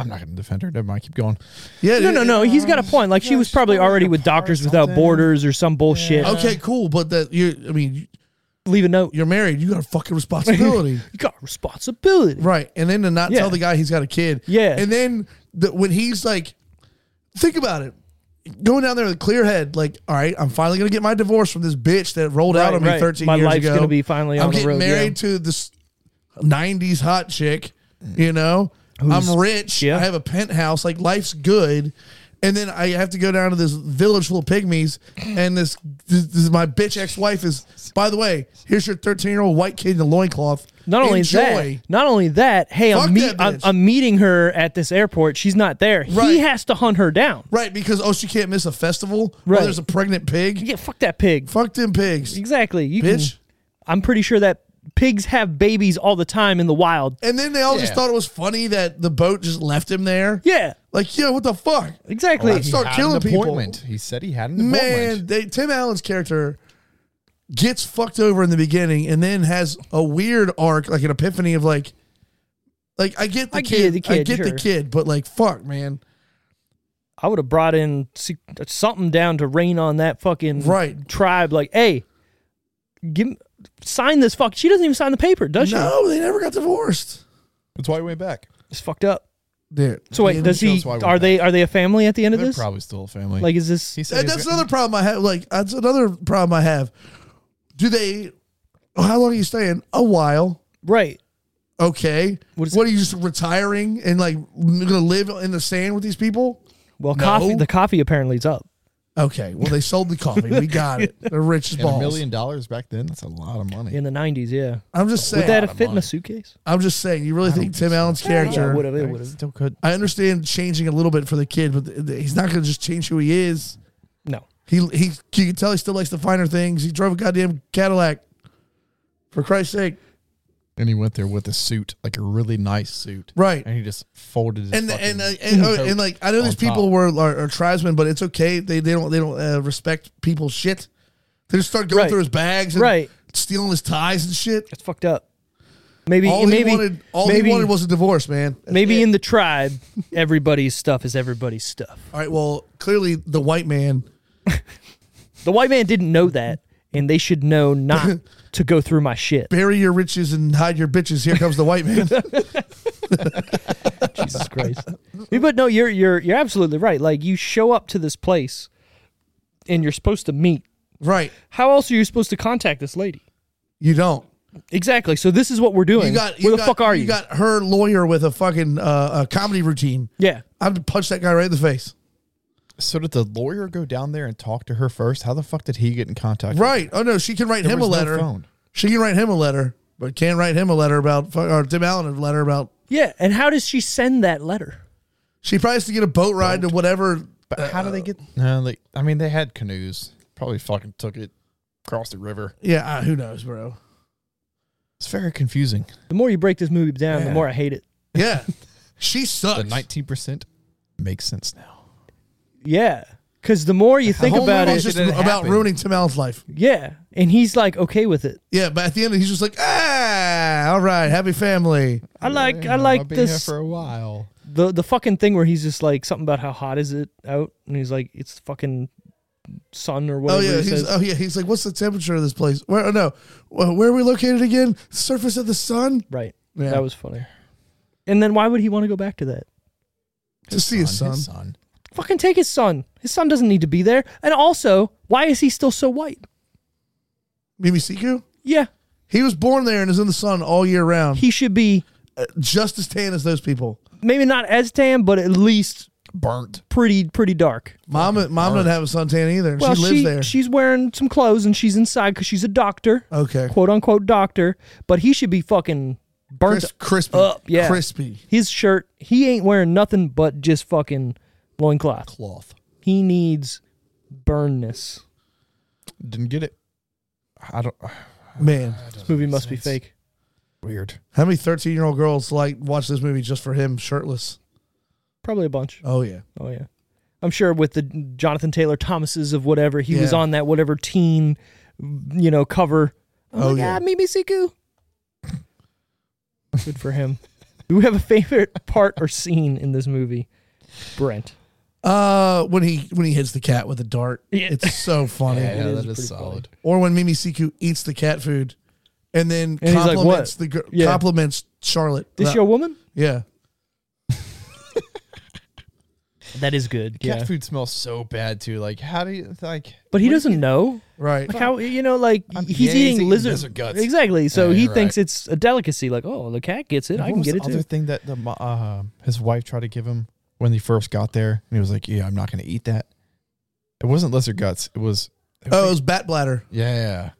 [SPEAKER 3] I'm not going to defend her. Never mind. Keep going.
[SPEAKER 2] Yeah.
[SPEAKER 1] No,
[SPEAKER 2] it-
[SPEAKER 1] no, no. He's got a point. Like she
[SPEAKER 3] Yeah,
[SPEAKER 1] was
[SPEAKER 3] she's
[SPEAKER 1] probably
[SPEAKER 3] probably
[SPEAKER 1] already
[SPEAKER 3] like a
[SPEAKER 1] with
[SPEAKER 3] part or
[SPEAKER 1] Doctors Without
[SPEAKER 3] something.
[SPEAKER 1] Borders or some bullshit.
[SPEAKER 3] Yeah.
[SPEAKER 2] Okay, cool, but that you I mean,
[SPEAKER 1] Leave a note.
[SPEAKER 2] you're married, you got a fucking responsibility.
[SPEAKER 1] You got responsibility.
[SPEAKER 2] right. And then to not
[SPEAKER 1] Yeah.
[SPEAKER 2] tell the guy he's got a kid.
[SPEAKER 1] Yeah.
[SPEAKER 2] And then the, when he's like think about it. Going down there with a clear head, like, all right, I'm finally gonna get my divorce from this bitch that rolled out
[SPEAKER 1] Right,
[SPEAKER 2] on me
[SPEAKER 1] right.
[SPEAKER 2] 13
[SPEAKER 1] My
[SPEAKER 2] years
[SPEAKER 1] life's
[SPEAKER 2] ago.
[SPEAKER 1] gonna be finally
[SPEAKER 2] I'm
[SPEAKER 1] on the
[SPEAKER 2] getting
[SPEAKER 1] road, yeah.
[SPEAKER 2] married to this 90s hot chick, you know. I'm rich.
[SPEAKER 1] yeah.
[SPEAKER 2] I have a penthouse. Like life's good. And then I have to go down to this village full of pygmies, and this this, this is my bitch ex wife is. By the way, here's your 13 year old white kid in a loincloth.
[SPEAKER 1] Not only
[SPEAKER 2] Enjoy.
[SPEAKER 1] that, not only that. Hey,
[SPEAKER 2] Fuck
[SPEAKER 1] I'm, meet,
[SPEAKER 2] that
[SPEAKER 1] I'm,
[SPEAKER 2] bitch.
[SPEAKER 1] I'm meeting her at this airport. She's not there.
[SPEAKER 2] Right.
[SPEAKER 1] He has to hunt her down.
[SPEAKER 2] right? Because oh, she can't miss a festival. Right?
[SPEAKER 1] Right.
[SPEAKER 2] There's a pregnant pig.
[SPEAKER 1] Yeah, fuck that pig.
[SPEAKER 2] Fuck them pigs,
[SPEAKER 1] Exactly. You can-
[SPEAKER 2] bitch.
[SPEAKER 1] I'm pretty sure that pigs have babies all the time in the wild.
[SPEAKER 2] And then they all just
[SPEAKER 3] Yeah.
[SPEAKER 2] thought it was funny that the boat just left him there.
[SPEAKER 1] Yeah,
[SPEAKER 2] Like, yo, what the fuck?
[SPEAKER 1] exactly.
[SPEAKER 2] Oh, that's Start
[SPEAKER 3] Had
[SPEAKER 2] killing
[SPEAKER 3] an
[SPEAKER 2] people.
[SPEAKER 3] appointment. He said he had an
[SPEAKER 2] Man,
[SPEAKER 3] appointment.
[SPEAKER 2] they, Tim Allen's character gets fucked over in the beginning and then has a weird arc, like an epiphany of like, like I get the
[SPEAKER 1] I get
[SPEAKER 2] kid,
[SPEAKER 1] the
[SPEAKER 2] I
[SPEAKER 1] kid,
[SPEAKER 2] get the
[SPEAKER 1] sure.
[SPEAKER 2] kid, but like, fuck, man,
[SPEAKER 1] I would have brought in se- something down to rain on that fucking
[SPEAKER 2] Right.
[SPEAKER 1] tribe. Like, hey, give sign this fuck. She doesn't even sign the paper, does she?
[SPEAKER 2] no, they never got divorced.
[SPEAKER 3] That's why he went back.
[SPEAKER 1] It's fucked up.
[SPEAKER 2] Dude,
[SPEAKER 1] So wait, does he?
[SPEAKER 3] shows why we're
[SPEAKER 1] Are they are they a family at the end of
[SPEAKER 3] They're
[SPEAKER 1] this?
[SPEAKER 3] probably still a family.
[SPEAKER 1] Like, is this?
[SPEAKER 3] he said,
[SPEAKER 2] And
[SPEAKER 3] he's
[SPEAKER 2] that's
[SPEAKER 3] gonna-
[SPEAKER 2] another problem I have. Like that's another problem I have. Do they? oh, How long are you staying? A while.
[SPEAKER 1] Right.
[SPEAKER 2] Okay.
[SPEAKER 1] What is
[SPEAKER 2] what are you just retiring and like gonna live in the sand with these people?
[SPEAKER 1] Well, coffee. The coffee apparently is up.
[SPEAKER 2] Okay. Well, they sold the coffee. We got it. They're rich as
[SPEAKER 3] and a
[SPEAKER 2] balls.
[SPEAKER 3] million dollars back then. That's a lot of money.
[SPEAKER 1] In the nineties, yeah.
[SPEAKER 2] I'm just saying.
[SPEAKER 1] Would that have fit in a suitcase?
[SPEAKER 2] I'm just saying. You really think Tim Allen's
[SPEAKER 1] Yeah,
[SPEAKER 2] character?
[SPEAKER 1] it would have. It
[SPEAKER 3] Like,
[SPEAKER 1] would have.
[SPEAKER 3] Still could.
[SPEAKER 2] I understand changing a little bit for the kid, but th- th- he's not gonna just change who he is.
[SPEAKER 1] No.
[SPEAKER 2] He he. You can tell he still likes the finer things. He drove a goddamn Cadillac. For Christ's sake.
[SPEAKER 3] And he went there with a suit, like a really nice suit.
[SPEAKER 2] Right.
[SPEAKER 3] And he just folded his
[SPEAKER 2] and
[SPEAKER 3] fucking
[SPEAKER 2] and and, and, oh,
[SPEAKER 3] coat
[SPEAKER 2] and, like I know
[SPEAKER 3] on
[SPEAKER 2] these
[SPEAKER 3] top.
[SPEAKER 2] people were are, are tribesmen, but it's okay. They they don't they don't uh, respect people's shit. They just start going
[SPEAKER 1] Right.
[SPEAKER 2] through his bags and
[SPEAKER 1] Right.
[SPEAKER 2] stealing his ties and shit.
[SPEAKER 1] It's fucked up. Maybe.
[SPEAKER 2] All
[SPEAKER 1] maybe.
[SPEAKER 2] he wanted all
[SPEAKER 1] maybe,
[SPEAKER 2] he wanted was a divorce, man. That's
[SPEAKER 1] Maybe
[SPEAKER 2] it.
[SPEAKER 1] in the tribe, everybody's stuff is everybody's stuff.
[SPEAKER 2] all right. Well, clearly the white man.
[SPEAKER 1] The white man didn't know that, and they should know not to go through my shit.
[SPEAKER 2] Bury your riches and hide your bitches. Here comes the white man.
[SPEAKER 1] Jesus Christ. But no, you're you're you're absolutely right. Like you show up to this place, and you're supposed to meet.
[SPEAKER 2] right.
[SPEAKER 1] How else are you supposed to contact this lady?
[SPEAKER 2] You don't.
[SPEAKER 1] Exactly. So this is what we're doing.
[SPEAKER 2] You got. You
[SPEAKER 1] Where the
[SPEAKER 2] got,
[SPEAKER 1] fuck are you?
[SPEAKER 2] You got her lawyer with a fucking uh, a comedy routine.
[SPEAKER 1] yeah.
[SPEAKER 2] I'm to punch that guy right in the face.
[SPEAKER 3] So did the lawyer go down there and talk to her first? How the fuck did he get in contact? with her?
[SPEAKER 2] Right. Oh no, she can write
[SPEAKER 3] There
[SPEAKER 2] him a
[SPEAKER 3] was no
[SPEAKER 2] letter.
[SPEAKER 3] phone.
[SPEAKER 2] She can write him a letter, but can't write him a letter about or Tim Allen a letter about.
[SPEAKER 1] Yeah. And how does she send that letter?
[SPEAKER 2] She probably has to get a boat ride to whatever.
[SPEAKER 3] But how do they get? Uh, No, like I mean, they had canoes. Probably fucking took it across the river.
[SPEAKER 2] Yeah, uh, who knows, bro?
[SPEAKER 3] It's very confusing.
[SPEAKER 1] The more you break this movie down, the
[SPEAKER 3] Yeah.
[SPEAKER 1] more I hate it.
[SPEAKER 2] Yeah, she
[SPEAKER 3] The
[SPEAKER 2] sucks.
[SPEAKER 3] nineteen percent makes sense now.
[SPEAKER 1] Yeah. Because the more you think
[SPEAKER 2] Home
[SPEAKER 1] about it,
[SPEAKER 2] Movies just
[SPEAKER 3] It
[SPEAKER 2] about
[SPEAKER 3] didn't happen.
[SPEAKER 2] ruining Tim Allen's life.
[SPEAKER 1] yeah. And he's like okay with it.
[SPEAKER 2] Yeah, but at the end, he's just like, ah, all right, happy family.
[SPEAKER 1] I like
[SPEAKER 3] You
[SPEAKER 1] I
[SPEAKER 3] know,
[SPEAKER 1] like
[SPEAKER 3] I've been
[SPEAKER 1] this
[SPEAKER 3] here for a while.
[SPEAKER 1] the the fucking thing where he's just like something about how hot is it out, and he's like it's fucking sun or
[SPEAKER 2] Oh
[SPEAKER 1] whatever.
[SPEAKER 2] yeah,
[SPEAKER 1] he
[SPEAKER 2] he's,
[SPEAKER 1] says.
[SPEAKER 2] oh yeah, he's like, what's the temperature of this place? Where? Oh no, Wh- where are we located again? Surface of the sun
[SPEAKER 1] right.
[SPEAKER 2] Yeah.
[SPEAKER 1] That was funny. And then why would he want to go back to that?
[SPEAKER 2] to see his son.
[SPEAKER 3] His son.
[SPEAKER 1] Fucking take his son. His son doesn't need to be there. And also, why is he still so white?
[SPEAKER 2] Mimi Siku.
[SPEAKER 1] Yeah,
[SPEAKER 2] He was born there and is in the sun all year round, Uh,
[SPEAKER 1] he should be
[SPEAKER 2] just as tan as those people.
[SPEAKER 1] maybe not as tan, but at least
[SPEAKER 3] burnt.
[SPEAKER 1] pretty pretty dark.
[SPEAKER 2] Mom, mom doesn't have a suntan either.
[SPEAKER 1] Well,
[SPEAKER 2] she lives there.
[SPEAKER 1] she's wearing some clothes and she's inside because she's a doctor,
[SPEAKER 2] okay.
[SPEAKER 1] quote unquote doctor. But he should be fucking burnt
[SPEAKER 2] Crisp, crispy.
[SPEAKER 1] up, yeah.
[SPEAKER 2] Crispy.
[SPEAKER 1] his shirt, he ain't wearing nothing but just fucking loincloth.
[SPEAKER 3] Cloth.
[SPEAKER 1] He needs burnness.
[SPEAKER 3] Didn't get it. I don't. ah,
[SPEAKER 2] Oh, Man.
[SPEAKER 1] This movie must be fake.
[SPEAKER 3] Weird.
[SPEAKER 2] How many 13 year old girls like watch this movie just for him shirtless?
[SPEAKER 1] Probably a bunch.
[SPEAKER 2] Oh, yeah.
[SPEAKER 1] Oh yeah. I'm sure with the Jonathan Taylor Thomases of whatever, he was
[SPEAKER 2] Yeah.
[SPEAKER 1] on that whatever teen you know, cover. I'm
[SPEAKER 2] Oh,
[SPEAKER 1] like,
[SPEAKER 2] yeah.
[SPEAKER 1] ah, Mimi Siku. Good for him. Do we have a favorite part or scene in this movie? Brent.
[SPEAKER 2] Uh, when he when he hits the cat with a dart,
[SPEAKER 1] Yeah.
[SPEAKER 2] it's so funny.
[SPEAKER 3] Yeah,
[SPEAKER 1] is
[SPEAKER 3] that
[SPEAKER 1] pretty
[SPEAKER 3] is solid.
[SPEAKER 2] Or when Mimi Siku eats the cat food, and then
[SPEAKER 1] And he's like,
[SPEAKER 2] compliments
[SPEAKER 1] "What?"
[SPEAKER 2] the gir-
[SPEAKER 1] Yeah.
[SPEAKER 2] compliments Charlotte.
[SPEAKER 1] This
[SPEAKER 2] Uh,
[SPEAKER 1] your woman?
[SPEAKER 2] yeah,
[SPEAKER 1] That is good.
[SPEAKER 3] Cat food smells so bad too. Like how do you like?
[SPEAKER 1] But he doesn't know.
[SPEAKER 2] right.
[SPEAKER 1] Like how you know, like
[SPEAKER 3] I'm-
[SPEAKER 1] he's
[SPEAKER 3] yeah, he's
[SPEAKER 1] eating
[SPEAKER 3] eating
[SPEAKER 1] lizard,
[SPEAKER 3] lizard guts.
[SPEAKER 1] Exactly. So
[SPEAKER 3] Yeah,
[SPEAKER 1] he
[SPEAKER 3] you're
[SPEAKER 1] thinks
[SPEAKER 3] right.
[SPEAKER 1] it's a delicacy. Like, oh, the cat gets it, I
[SPEAKER 3] What
[SPEAKER 1] can
[SPEAKER 3] was
[SPEAKER 1] get
[SPEAKER 3] the
[SPEAKER 1] it
[SPEAKER 3] Other
[SPEAKER 1] too.
[SPEAKER 3] thing that the mo- uh, his wife tried to give him when they first got there, and he was like, "Yeah, I'm not going to eat that." It wasn't lesser guts. It was.
[SPEAKER 2] Oh, it was bat bladder.
[SPEAKER 3] yeah.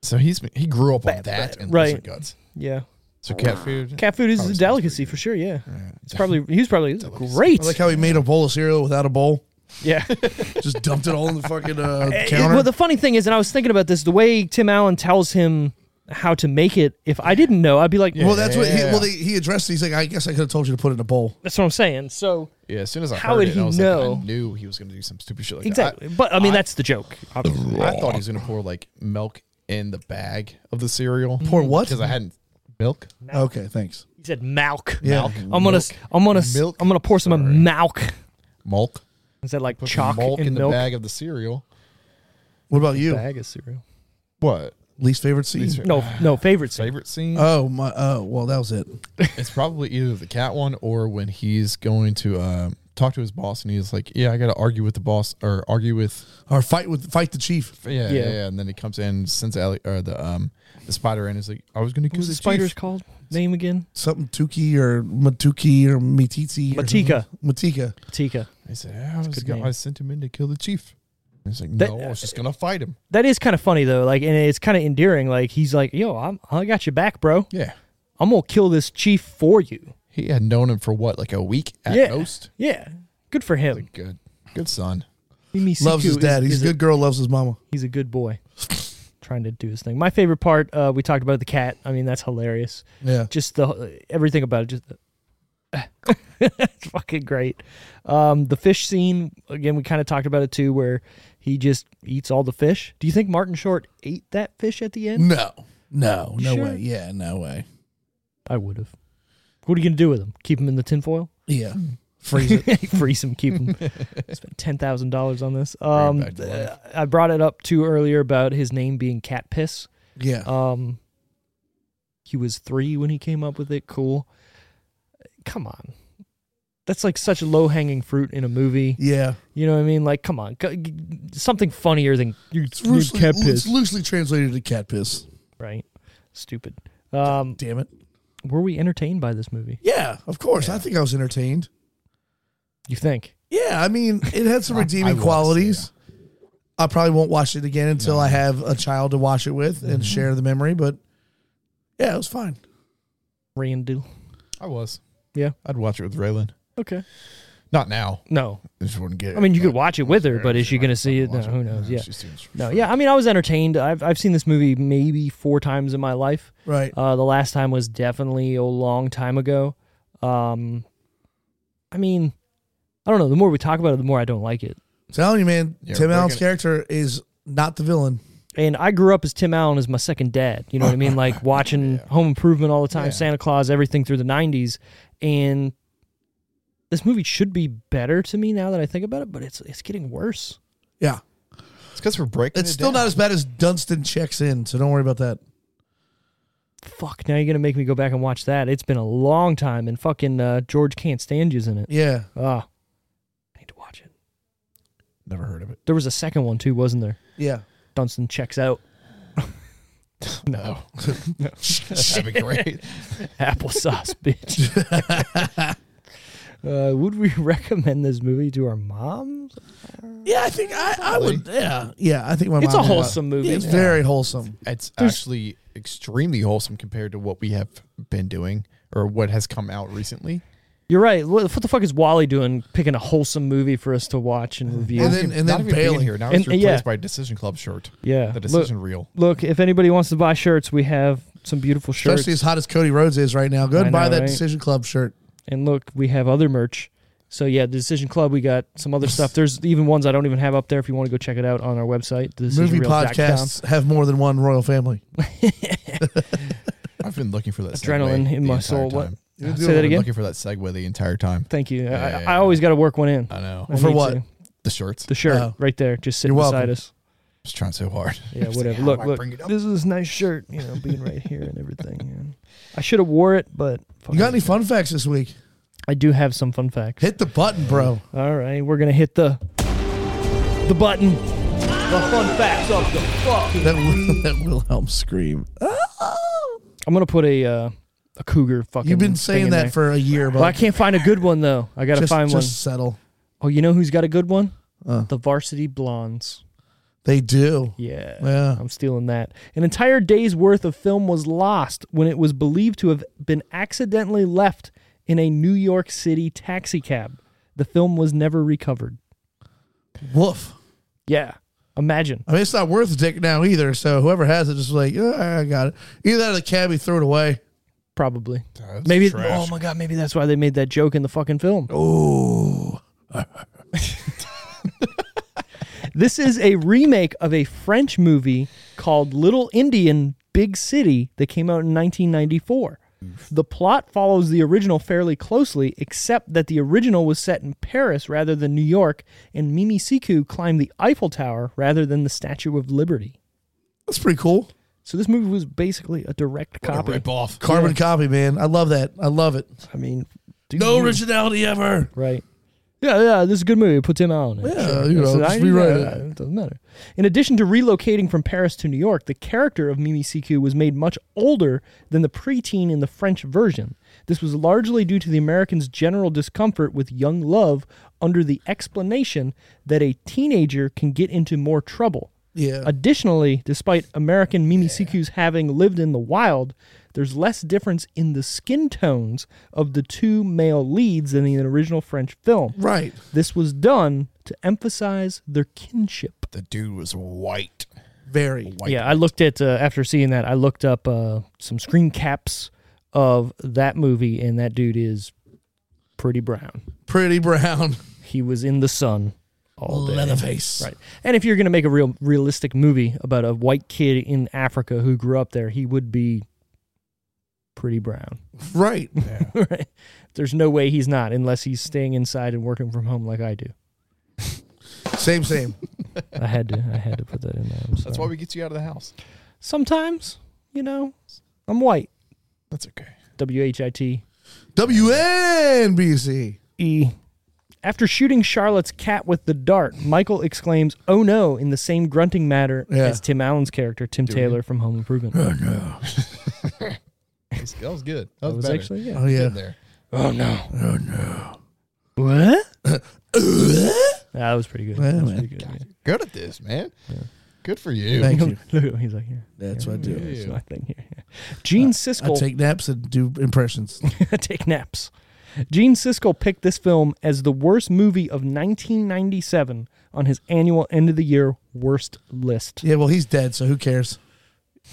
[SPEAKER 3] So he's been- he grew up on that and
[SPEAKER 1] right.
[SPEAKER 3] lesser guts.
[SPEAKER 1] Yeah.
[SPEAKER 3] So cat food.
[SPEAKER 1] Cat food is
[SPEAKER 3] Probably
[SPEAKER 1] a
[SPEAKER 3] sounds
[SPEAKER 1] delicacy for sure. Yeah.
[SPEAKER 3] Yeah.
[SPEAKER 1] It's probably he's probably it's
[SPEAKER 3] Delicacy.
[SPEAKER 1] great.
[SPEAKER 2] I like how he made a bowl of cereal without a bowl.
[SPEAKER 1] yeah.
[SPEAKER 2] Just dumped it all in the fucking uh,
[SPEAKER 1] It-
[SPEAKER 2] counter.
[SPEAKER 1] Well, the funny thing is, and I was thinking about this, the way Tim Allen tells him how to make it. If I didn't know, I'd be like,
[SPEAKER 2] well, that's what he,
[SPEAKER 3] Yeah.
[SPEAKER 2] well they, he addressed. it. He's like, I guess I could have told you to put it in a bowl.
[SPEAKER 1] that's what I'm saying. So
[SPEAKER 3] Yeah, as soon as I
[SPEAKER 1] How
[SPEAKER 3] heard
[SPEAKER 1] would
[SPEAKER 3] it,
[SPEAKER 1] he
[SPEAKER 3] I was
[SPEAKER 1] know?
[SPEAKER 3] like, I knew he was going to do some stupid shit like
[SPEAKER 1] exactly,
[SPEAKER 3] that.
[SPEAKER 1] but I mean,
[SPEAKER 3] I-
[SPEAKER 1] that's the joke. obviously.
[SPEAKER 3] I, I thought he was going to pour like milk in the bag of the
[SPEAKER 1] Mm.
[SPEAKER 3] cereal.
[SPEAKER 2] Pour what?
[SPEAKER 3] Because I hadn't milk.
[SPEAKER 2] Okay, thanks.
[SPEAKER 1] He said Malk.
[SPEAKER 2] Yeah.
[SPEAKER 3] Milk.
[SPEAKER 1] I'm gonna, s- I'm gonna, s-
[SPEAKER 3] Milk.
[SPEAKER 1] I'm gonna pour some of
[SPEAKER 3] Sorry.
[SPEAKER 1] Malk.
[SPEAKER 3] Milk.
[SPEAKER 1] Is that like
[SPEAKER 3] Put some
[SPEAKER 1] chalk
[SPEAKER 3] milk
[SPEAKER 1] and
[SPEAKER 3] in
[SPEAKER 1] milk?
[SPEAKER 3] the bag of the cereal.
[SPEAKER 2] What about you?
[SPEAKER 1] Bag of cereal.
[SPEAKER 3] What?
[SPEAKER 2] Least favorite scene.
[SPEAKER 3] Least favorite-
[SPEAKER 1] No, no favorite scene.
[SPEAKER 3] Favorite scene?
[SPEAKER 2] Oh my. Oh well, that was it.
[SPEAKER 3] it's probably either the cat one or when he's going to uh, talk to his boss and he's like, "Yeah, I got to argue with the boss or argue with
[SPEAKER 2] Or fight with fight the chief.
[SPEAKER 3] yeah, yeah."
[SPEAKER 1] Yeah.
[SPEAKER 3] yeah. And then he comes in, and sends Ali or the um the spider in. He's like, "I was going to
[SPEAKER 1] What
[SPEAKER 3] kill
[SPEAKER 1] was the
[SPEAKER 3] the
[SPEAKER 1] spider's
[SPEAKER 3] spiders."
[SPEAKER 1] called name again?
[SPEAKER 2] Something Tuki or Matuki or Mititi. or
[SPEAKER 1] Matika.
[SPEAKER 2] something. Matika.
[SPEAKER 1] Tika.
[SPEAKER 3] I said, "Yeah, I, was
[SPEAKER 1] good
[SPEAKER 3] gonna,
[SPEAKER 1] name.
[SPEAKER 3] I sent him in to kill the chief." And he's like,
[SPEAKER 1] That- uh,
[SPEAKER 3] "No, I was just going to fight him."
[SPEAKER 1] That is kind of funny though. Like, and it's kind of endearing. Like he's like, yo, I'm, I got your back, bro.
[SPEAKER 3] Yeah,
[SPEAKER 1] I'm gonna kill this chief for you.
[SPEAKER 3] he had known him for what, like a week at
[SPEAKER 1] yeah.
[SPEAKER 3] most.
[SPEAKER 1] Yeah. Good for him.
[SPEAKER 3] Like, good, good son.
[SPEAKER 1] Mimi
[SPEAKER 2] Loves his
[SPEAKER 1] Siku
[SPEAKER 2] dad.
[SPEAKER 1] is-
[SPEAKER 2] He's
[SPEAKER 1] is
[SPEAKER 2] a good girl. Loves his mama.
[SPEAKER 1] he's a good boy. Trying to do his thing. My favorite part, uh, we talked about the cat. I mean, that's hilarious.
[SPEAKER 2] Yeah.
[SPEAKER 1] Just the everything about it. Just the, it's fucking great. Um, the fish scene again. We kind of talked about it too, where he just eats all the fish. Do you think Martin Short ate that fish at the end?
[SPEAKER 2] No. No. No
[SPEAKER 1] Sure.
[SPEAKER 2] way. Yeah. No way.
[SPEAKER 1] I would have. What are you gonna do with him? Keep him in the tinfoil?
[SPEAKER 2] Yeah. Freeze it.
[SPEAKER 1] Freeze him. Keep him. Spent ten thousand dollars on this. Um,
[SPEAKER 3] back to life.
[SPEAKER 1] I brought it up too earlier about his name being cat piss.
[SPEAKER 2] Yeah.
[SPEAKER 1] Um, he was three when he came up with it. Cool. Come on, that's like such low hanging fruit in a movie.
[SPEAKER 2] yeah.
[SPEAKER 1] You know what I mean? Like, come on, go, g- something funnier than you
[SPEAKER 2] It's
[SPEAKER 1] named
[SPEAKER 2] loosely,
[SPEAKER 1] cat
[SPEAKER 2] it's
[SPEAKER 1] piss,
[SPEAKER 2] loosely translated to cat piss.
[SPEAKER 1] right? Stupid. Um,
[SPEAKER 2] Damn it.
[SPEAKER 1] were we entertained by this movie?
[SPEAKER 2] Yeah. Of course. I think I was entertained.
[SPEAKER 1] You think?
[SPEAKER 2] Yeah. I mean, it had some
[SPEAKER 3] I- I
[SPEAKER 2] redeeming
[SPEAKER 3] watched it,
[SPEAKER 2] qualities. I probably won't watch it again until I have a child to watch it with
[SPEAKER 3] Mm-hmm.
[SPEAKER 2] and share the memory. But yeah, it was fine.
[SPEAKER 1] Randall.
[SPEAKER 3] I was.
[SPEAKER 1] Yeah.
[SPEAKER 3] I'd watch it with Raylan.
[SPEAKER 1] Okay.
[SPEAKER 3] Not now.
[SPEAKER 1] No,
[SPEAKER 3] I just wouldn't get it.
[SPEAKER 1] I mean you could
[SPEAKER 3] but-
[SPEAKER 1] watch it with her, but is she
[SPEAKER 3] I'd
[SPEAKER 1] gonna see it?
[SPEAKER 3] fucking
[SPEAKER 1] No,
[SPEAKER 3] watch
[SPEAKER 1] who knows? Yeah.
[SPEAKER 3] she's doing some
[SPEAKER 1] No,
[SPEAKER 3] shit.
[SPEAKER 1] yeah. I mean, I was entertained. I've I've seen this movie maybe four times in my life.
[SPEAKER 2] Right.
[SPEAKER 1] Uh, the last time was definitely a long time ago. Um, I mean, I don't know. The more we talk about it, the more I don't like it.
[SPEAKER 2] telling you, man,
[SPEAKER 3] Yeah,
[SPEAKER 2] Tim
[SPEAKER 3] we're
[SPEAKER 2] Allen's
[SPEAKER 3] gonna-
[SPEAKER 2] character is not the villain.
[SPEAKER 1] And I grew up as Tim Allen as my second dad. You know what I mean? Like watching Home Improvement all the time,
[SPEAKER 3] Yeah.
[SPEAKER 1] Santa Claus, everything through the '90s, and this movie should be better to me now that I think about it. But it's it's getting worse.
[SPEAKER 2] Yeah.
[SPEAKER 3] It's because we're breaking.
[SPEAKER 2] It's still not as bad as Dunstan checks in, so don't worry about that.
[SPEAKER 1] Fuck! Now you're gonna make me go back and watch that. It's been a long time, and fucking uh, George can't stand you's in it.
[SPEAKER 2] Yeah.
[SPEAKER 1] Ah, I need to watch it.
[SPEAKER 3] Never heard of it.
[SPEAKER 1] There was a second one too, wasn't there?
[SPEAKER 2] Yeah.
[SPEAKER 1] Dunstan checks out. no.
[SPEAKER 3] That'd be great.
[SPEAKER 1] Applesauce, bitch. uh, would we recommend this movie to our moms?
[SPEAKER 2] Yeah, I think I, I would. Yeah. Yeah, I think my
[SPEAKER 1] It's
[SPEAKER 2] mom
[SPEAKER 1] a
[SPEAKER 2] would.
[SPEAKER 1] wholesome movie.
[SPEAKER 2] It's very wholesome.
[SPEAKER 3] It's actually extremely wholesome compared to what we have been doing or what has come out recently.
[SPEAKER 1] You're right. What, what the fuck is Wally doing picking a wholesome movie for us to watch and review?
[SPEAKER 2] And then-
[SPEAKER 3] Not even being
[SPEAKER 2] bailing.
[SPEAKER 3] here now,
[SPEAKER 1] And-
[SPEAKER 3] it's replaced
[SPEAKER 1] yeah.
[SPEAKER 3] by a Decision Club shirt.
[SPEAKER 1] yeah.
[SPEAKER 3] The
[SPEAKER 1] Look,
[SPEAKER 3] decision reel.
[SPEAKER 1] look, if anybody wants to buy shirts, we have some beautiful shirts.
[SPEAKER 2] Especially as hot as Cody Rhodes is right now. Go ahead
[SPEAKER 1] I
[SPEAKER 2] and buy
[SPEAKER 1] know,
[SPEAKER 2] that
[SPEAKER 1] right?
[SPEAKER 2] Decision Club shirt.
[SPEAKER 1] and look, we have other merch. So yeah, the Decision Club. We got some other stuff. There's even ones I don't even have up there. If you want to go check it out on our website,
[SPEAKER 2] Movie
[SPEAKER 1] decisionreels.com.
[SPEAKER 2] podcasts have more than one royal family.
[SPEAKER 3] I've been looking for that
[SPEAKER 1] Adrenaline
[SPEAKER 3] segue
[SPEAKER 1] in
[SPEAKER 3] the
[SPEAKER 1] my
[SPEAKER 3] entire
[SPEAKER 1] soul. What?
[SPEAKER 3] time.
[SPEAKER 1] Say
[SPEAKER 3] I've
[SPEAKER 1] that
[SPEAKER 3] been
[SPEAKER 1] again.
[SPEAKER 3] Looking for that segue the entire time.
[SPEAKER 1] Thank you. I,
[SPEAKER 3] Yeah,
[SPEAKER 1] I,
[SPEAKER 3] yeah,
[SPEAKER 1] I always got to work one in.
[SPEAKER 3] I know.
[SPEAKER 1] I
[SPEAKER 3] I
[SPEAKER 2] For
[SPEAKER 1] need
[SPEAKER 2] what?
[SPEAKER 1] to.
[SPEAKER 3] The shirts.
[SPEAKER 1] The shirt
[SPEAKER 2] Oh.
[SPEAKER 1] right there, just sitting
[SPEAKER 2] You're
[SPEAKER 1] beside
[SPEAKER 2] welcome. "Oh,
[SPEAKER 1] us.
[SPEAKER 3] I was trying so hard.
[SPEAKER 1] Yeah,
[SPEAKER 3] Just
[SPEAKER 1] whatever.
[SPEAKER 3] like,
[SPEAKER 1] Look,
[SPEAKER 3] how do I
[SPEAKER 1] look.
[SPEAKER 3] bring it up?
[SPEAKER 1] This is this nice shirt, you know, being right here and everything. yeah. I should have wore it, but fuck
[SPEAKER 2] You got
[SPEAKER 1] it.
[SPEAKER 2] any fun facts this week?
[SPEAKER 1] I do have some fun facts.
[SPEAKER 2] Hit the button, bro.
[SPEAKER 1] All right, we're gonna hit the the button. The fun facts of the fucking.
[SPEAKER 2] That, Wil- that Wilhelm scream.
[SPEAKER 1] I'm gonna put a uh, a cougar fucking.
[SPEAKER 2] You've
[SPEAKER 1] thing
[SPEAKER 2] been
[SPEAKER 1] in
[SPEAKER 2] saying that
[SPEAKER 1] there.
[SPEAKER 2] for a year, but
[SPEAKER 1] Well, I can't find a good one though. I gotta
[SPEAKER 2] just,
[SPEAKER 1] find
[SPEAKER 2] just
[SPEAKER 1] one.
[SPEAKER 2] settle.
[SPEAKER 1] Oh, you know who's got a good one?
[SPEAKER 2] Uh.
[SPEAKER 1] The Varsity Blondes.
[SPEAKER 2] They do.
[SPEAKER 1] Yeah. Um,
[SPEAKER 2] Yeah.
[SPEAKER 1] I'm stealing that. An entire day's worth of film was lost when it was believed to have been accidentally left in a New York City taxi cab. The film was never recovered.
[SPEAKER 2] Woof.
[SPEAKER 1] Yeah. Imagine.
[SPEAKER 2] I mean, it's not worth a dick now either. So whoever has it, just like, yeah, I got it. Either out of the cab, he threw it away.
[SPEAKER 1] Probably.
[SPEAKER 3] That's
[SPEAKER 1] Maybe
[SPEAKER 3] trash.
[SPEAKER 1] oh my god, maybe that's why they made that joke in the fucking film.
[SPEAKER 2] Oh,
[SPEAKER 1] This is a remake of a French movie called Little Indian Big City that came out in 1994. The plot follows the original fairly closely, except that the original was set in Paris rather than New York, and Mimi Siku climbed the Eiffel Tower rather than the Statue of Liberty.
[SPEAKER 2] that's pretty cool.
[SPEAKER 1] So this movie was basically a direct copy.
[SPEAKER 3] rip off.
[SPEAKER 2] Carbon copy, man. I love that. I love it.
[SPEAKER 1] I mean, do
[SPEAKER 2] No
[SPEAKER 1] you-
[SPEAKER 2] originality ever.
[SPEAKER 1] Right. Yeah, yeah, this is a good movie. Put Tim Allen. in it.
[SPEAKER 2] Yeah, you know,
[SPEAKER 1] So
[SPEAKER 2] just
[SPEAKER 1] I-
[SPEAKER 2] rewrite
[SPEAKER 1] yeah,
[SPEAKER 2] it.
[SPEAKER 1] doesn't matter. In addition to relocating from Paris to New York, the character of Mimi Siku was made much older than the preteen in the French version. This was largely due to the Americans' general discomfort with young love under the explanation that a teenager can get into more trouble.
[SPEAKER 2] Yeah.
[SPEAKER 1] Additionally, despite American Mimi Siku's having lived in the wild, there's less difference in the skin tones of the two male leads than in the original French film.
[SPEAKER 2] Right.
[SPEAKER 1] This was done to emphasize their kinship.
[SPEAKER 3] The dude was white.
[SPEAKER 2] Very.
[SPEAKER 3] White.
[SPEAKER 1] yeah, I looked at uh, after seeing that, I looked up uh, some screen caps of that movie, and that dude is pretty brown.
[SPEAKER 2] Pretty brown.
[SPEAKER 1] He was in the sun all day.
[SPEAKER 2] Leatherface.
[SPEAKER 1] Right, and if you're gonna make a real realistic movie about a white kid in Africa who grew up there, he would be pretty brown.
[SPEAKER 2] Right.
[SPEAKER 1] right? There's no way he's not, unless he's staying inside and working from home like I do.
[SPEAKER 2] Same, same.
[SPEAKER 1] I had to, I had to put that in there. I'm
[SPEAKER 3] That's
[SPEAKER 1] sorry.
[SPEAKER 3] why we get you out of the house.
[SPEAKER 1] sometimes, you know, I'm white.
[SPEAKER 3] That's okay.
[SPEAKER 1] W H I T
[SPEAKER 2] WNBC.
[SPEAKER 1] E. After shooting Charlotte's cat with the dart, Michael exclaims, oh no, in the same grunting matter
[SPEAKER 2] Yeah.
[SPEAKER 1] as Tim Allen's character, Tim Taylor from Home Improvement.
[SPEAKER 2] Oh,
[SPEAKER 1] that
[SPEAKER 3] That was- That was good. That was,
[SPEAKER 1] was
[SPEAKER 3] better.
[SPEAKER 1] actually, yeah.
[SPEAKER 2] Oh, yeah.
[SPEAKER 3] Good there.
[SPEAKER 1] Oh no. Oh no. What? that was pretty good. That was pretty good. yeah.
[SPEAKER 3] Good at this, man. Good for you.
[SPEAKER 2] Thank you.
[SPEAKER 1] Look at him. He's like, here.
[SPEAKER 2] That's what I do. Uh,
[SPEAKER 1] It's my thing here. yeah. Gene Siskel.
[SPEAKER 2] I take naps and do impressions.
[SPEAKER 1] take naps. Gene Siskel picked this film as the worst movie of 1997 on his annual end of the year worst list.
[SPEAKER 2] Yeah, well, he's dead, so who cares?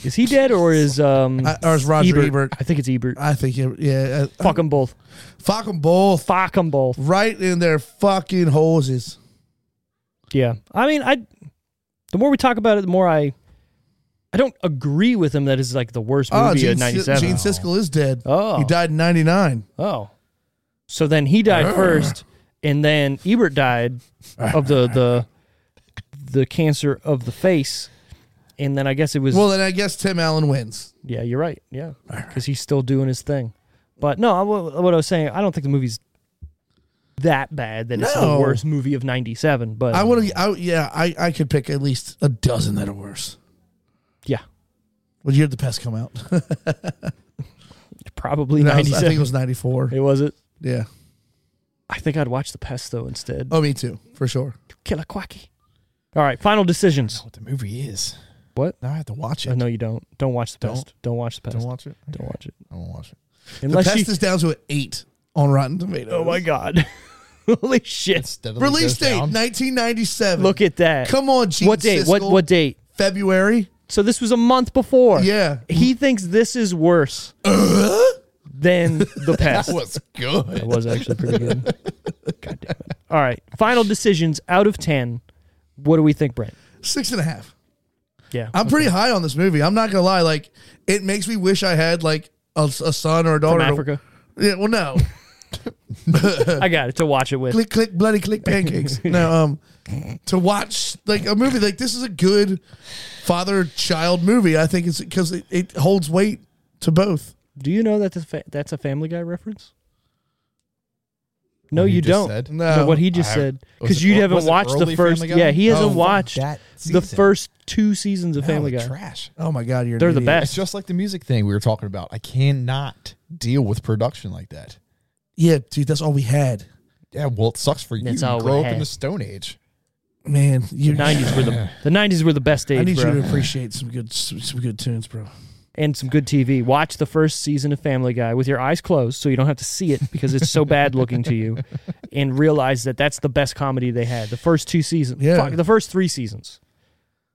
[SPEAKER 1] Is he dead or is um?
[SPEAKER 2] I, Uh, or is Roger
[SPEAKER 1] Ebert?
[SPEAKER 2] Ebert? Uh,
[SPEAKER 1] I think it's Ebert.
[SPEAKER 2] I think, yeah, yeah uh,
[SPEAKER 1] Fuck them both.
[SPEAKER 2] fuck them both.
[SPEAKER 1] Fuck them both.
[SPEAKER 2] Right in their fucking hoses.
[SPEAKER 1] Yeah. I mean, I. The more we talk about it, the more I. I don't agree with him that it's like the worst movie
[SPEAKER 2] Oh, Gene,
[SPEAKER 1] of
[SPEAKER 2] Si-
[SPEAKER 1] '97.
[SPEAKER 2] Gene Siskel is dead.
[SPEAKER 1] Oh.
[SPEAKER 2] He died in 99.
[SPEAKER 1] Oh. So then he died first, and then Ebert died of the the the cancer of the face. And then I guess it was
[SPEAKER 2] Well, then I guess Tim Allen wins.
[SPEAKER 1] yeah, you're right. Yeah. Cuz he's still doing his thing. But no, I, wa- what I was saying, I don't think the movie's that bad that it's the
[SPEAKER 2] No.
[SPEAKER 1] worst movie of 97, but
[SPEAKER 2] I would have, yeah, I, I could pick at least a dozen that are worse.
[SPEAKER 1] yeah,
[SPEAKER 2] What year did the pest come out?
[SPEAKER 1] probably
[SPEAKER 2] No, I was- I
[SPEAKER 1] 97.
[SPEAKER 2] think it was 94.
[SPEAKER 1] it was it.
[SPEAKER 2] Yeah.
[SPEAKER 1] I think I'd watch The Pest though instead.
[SPEAKER 2] Oh, me too, for sure.
[SPEAKER 1] Killer Quacky. All right, final decisions.
[SPEAKER 3] What the movie is.
[SPEAKER 1] What?
[SPEAKER 3] Now I have to watch it.
[SPEAKER 1] Oh, no, you don't. Don't watch The
[SPEAKER 3] Don't.
[SPEAKER 1] Pest. Don't watch The Pest.
[SPEAKER 3] Don't watch it.
[SPEAKER 1] Don't watch it.
[SPEAKER 3] I won't watch it.
[SPEAKER 2] The
[SPEAKER 1] Unless
[SPEAKER 2] pest
[SPEAKER 1] you,
[SPEAKER 2] is down to an eight on Rotten Tomatoes.
[SPEAKER 1] Oh my god. Holy shit.
[SPEAKER 3] Steadily
[SPEAKER 2] Release
[SPEAKER 3] goes
[SPEAKER 2] date
[SPEAKER 3] down.
[SPEAKER 2] 1997.
[SPEAKER 1] Look at that.
[SPEAKER 2] Come on, Gene
[SPEAKER 1] What date? What
[SPEAKER 2] Siskel.
[SPEAKER 1] what date?
[SPEAKER 2] February.
[SPEAKER 1] So this was a month before.
[SPEAKER 2] Yeah.
[SPEAKER 1] He thinks this is worse than the past.
[SPEAKER 3] That was good.
[SPEAKER 1] was actually pretty good. God damn it. All right. Final decisions out of 10. What do we think, Brent?
[SPEAKER 2] Six and a half.
[SPEAKER 1] Yeah.
[SPEAKER 2] I'm pretty high on this movie. I'm not gonna lie. Like, it makes me wish I had like a, a son or a daughter.
[SPEAKER 1] from
[SPEAKER 2] to-
[SPEAKER 1] Africa.
[SPEAKER 2] Yeah. Well, no.
[SPEAKER 1] I got it to watch it with.
[SPEAKER 2] click, click, bloody click, pancakes. no. Um, to watch like a movie like this is a good father-child movie. I think it's because it, it holds weight to both.
[SPEAKER 1] Do you know that this fa- that's a Family Guy reference? No,
[SPEAKER 2] Oh,
[SPEAKER 3] What he
[SPEAKER 1] you
[SPEAKER 3] just
[SPEAKER 1] don't.
[SPEAKER 3] said?
[SPEAKER 1] No,
[SPEAKER 2] No,
[SPEAKER 1] what he just
[SPEAKER 3] Oh. I-
[SPEAKER 1] said
[SPEAKER 3] was
[SPEAKER 1] because
[SPEAKER 3] it-
[SPEAKER 1] you
[SPEAKER 3] was
[SPEAKER 1] haven't
[SPEAKER 3] it
[SPEAKER 1] watched the
[SPEAKER 3] early
[SPEAKER 1] first.
[SPEAKER 3] Family Guy?
[SPEAKER 1] Yeah, he hasn't
[SPEAKER 3] Oh,
[SPEAKER 1] watched
[SPEAKER 3] that
[SPEAKER 1] the
[SPEAKER 3] season.
[SPEAKER 1] first two seasons of
[SPEAKER 3] No,
[SPEAKER 1] Family Guy.
[SPEAKER 3] Trash.
[SPEAKER 2] Oh my God, you're an
[SPEAKER 1] They're the
[SPEAKER 2] idiot.
[SPEAKER 1] best.
[SPEAKER 3] It's just like the music thing we were talking about. I cannot deal with production like that.
[SPEAKER 2] Yeah, dude, that's all we had.
[SPEAKER 3] Yeah, well, it sucks for you.
[SPEAKER 1] That's
[SPEAKER 3] you
[SPEAKER 1] all we
[SPEAKER 3] grow up
[SPEAKER 1] had.
[SPEAKER 3] in the Stone Age.
[SPEAKER 2] Man, you
[SPEAKER 1] Nineties were the the nineties were the best
[SPEAKER 2] I
[SPEAKER 1] age,
[SPEAKER 2] need
[SPEAKER 1] bro.
[SPEAKER 2] you to appreciate some good some some good tunes, bro.
[SPEAKER 1] and some good TV. Watch the first season of Family Guy with your eyes closed so you don't have to see it because it's so bad looking to you and realize that that's the best comedy they had. The first two seasons.
[SPEAKER 2] Yeah.
[SPEAKER 1] Fuck, the first 3 seasons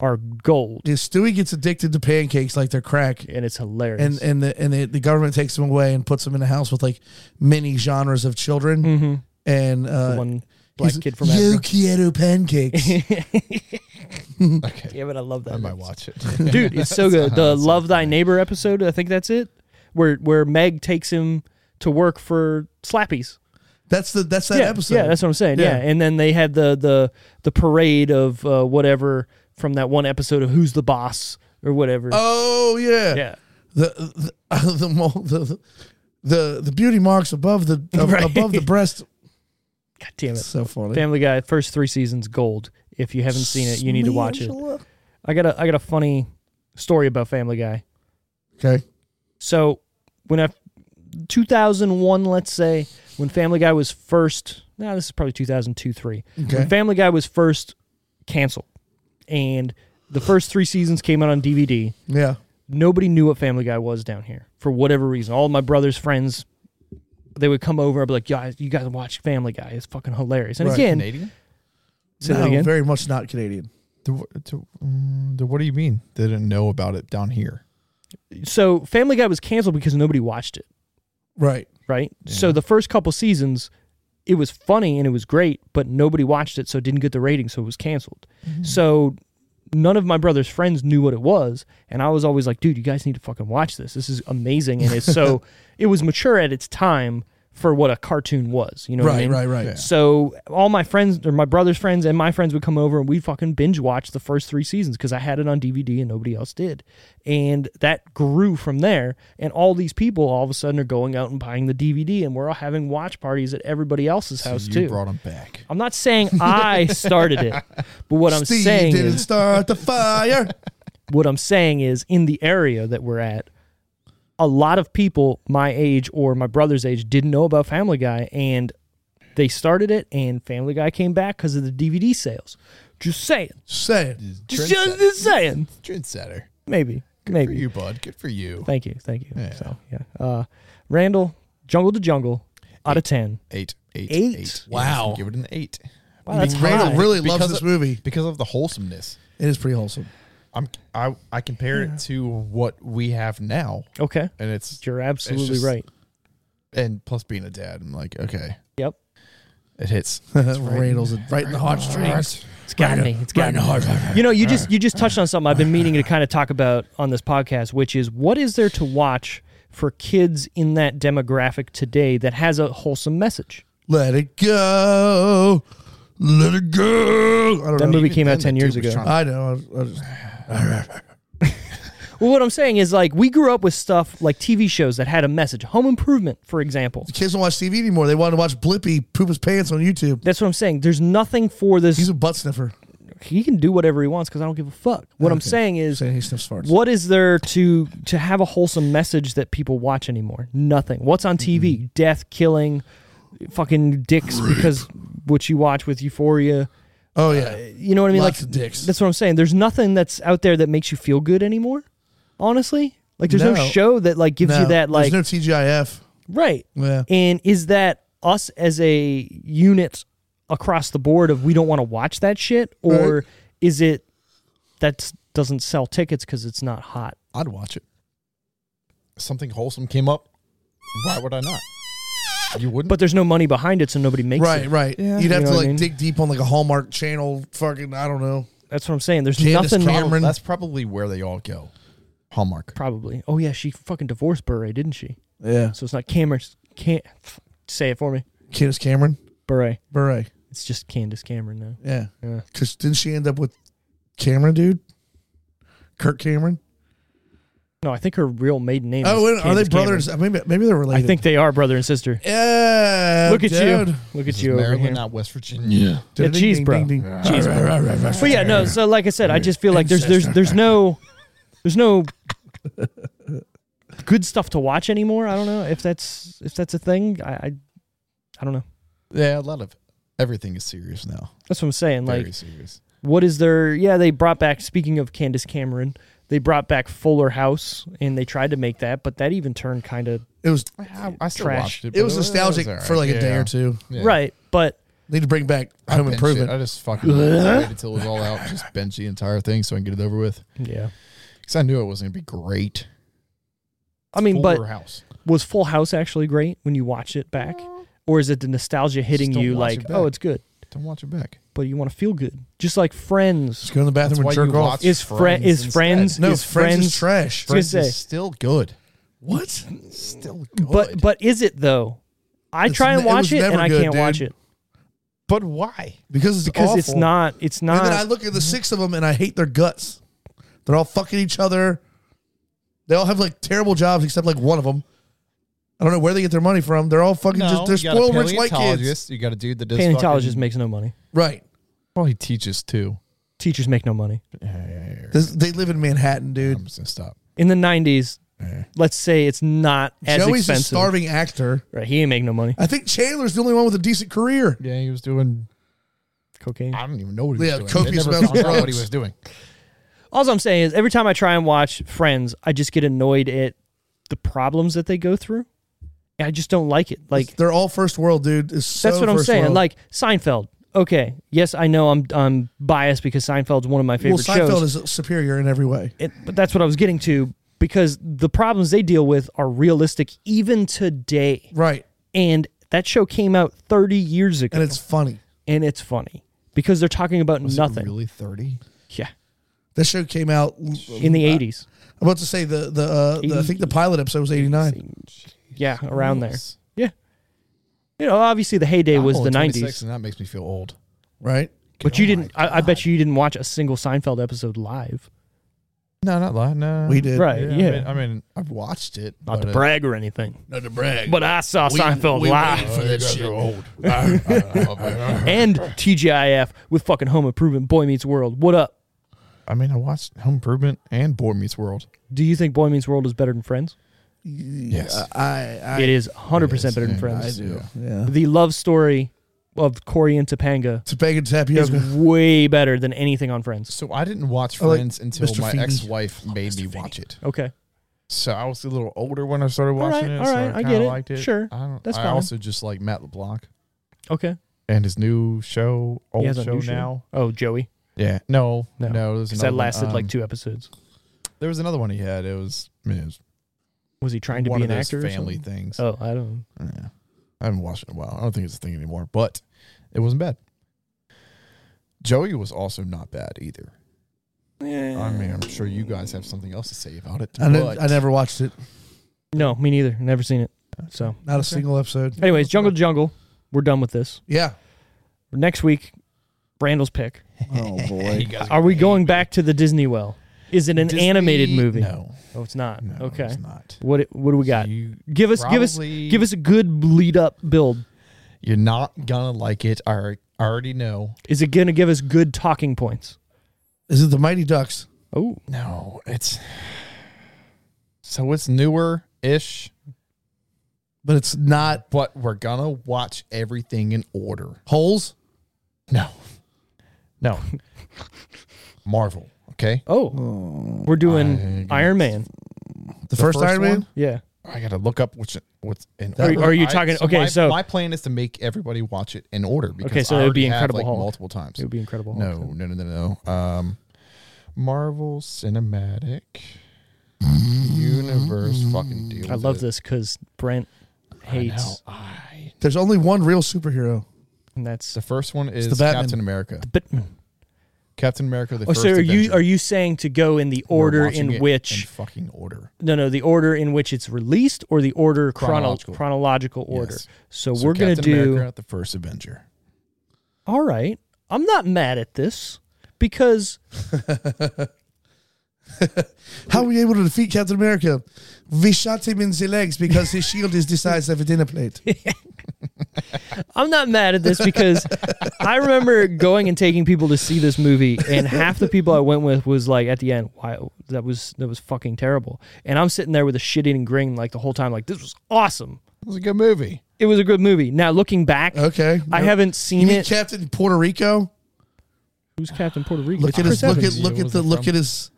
[SPEAKER 1] are gold
[SPEAKER 2] Dude, Stewie gets addicted to pancakes like they're crack,
[SPEAKER 1] and it's hilarious.
[SPEAKER 2] and and the and the, the government takes them away and puts them in a house with like many genres of children. And uh,
[SPEAKER 1] Mm-hmm. the one
[SPEAKER 2] he's-
[SPEAKER 1] black kid from
[SPEAKER 2] Yo
[SPEAKER 1] Africa.
[SPEAKER 2] quiero pancakes.
[SPEAKER 3] Okay.
[SPEAKER 1] Yeah, but I love that.
[SPEAKER 3] I might
[SPEAKER 1] movie.
[SPEAKER 3] watch it.
[SPEAKER 1] Dude, it's so good. The Love Thy Neighbor episode, I think that's it, where where Meg takes him to work for Slappies.
[SPEAKER 2] that's the that's that
[SPEAKER 1] yeah,
[SPEAKER 2] episode.
[SPEAKER 1] Yeah, that's what I'm saying.
[SPEAKER 2] Yeah.
[SPEAKER 1] Yeah. and then they had the the the parade of uh, whatever from that one episode of Who's the Boss or whatever.
[SPEAKER 2] oh yeah.
[SPEAKER 1] yeah,
[SPEAKER 2] The the the, mo- the the the beauty marks above the of-
[SPEAKER 1] Right.
[SPEAKER 2] above the breast.
[SPEAKER 1] God damn it.
[SPEAKER 2] So funny.
[SPEAKER 1] Family Guy first three seasons gold. If you haven't seen it, you need to watch it.
[SPEAKER 2] Angela.
[SPEAKER 1] I got a I got a funny story about Family Guy.
[SPEAKER 2] Okay.
[SPEAKER 1] So when I 2001, let's say when Family Guy was first. No, this is probably 2002 three.
[SPEAKER 2] Okay.
[SPEAKER 1] When Family Guy was first canceled, and the first three seasons came out on DVD.
[SPEAKER 2] Yeah.
[SPEAKER 1] nobody knew what Family Guy was down here for whatever reason. All my brothers' friends, they would come over. I'd be like, "Yeah, you guys watch Family Guy. It's fucking hilarious." And
[SPEAKER 2] Right.
[SPEAKER 1] again,
[SPEAKER 3] Canadian?
[SPEAKER 1] say that again.
[SPEAKER 2] very much not Canadian.
[SPEAKER 3] The, the- mm, the- what do you mean? They didn't know about it down here.
[SPEAKER 1] so Family Guy was canceled because nobody watched it,
[SPEAKER 2] Right.
[SPEAKER 1] right? So the first couple seasons, it was funny and it was great, but nobody watched it, so it didn't get the rating, so it was canceled.
[SPEAKER 2] Mm-hmm.
[SPEAKER 1] So none of my brother's friends knew what it was, and I was always like, "Dude, you guys need to fucking watch this. This is amazing." And it's so it was mature at its time for what a cartoon was. You know, what I
[SPEAKER 2] right,
[SPEAKER 1] mean?
[SPEAKER 2] right. Right.
[SPEAKER 3] Yeah.
[SPEAKER 1] So all my friends or my brother's friends and my friends would come over and we'd fucking binge watch the first three seasons because I had it on DVD and nobody else did. And that grew from there. And all these people all of a sudden are going out and buying the DVD and we're all having watch parties at everybody else's house
[SPEAKER 3] you
[SPEAKER 1] too.
[SPEAKER 3] brought them back.
[SPEAKER 1] I'm not saying I started it, but what I'm
[SPEAKER 2] Steve
[SPEAKER 1] saying
[SPEAKER 2] didn't
[SPEAKER 1] is
[SPEAKER 2] start the fire.
[SPEAKER 1] what I'm saying is in the area that we're at, a lot of people my age or my brother's age didn't know about Family Guy and they started it and Family Guy came back because of the DVD sales. Just saying.
[SPEAKER 2] Say it.
[SPEAKER 3] Just
[SPEAKER 1] Just,
[SPEAKER 3] trendset-
[SPEAKER 1] just saying.
[SPEAKER 3] Trendsetter.
[SPEAKER 1] Maybe.
[SPEAKER 3] Good for
[SPEAKER 1] Maybe.
[SPEAKER 3] you, bud. Good for you.
[SPEAKER 1] Thank you. Thank you.
[SPEAKER 3] Yeah.
[SPEAKER 1] So yeah. Uh Randall, jungle to jungle, out of ten.
[SPEAKER 3] Eight, eight, eight.
[SPEAKER 1] Eight?
[SPEAKER 3] Wow. give it an eight.
[SPEAKER 1] Wow, that's
[SPEAKER 2] Randall
[SPEAKER 1] high.
[SPEAKER 2] really loves
[SPEAKER 3] Because
[SPEAKER 2] this
[SPEAKER 3] of-
[SPEAKER 2] movie.
[SPEAKER 3] Because of the wholesomeness.
[SPEAKER 2] It is pretty wholesome.
[SPEAKER 3] I'm I, I compare it to what we have now.
[SPEAKER 1] Okay.
[SPEAKER 3] And it's
[SPEAKER 1] You're absolutely
[SPEAKER 3] just-
[SPEAKER 1] right.
[SPEAKER 3] and plus being a dad, I'm like, okay.
[SPEAKER 1] Yep.
[SPEAKER 3] It hits.
[SPEAKER 2] Randall's right in the heartstrings.
[SPEAKER 1] It's got me. It's got me. You know, you just you just touched on something I've been meaning to kind of talk about on this podcast, which is what is there to watch for kids in that demographic today that has a wholesome message.
[SPEAKER 2] Let it go. Let it go. I don't
[SPEAKER 1] That
[SPEAKER 2] know.
[SPEAKER 1] movie
[SPEAKER 3] even
[SPEAKER 1] came
[SPEAKER 3] then,
[SPEAKER 1] out ten
[SPEAKER 3] the
[SPEAKER 1] years
[SPEAKER 3] dude was
[SPEAKER 1] ago.
[SPEAKER 3] trying
[SPEAKER 2] I know. I, I just,
[SPEAKER 1] Well, what I'm saying is like we grew up with stuff like TV shows that had a message. Home Improvement, for example.
[SPEAKER 2] kids don't watch TV anymore. They want to watch Blippy poop his pants on YouTube.
[SPEAKER 1] That's what I'm saying. There's nothing for this.
[SPEAKER 2] He's a butt sniffer.
[SPEAKER 1] he can do whatever he wants because I don't give a fuck. What I'm saying is,
[SPEAKER 2] Saying he sniffs farts.
[SPEAKER 1] what is there to to have a wholesome message that people watch anymore? Nothing. What's on TV?
[SPEAKER 2] Mm-hmm.
[SPEAKER 1] Death, killing, fucking dicks because what you watch with Euphoria.
[SPEAKER 2] Oh yeah.
[SPEAKER 1] You know what I mean?
[SPEAKER 2] Lots
[SPEAKER 1] like
[SPEAKER 2] of dicks.
[SPEAKER 1] That's what I'm saying. There's nothing that's out there that makes you feel good anymore. Honestly, like there's no,
[SPEAKER 2] No.
[SPEAKER 1] show that like gives
[SPEAKER 2] No,
[SPEAKER 1] you that like
[SPEAKER 2] there's no TGIF.
[SPEAKER 1] right.
[SPEAKER 2] Yeah.
[SPEAKER 1] And is that us as a unit across the board of we don't want to watch that shit, or
[SPEAKER 2] Right.
[SPEAKER 1] is it that doesn't sell tickets because it's not hot?
[SPEAKER 3] I'd watch it. Something wholesome came up. Why would I not? You wouldn't.
[SPEAKER 1] But there's no money behind it, so nobody makes
[SPEAKER 2] Right,
[SPEAKER 1] it.
[SPEAKER 2] right.
[SPEAKER 3] Yeah.
[SPEAKER 2] You'd
[SPEAKER 1] You know
[SPEAKER 2] have to
[SPEAKER 1] what I
[SPEAKER 2] like
[SPEAKER 1] mean?
[SPEAKER 2] dig deep on like a Hallmark channel. Fucking, I don't know.
[SPEAKER 1] That's what I'm saying. There's
[SPEAKER 2] Candace
[SPEAKER 1] nothing.
[SPEAKER 2] Cameron.
[SPEAKER 3] that's probably where they all go. Hallmark.
[SPEAKER 1] Probably. Oh yeah, she fucking divorced Beret, didn't she?
[SPEAKER 2] Yeah.
[SPEAKER 1] So it's not Cameron's. Can't say it for me.
[SPEAKER 2] Candace Cameron,
[SPEAKER 1] Beret.
[SPEAKER 2] Beret.
[SPEAKER 1] It's just Candace Cameron now.
[SPEAKER 2] Yeah.
[SPEAKER 1] Yeah.
[SPEAKER 2] Cause didn't she end up with Cameron, dude? Kirk Cameron.
[SPEAKER 1] No, I think her real maiden name.
[SPEAKER 2] Oh,
[SPEAKER 1] is
[SPEAKER 2] wait, are they
[SPEAKER 1] Candace
[SPEAKER 2] brothers?
[SPEAKER 1] Cameron.
[SPEAKER 2] Maybe maybe they're
[SPEAKER 1] I
[SPEAKER 2] related.
[SPEAKER 1] think they are brother and sister.
[SPEAKER 2] Yeah.
[SPEAKER 1] Look at
[SPEAKER 2] dude.
[SPEAKER 1] you. Look at
[SPEAKER 3] This is
[SPEAKER 1] you over
[SPEAKER 3] Maryland,
[SPEAKER 1] here.
[SPEAKER 3] not West Virginia.
[SPEAKER 1] Yeah, cheese, bro. Cheese, bro. But yeah, no. So like I said, I just feel like there's there's there's no there's no good stuff to watch anymore. I don't know if that's if that's a thing. I I, I don't know.
[SPEAKER 3] Yeah, a lot of everything is serious now.
[SPEAKER 1] That's what I'm saying.
[SPEAKER 3] Very
[SPEAKER 1] Like,
[SPEAKER 3] serious.
[SPEAKER 1] what is their? Yeah, they brought back. Speaking of Candace Cameron, they brought back Fuller House, and they tried to make that, but that even turned kind of
[SPEAKER 2] It was
[SPEAKER 3] I, I still
[SPEAKER 1] Trash.
[SPEAKER 3] watched it.
[SPEAKER 2] it was
[SPEAKER 3] but
[SPEAKER 2] nostalgic
[SPEAKER 3] alright.
[SPEAKER 2] for like a day
[SPEAKER 3] Yeah.
[SPEAKER 2] or two.
[SPEAKER 3] Yeah.
[SPEAKER 1] right. But
[SPEAKER 2] Need to bring back
[SPEAKER 3] I
[SPEAKER 2] Home
[SPEAKER 3] binge
[SPEAKER 2] Improvement.
[SPEAKER 3] it. I just fucking waited till it was all out, just bench the entire thing so I can get it over with.
[SPEAKER 1] yeah,
[SPEAKER 3] Because I knew it wasn't gonna be great.
[SPEAKER 1] I mean, but
[SPEAKER 3] Fuller house.
[SPEAKER 1] was Full House actually great when you watch it back, or is it the nostalgia hitting
[SPEAKER 3] don't
[SPEAKER 1] you
[SPEAKER 3] watch
[SPEAKER 1] like,
[SPEAKER 3] it
[SPEAKER 1] oh,
[SPEAKER 3] back.
[SPEAKER 1] it's good,
[SPEAKER 3] Don't watch it back.
[SPEAKER 1] but you want to feel good, just like Friends
[SPEAKER 2] Just go in the bathroom and
[SPEAKER 3] That's why
[SPEAKER 2] jerk
[SPEAKER 3] you
[SPEAKER 2] off.
[SPEAKER 3] watch
[SPEAKER 1] is friend
[SPEAKER 3] Friends
[SPEAKER 1] is
[SPEAKER 3] instead.
[SPEAKER 1] Friends
[SPEAKER 2] No,
[SPEAKER 1] is
[SPEAKER 2] Friends
[SPEAKER 1] Friends.
[SPEAKER 2] is trash.
[SPEAKER 1] Friends
[SPEAKER 3] Friends
[SPEAKER 1] say-
[SPEAKER 3] is still good.
[SPEAKER 2] What?
[SPEAKER 3] Still good.
[SPEAKER 1] but but is it though? I
[SPEAKER 2] It's
[SPEAKER 1] try
[SPEAKER 2] ne-
[SPEAKER 1] and
[SPEAKER 2] it
[SPEAKER 1] watch
[SPEAKER 2] was
[SPEAKER 1] it, and
[SPEAKER 2] never
[SPEAKER 1] I
[SPEAKER 2] good,
[SPEAKER 1] can't watch
[SPEAKER 2] dude.
[SPEAKER 1] it
[SPEAKER 3] but why?
[SPEAKER 2] Because it's
[SPEAKER 1] because it's
[SPEAKER 2] awful.
[SPEAKER 1] not it's
[SPEAKER 2] And then I
[SPEAKER 1] not
[SPEAKER 2] look at the six of them and I hate their guts. They're all fucking each other. They all have like terrible jobs except like one of them. I don't know where they get their money from. They're all fucking just they're spoiled rich white kids.
[SPEAKER 3] You got a dude that does
[SPEAKER 1] paleontologist
[SPEAKER 3] fucking-
[SPEAKER 1] makes no money.
[SPEAKER 2] Right.
[SPEAKER 3] Well, he teaches too.
[SPEAKER 1] Teachers make no money.
[SPEAKER 2] This, they live in Manhattan,
[SPEAKER 3] I'm
[SPEAKER 2] dude.
[SPEAKER 3] just gonna stop.
[SPEAKER 1] In the '90s, let's say it's not as
[SPEAKER 2] Joey's
[SPEAKER 1] expensive.
[SPEAKER 2] a starving actor.
[SPEAKER 1] Right, he ain't make no money.
[SPEAKER 2] I think Chandler's the only one with a decent career.
[SPEAKER 3] Yeah, he was doing.
[SPEAKER 1] Cocaine.
[SPEAKER 3] I don't even know what he
[SPEAKER 2] Yeah,
[SPEAKER 3] was doing. They
[SPEAKER 2] copious
[SPEAKER 3] never
[SPEAKER 2] amounts of
[SPEAKER 3] found out what he
[SPEAKER 2] drugs.
[SPEAKER 3] was doing.
[SPEAKER 1] All I'm saying is, every time I try and watch Friends, I just get annoyed at the problems that they go through. And I just don't like it. Like
[SPEAKER 2] They're all first world, dude. It's so
[SPEAKER 1] that's what I'm
[SPEAKER 2] first
[SPEAKER 1] saying.
[SPEAKER 2] world.
[SPEAKER 1] Like Seinfeld. Okay, yes, I know I'm I'm biased because Seinfeld's one of my
[SPEAKER 2] well,
[SPEAKER 1] favorite
[SPEAKER 2] Seinfeld
[SPEAKER 1] shows.
[SPEAKER 2] is superior in every way.
[SPEAKER 1] It- but that's what I was getting to because the problems they deal with are realistic even today.
[SPEAKER 2] Right.
[SPEAKER 1] And that show came out 30 years ago,
[SPEAKER 2] And it's funny.
[SPEAKER 1] and it's funny because they're talking about
[SPEAKER 3] Was he
[SPEAKER 1] nothing.
[SPEAKER 3] really thirty.
[SPEAKER 1] Yeah,
[SPEAKER 2] That show came out
[SPEAKER 1] in the 80s.
[SPEAKER 2] I'm about to say the the, uh, the I think the pilot episode was 89.
[SPEAKER 1] Yeah, around there. Yeah. You know, obviously the heyday
[SPEAKER 3] I'm
[SPEAKER 1] was the
[SPEAKER 3] only
[SPEAKER 1] 90s,
[SPEAKER 3] 26, Oh, and oh that makes me feel old.
[SPEAKER 2] Right.
[SPEAKER 1] but you didn't. I, I bet you you didn't watch a single Seinfeld episode live.
[SPEAKER 3] No, not lying. No,
[SPEAKER 2] We did.
[SPEAKER 1] Right? Yeah.
[SPEAKER 3] I, mean, I have watched it.
[SPEAKER 1] Not
[SPEAKER 3] but,
[SPEAKER 1] to
[SPEAKER 3] uh,
[SPEAKER 1] brag or anything,
[SPEAKER 2] No to brag.
[SPEAKER 1] but I saw Seinfeld live
[SPEAKER 3] oh, you guys are old.
[SPEAKER 1] and TGIF with fucking Home Improvement, Boy Meets World. What up?
[SPEAKER 3] I mean, I watched Home Improvement and Boy Meets World.
[SPEAKER 1] Do you think Boy Meets World is better than Friends?
[SPEAKER 3] Yes,
[SPEAKER 2] I, I
[SPEAKER 1] it is 100%
[SPEAKER 3] Yes,
[SPEAKER 1] better than
[SPEAKER 3] yeah,
[SPEAKER 1] Friends.
[SPEAKER 3] I do.
[SPEAKER 2] yeah.
[SPEAKER 1] The love story of Corey and Topanga
[SPEAKER 2] Topanga
[SPEAKER 1] is
[SPEAKER 2] tapioca.
[SPEAKER 1] way better than anything on Friends.
[SPEAKER 3] So I didn't watch
[SPEAKER 1] Oh,
[SPEAKER 2] I like
[SPEAKER 3] Friends until
[SPEAKER 2] Mr.
[SPEAKER 3] my
[SPEAKER 2] Feeny.
[SPEAKER 3] ex-wife made me watch it.
[SPEAKER 1] Okay.
[SPEAKER 3] So I was a little older when I started
[SPEAKER 1] All
[SPEAKER 3] watching
[SPEAKER 1] right,
[SPEAKER 3] it.
[SPEAKER 1] all
[SPEAKER 3] so
[SPEAKER 1] right, I
[SPEAKER 3] kinda
[SPEAKER 1] get it.
[SPEAKER 3] Liked it.
[SPEAKER 1] Sure,
[SPEAKER 3] I don't,
[SPEAKER 1] that's
[SPEAKER 3] I
[SPEAKER 1] fine.
[SPEAKER 3] also just like Matt LeBlanc
[SPEAKER 1] Okay.
[SPEAKER 3] and his new show,
[SPEAKER 1] He
[SPEAKER 3] old
[SPEAKER 1] has a
[SPEAKER 3] show
[SPEAKER 1] new
[SPEAKER 3] now.
[SPEAKER 1] show? Oh, Joey.
[SPEAKER 3] Yeah, no,
[SPEAKER 1] No,
[SPEAKER 3] no, no. Because
[SPEAKER 1] Because that lasted like two episodes.
[SPEAKER 3] Um, There was another one he had. It was, I mean, it was
[SPEAKER 1] Was he trying to
[SPEAKER 3] one
[SPEAKER 1] be
[SPEAKER 3] of
[SPEAKER 1] an
[SPEAKER 3] those
[SPEAKER 1] actor? or
[SPEAKER 3] family
[SPEAKER 1] something?
[SPEAKER 3] things.
[SPEAKER 1] Oh, I don't. know.
[SPEAKER 3] Yeah. I haven't watched it in a while. I don't think it's a thing anymore, but it wasn't bad. Joey was also not bad either. I mean, I'm sure you guys have something else to say about it.
[SPEAKER 2] I, ne-
[SPEAKER 3] but-
[SPEAKER 2] I never watched it.
[SPEAKER 1] No, me neither. Never seen it. So,
[SPEAKER 2] Not a single episode.
[SPEAKER 1] anyways, Jungle to Jungle. We're done with this.
[SPEAKER 2] Yeah.
[SPEAKER 1] Next week, Randall's pick.
[SPEAKER 2] Oh boy.
[SPEAKER 1] Are we going back to the Disney well? Is it an
[SPEAKER 3] Disney-
[SPEAKER 1] animated movie?
[SPEAKER 3] No,
[SPEAKER 1] Oh, it's not.
[SPEAKER 3] no,
[SPEAKER 1] okay.
[SPEAKER 3] it's not.
[SPEAKER 1] What what do we got?
[SPEAKER 3] You
[SPEAKER 1] give us give us
[SPEAKER 3] probably-
[SPEAKER 1] give us a good lead up build.
[SPEAKER 3] You're not gonna like it. I alre- I already know.
[SPEAKER 1] Is it going to give us good talking points?
[SPEAKER 2] Is it the Mighty Ducks?
[SPEAKER 1] Oh,
[SPEAKER 3] No, it's so it's newer ish,
[SPEAKER 2] But it's not
[SPEAKER 3] but we're gonna watch everything in order.
[SPEAKER 2] holes.
[SPEAKER 3] No, no, Marvel. Okay,
[SPEAKER 1] oh, we're doing
[SPEAKER 3] I-
[SPEAKER 1] Iron Man.
[SPEAKER 2] The, first,
[SPEAKER 3] first
[SPEAKER 2] Iron Man.
[SPEAKER 3] one?
[SPEAKER 1] Yeah.
[SPEAKER 3] I gotta look up which what's in.
[SPEAKER 2] That-
[SPEAKER 3] order.
[SPEAKER 1] Are you
[SPEAKER 3] I-
[SPEAKER 1] talking- okay,
[SPEAKER 3] my,
[SPEAKER 1] so-
[SPEAKER 3] my plan is to make everybody watch it in order. Because
[SPEAKER 1] Okay, so
[SPEAKER 3] I
[SPEAKER 1] it would be
[SPEAKER 3] already have,
[SPEAKER 1] Incredible
[SPEAKER 3] like,
[SPEAKER 1] Hulk.
[SPEAKER 3] multiple times.
[SPEAKER 1] It would be incredible.
[SPEAKER 3] No, no, no, no, no. Um, Marvel Cinematic Universe. Fucking deal.
[SPEAKER 1] I
[SPEAKER 3] with
[SPEAKER 1] love
[SPEAKER 3] it.
[SPEAKER 1] this cuz Brent
[SPEAKER 3] I know.
[SPEAKER 1] hates
[SPEAKER 3] I-
[SPEAKER 2] There's only one real superhero.
[SPEAKER 1] and that's
[SPEAKER 3] The first one is
[SPEAKER 2] the Batman.
[SPEAKER 3] Captain America.
[SPEAKER 1] Bitman.
[SPEAKER 3] Captain America. The
[SPEAKER 1] Oh,
[SPEAKER 3] first
[SPEAKER 1] so are you
[SPEAKER 3] Avenger.
[SPEAKER 1] are you saying to go in the
[SPEAKER 3] We're
[SPEAKER 1] order
[SPEAKER 3] watching
[SPEAKER 1] in
[SPEAKER 3] it
[SPEAKER 1] which
[SPEAKER 3] in fucking order?
[SPEAKER 1] no no the order in which it's released or the order chronological
[SPEAKER 3] Chronological.
[SPEAKER 1] chronological order.
[SPEAKER 3] Yes.
[SPEAKER 1] So,
[SPEAKER 3] So
[SPEAKER 1] we're going to
[SPEAKER 3] Captain
[SPEAKER 1] do
[SPEAKER 3] America, the first Avenger.
[SPEAKER 1] All right. I'm not mad at this because
[SPEAKER 2] How were you able to defeat Captain America? We shot him in the legs because his shield is the size of a dinner plate.
[SPEAKER 1] I'm not mad at this because I remember going and taking people to see this movie, and half the people I went with was like, at the end, "Wow, that was that was fucking terrible." And I'm sitting there with a shit-eating grin like the whole time, like this was awesome.
[SPEAKER 3] It was a good movie.
[SPEAKER 1] It was a good movie. Now looking back,
[SPEAKER 2] Okay.
[SPEAKER 1] I haven't
[SPEAKER 2] You
[SPEAKER 1] seen
[SPEAKER 2] mean
[SPEAKER 1] it.
[SPEAKER 2] Captain Puerto Rico?
[SPEAKER 1] Who's Captain Puerto Rico?
[SPEAKER 2] Look at his
[SPEAKER 1] Chris
[SPEAKER 2] look at
[SPEAKER 1] Evans.
[SPEAKER 2] look
[SPEAKER 3] Yeah,
[SPEAKER 2] at the
[SPEAKER 3] wasn't
[SPEAKER 2] look
[SPEAKER 3] from-
[SPEAKER 2] at his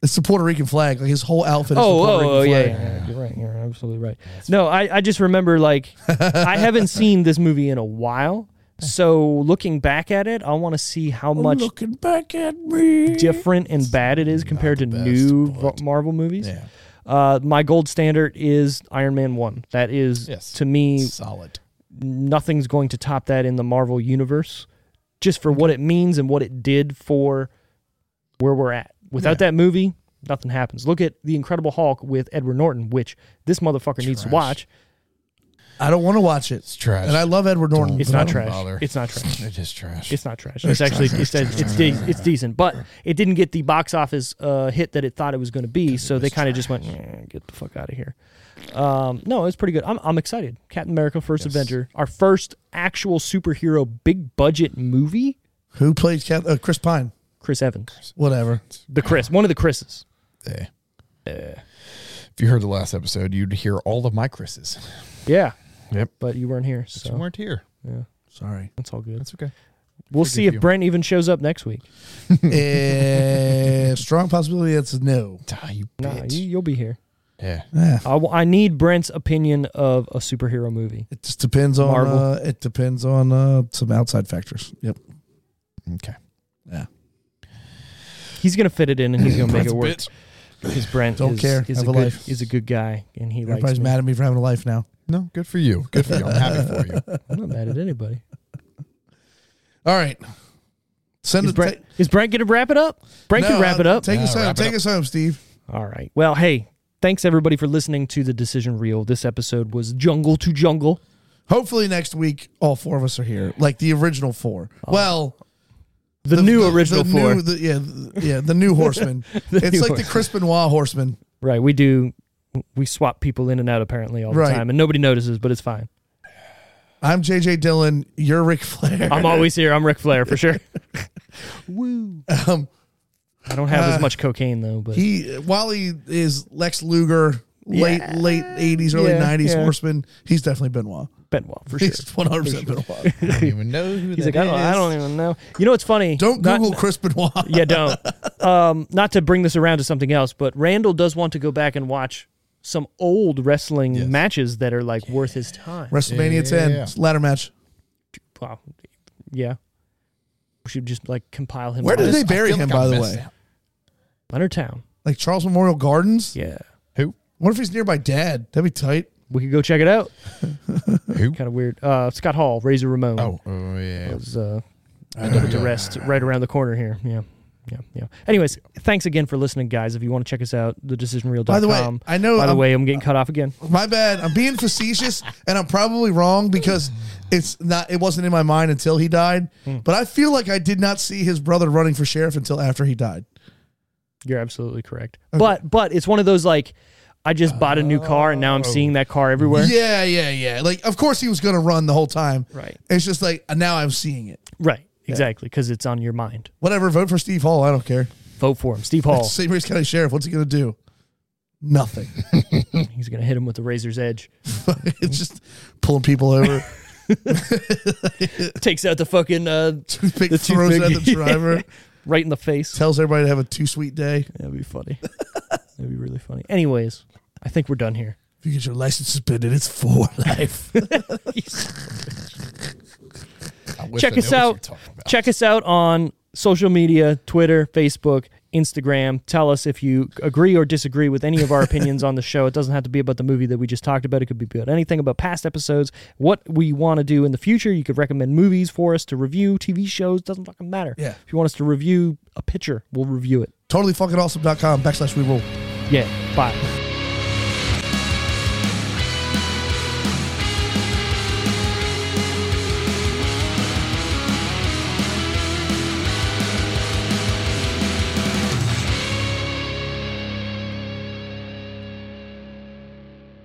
[SPEAKER 2] it's the Puerto Rican flag. Like his whole outfit is the
[SPEAKER 1] Oh,
[SPEAKER 2] Puerto
[SPEAKER 1] oh, oh
[SPEAKER 2] Rican
[SPEAKER 1] yeah,
[SPEAKER 2] flag.
[SPEAKER 1] yeah, yeah, you're right. You're absolutely right. no, I, I just remember like I haven't seen this movie in a while, so looking back at it, I want to see
[SPEAKER 3] Oh,
[SPEAKER 1] how much
[SPEAKER 2] Looking back at me.
[SPEAKER 1] different and bad it is compared to
[SPEAKER 3] the best,
[SPEAKER 1] new
[SPEAKER 3] but-
[SPEAKER 1] v- Marvel movies.
[SPEAKER 3] Yeah.
[SPEAKER 1] Uh, my gold standard is Iron Man one. That is
[SPEAKER 3] Yes.
[SPEAKER 1] to me
[SPEAKER 3] Solid.
[SPEAKER 1] nothing's going to top that in the Marvel universe, just for what it means and what it did for where we're at. Without that movie, nothing happens. Look at The Incredible Hulk with Edward Norton, which this motherfucker needs to
[SPEAKER 3] Trash.
[SPEAKER 1] watch.
[SPEAKER 2] I don't want to watch it.
[SPEAKER 3] It's trash.
[SPEAKER 2] And I love Edward Norton.
[SPEAKER 1] It's
[SPEAKER 2] but I
[SPEAKER 1] not
[SPEAKER 2] don't-
[SPEAKER 1] trash.
[SPEAKER 3] bother.
[SPEAKER 1] It's not trash.
[SPEAKER 3] it is trash.
[SPEAKER 1] It's not trash. It's actually it's it's de- it's decent, but it didn't get the box office uh, hit that it thought it was going to be. So they kind of just went, "Eh, get the fuck out of here. Um, no, it's pretty good. I'm I'm excited. Captain America: First Avenger, our first actual superhero big budget movie.
[SPEAKER 2] Who plays Cap- uh, Chris Pine?
[SPEAKER 1] Chris Evans,
[SPEAKER 2] Whatever.
[SPEAKER 1] the Chris, one of the Chris's.
[SPEAKER 3] Yeah. If you heard the last episode, you'd hear all of my Chris's.
[SPEAKER 1] Yeah.
[SPEAKER 3] Yep.
[SPEAKER 1] But you weren't here,
[SPEAKER 3] You
[SPEAKER 1] so
[SPEAKER 3] weren't here.
[SPEAKER 2] Sorry.
[SPEAKER 1] that's all good.
[SPEAKER 3] That's okay.
[SPEAKER 1] We'll see
[SPEAKER 3] forgive
[SPEAKER 1] if
[SPEAKER 3] you.
[SPEAKER 1] Brent even shows up next week.
[SPEAKER 2] Eh, strong possibility that's a no.
[SPEAKER 3] Die, you
[SPEAKER 1] Nah,
[SPEAKER 3] bitch.
[SPEAKER 1] you, you'll be here.
[SPEAKER 3] yeah.
[SPEAKER 2] Yeah.
[SPEAKER 1] I, w- I need Brent's opinion of a superhero movie.
[SPEAKER 2] It just depends on
[SPEAKER 1] Marvel.
[SPEAKER 2] uh, it depends on uh, some outside factors. Yep.
[SPEAKER 3] Okay.
[SPEAKER 1] He's gonna fit it in and he's gonna make it work.
[SPEAKER 3] Bitch.
[SPEAKER 1] Because Brent
[SPEAKER 2] Don't
[SPEAKER 1] is,
[SPEAKER 2] care.
[SPEAKER 1] is
[SPEAKER 2] Have
[SPEAKER 1] a,
[SPEAKER 2] a
[SPEAKER 1] good,
[SPEAKER 2] life.
[SPEAKER 1] is a good guy, and he likes
[SPEAKER 2] Everybody's
[SPEAKER 1] me.
[SPEAKER 2] mad at me for having a life now.
[SPEAKER 3] No, good for you. Good for you. I'm happy for you.
[SPEAKER 1] I'm not mad at anybody.
[SPEAKER 2] All right. Send
[SPEAKER 1] Is
[SPEAKER 2] it.
[SPEAKER 1] Brent, is Brent going to wrap it up? Brent
[SPEAKER 2] No,
[SPEAKER 1] can wrap
[SPEAKER 2] uh,
[SPEAKER 1] it up.
[SPEAKER 2] Take
[SPEAKER 3] No,
[SPEAKER 2] us home.
[SPEAKER 3] wrap it
[SPEAKER 2] Take
[SPEAKER 3] up.
[SPEAKER 2] us home, Steve.
[SPEAKER 1] All right. Well, hey, thanks everybody for listening to the Decision Reel. This episode was Jungle to Jungle.
[SPEAKER 2] Hopefully next week, all four of us are here, like the original four. Well,
[SPEAKER 1] Oh. The, new original
[SPEAKER 2] the
[SPEAKER 1] four.
[SPEAKER 2] new- the- yeah, the, yeah, the new Horseman. it's
[SPEAKER 1] new
[SPEAKER 2] like
[SPEAKER 1] Horseman.
[SPEAKER 2] the Chris Benoit Horseman.
[SPEAKER 1] right. We do. We swap people in and out apparently all the
[SPEAKER 2] Right.
[SPEAKER 1] time, and nobody notices, but it's fine.
[SPEAKER 2] I'm JJ Dillon. You're Ric Flair.
[SPEAKER 1] I'm always here. I'm Ric Flair for sure. Woo.
[SPEAKER 2] Um,
[SPEAKER 1] I don't have as
[SPEAKER 2] Uh,
[SPEAKER 1] much cocaine though, but
[SPEAKER 2] he while he is Lex Luger, late
[SPEAKER 1] Yeah.
[SPEAKER 2] late 80s, early
[SPEAKER 1] Yeah,
[SPEAKER 2] 90s
[SPEAKER 1] yeah.
[SPEAKER 2] Horseman. He's definitely Benoit.
[SPEAKER 1] Benoit for sure.
[SPEAKER 2] He's 100 percent Benoit.
[SPEAKER 3] I don't even know who
[SPEAKER 1] He's
[SPEAKER 3] that
[SPEAKER 1] like, I don't, I
[SPEAKER 3] is.
[SPEAKER 1] don't even know. You know what's funny?
[SPEAKER 2] Don't
[SPEAKER 1] Not-
[SPEAKER 2] Google Chris Benoit.
[SPEAKER 1] yeah, don't. Um, not to bring this around to something else, but Randall does want to go back and watch some old wrestling
[SPEAKER 3] Yes.
[SPEAKER 1] matches that are like worth his time.
[SPEAKER 2] WrestleMania
[SPEAKER 3] Yeah,
[SPEAKER 2] 10
[SPEAKER 3] yeah, yeah.
[SPEAKER 2] it's a ladder match.
[SPEAKER 1] Wow. Yeah. We should just like compile him.
[SPEAKER 2] Where
[SPEAKER 1] on
[SPEAKER 2] did
[SPEAKER 1] this.
[SPEAKER 2] they bury
[SPEAKER 3] I feel
[SPEAKER 2] him?
[SPEAKER 3] like I
[SPEAKER 2] by the
[SPEAKER 3] missed
[SPEAKER 2] way,
[SPEAKER 3] out.
[SPEAKER 1] Leonard Town.
[SPEAKER 2] like Charles Memorial Gardens.
[SPEAKER 1] Yeah.
[SPEAKER 3] Who?
[SPEAKER 2] What if he's nearby Dad? That'd be tight.
[SPEAKER 1] We could go check it out.
[SPEAKER 3] Who?
[SPEAKER 1] Kind of weird. Uh, Scott Hall, Razor Ramon.
[SPEAKER 3] Oh, oh yeah.
[SPEAKER 1] Was, uh, put to rest right around the corner here. Yeah. Yeah, yeah. Anyways, thanks again for listening, guys. If you want to check us out, thedecisionreel.com.
[SPEAKER 2] By the way, I know
[SPEAKER 1] By the
[SPEAKER 2] I'm-
[SPEAKER 1] way, I'm getting cut off again.
[SPEAKER 2] My bad. I'm being facetious, and I'm probably wrong because it's not. It wasn't in my mind until he died.
[SPEAKER 1] Hmm.
[SPEAKER 2] But I feel like I did not see his brother running for sheriff until after he died.
[SPEAKER 1] You're absolutely correct. But but it's one of those like I just bought a new car and now I'm seeing that car everywhere.
[SPEAKER 2] Yeah, yeah, yeah. Like, of course he was going to run the whole time.
[SPEAKER 1] Right.
[SPEAKER 2] It's just like now I'm seeing it.
[SPEAKER 1] Right. Exactly, because it's on your mind.
[SPEAKER 2] Whatever. Vote for Steve Hall. I don't care.
[SPEAKER 1] Vote for him, Steve Hall.
[SPEAKER 2] St. Mary's County Sheriff. What's he going to do? Nothing.
[SPEAKER 1] He's gonna hit him with the razor's edge.
[SPEAKER 2] it's just pulling people over.
[SPEAKER 1] Takes out the fucking uh,
[SPEAKER 2] Toothpick
[SPEAKER 1] The
[SPEAKER 2] throws it at
[SPEAKER 1] toothpick.
[SPEAKER 2] the driver.
[SPEAKER 1] right in the face.
[SPEAKER 2] tells everybody to have a too sweet day.
[SPEAKER 1] That'd be funny. That'd be really funny. Anyways, I think we're done here.
[SPEAKER 2] If you get your license suspended, it's for life.
[SPEAKER 3] I wish
[SPEAKER 1] Check
[SPEAKER 3] I knew
[SPEAKER 1] us
[SPEAKER 3] what you
[SPEAKER 1] out.
[SPEAKER 3] were talking about.
[SPEAKER 1] Check us out on social media Twitter, Facebook, Instagram. Tell us if you agree or disagree with any of our opinions on the show. It doesn't have to be about the movie that we just talked about, it could be about anything about past episodes, what we want to do in the future. You could recommend movies for us to review, TV shows, doesn't fucking matter.
[SPEAKER 2] Yeah.
[SPEAKER 1] If you want us to review a picture, we'll review it.
[SPEAKER 2] TotallyFuckingAwesome.com backslash we roll.
[SPEAKER 1] Yeah. Bye.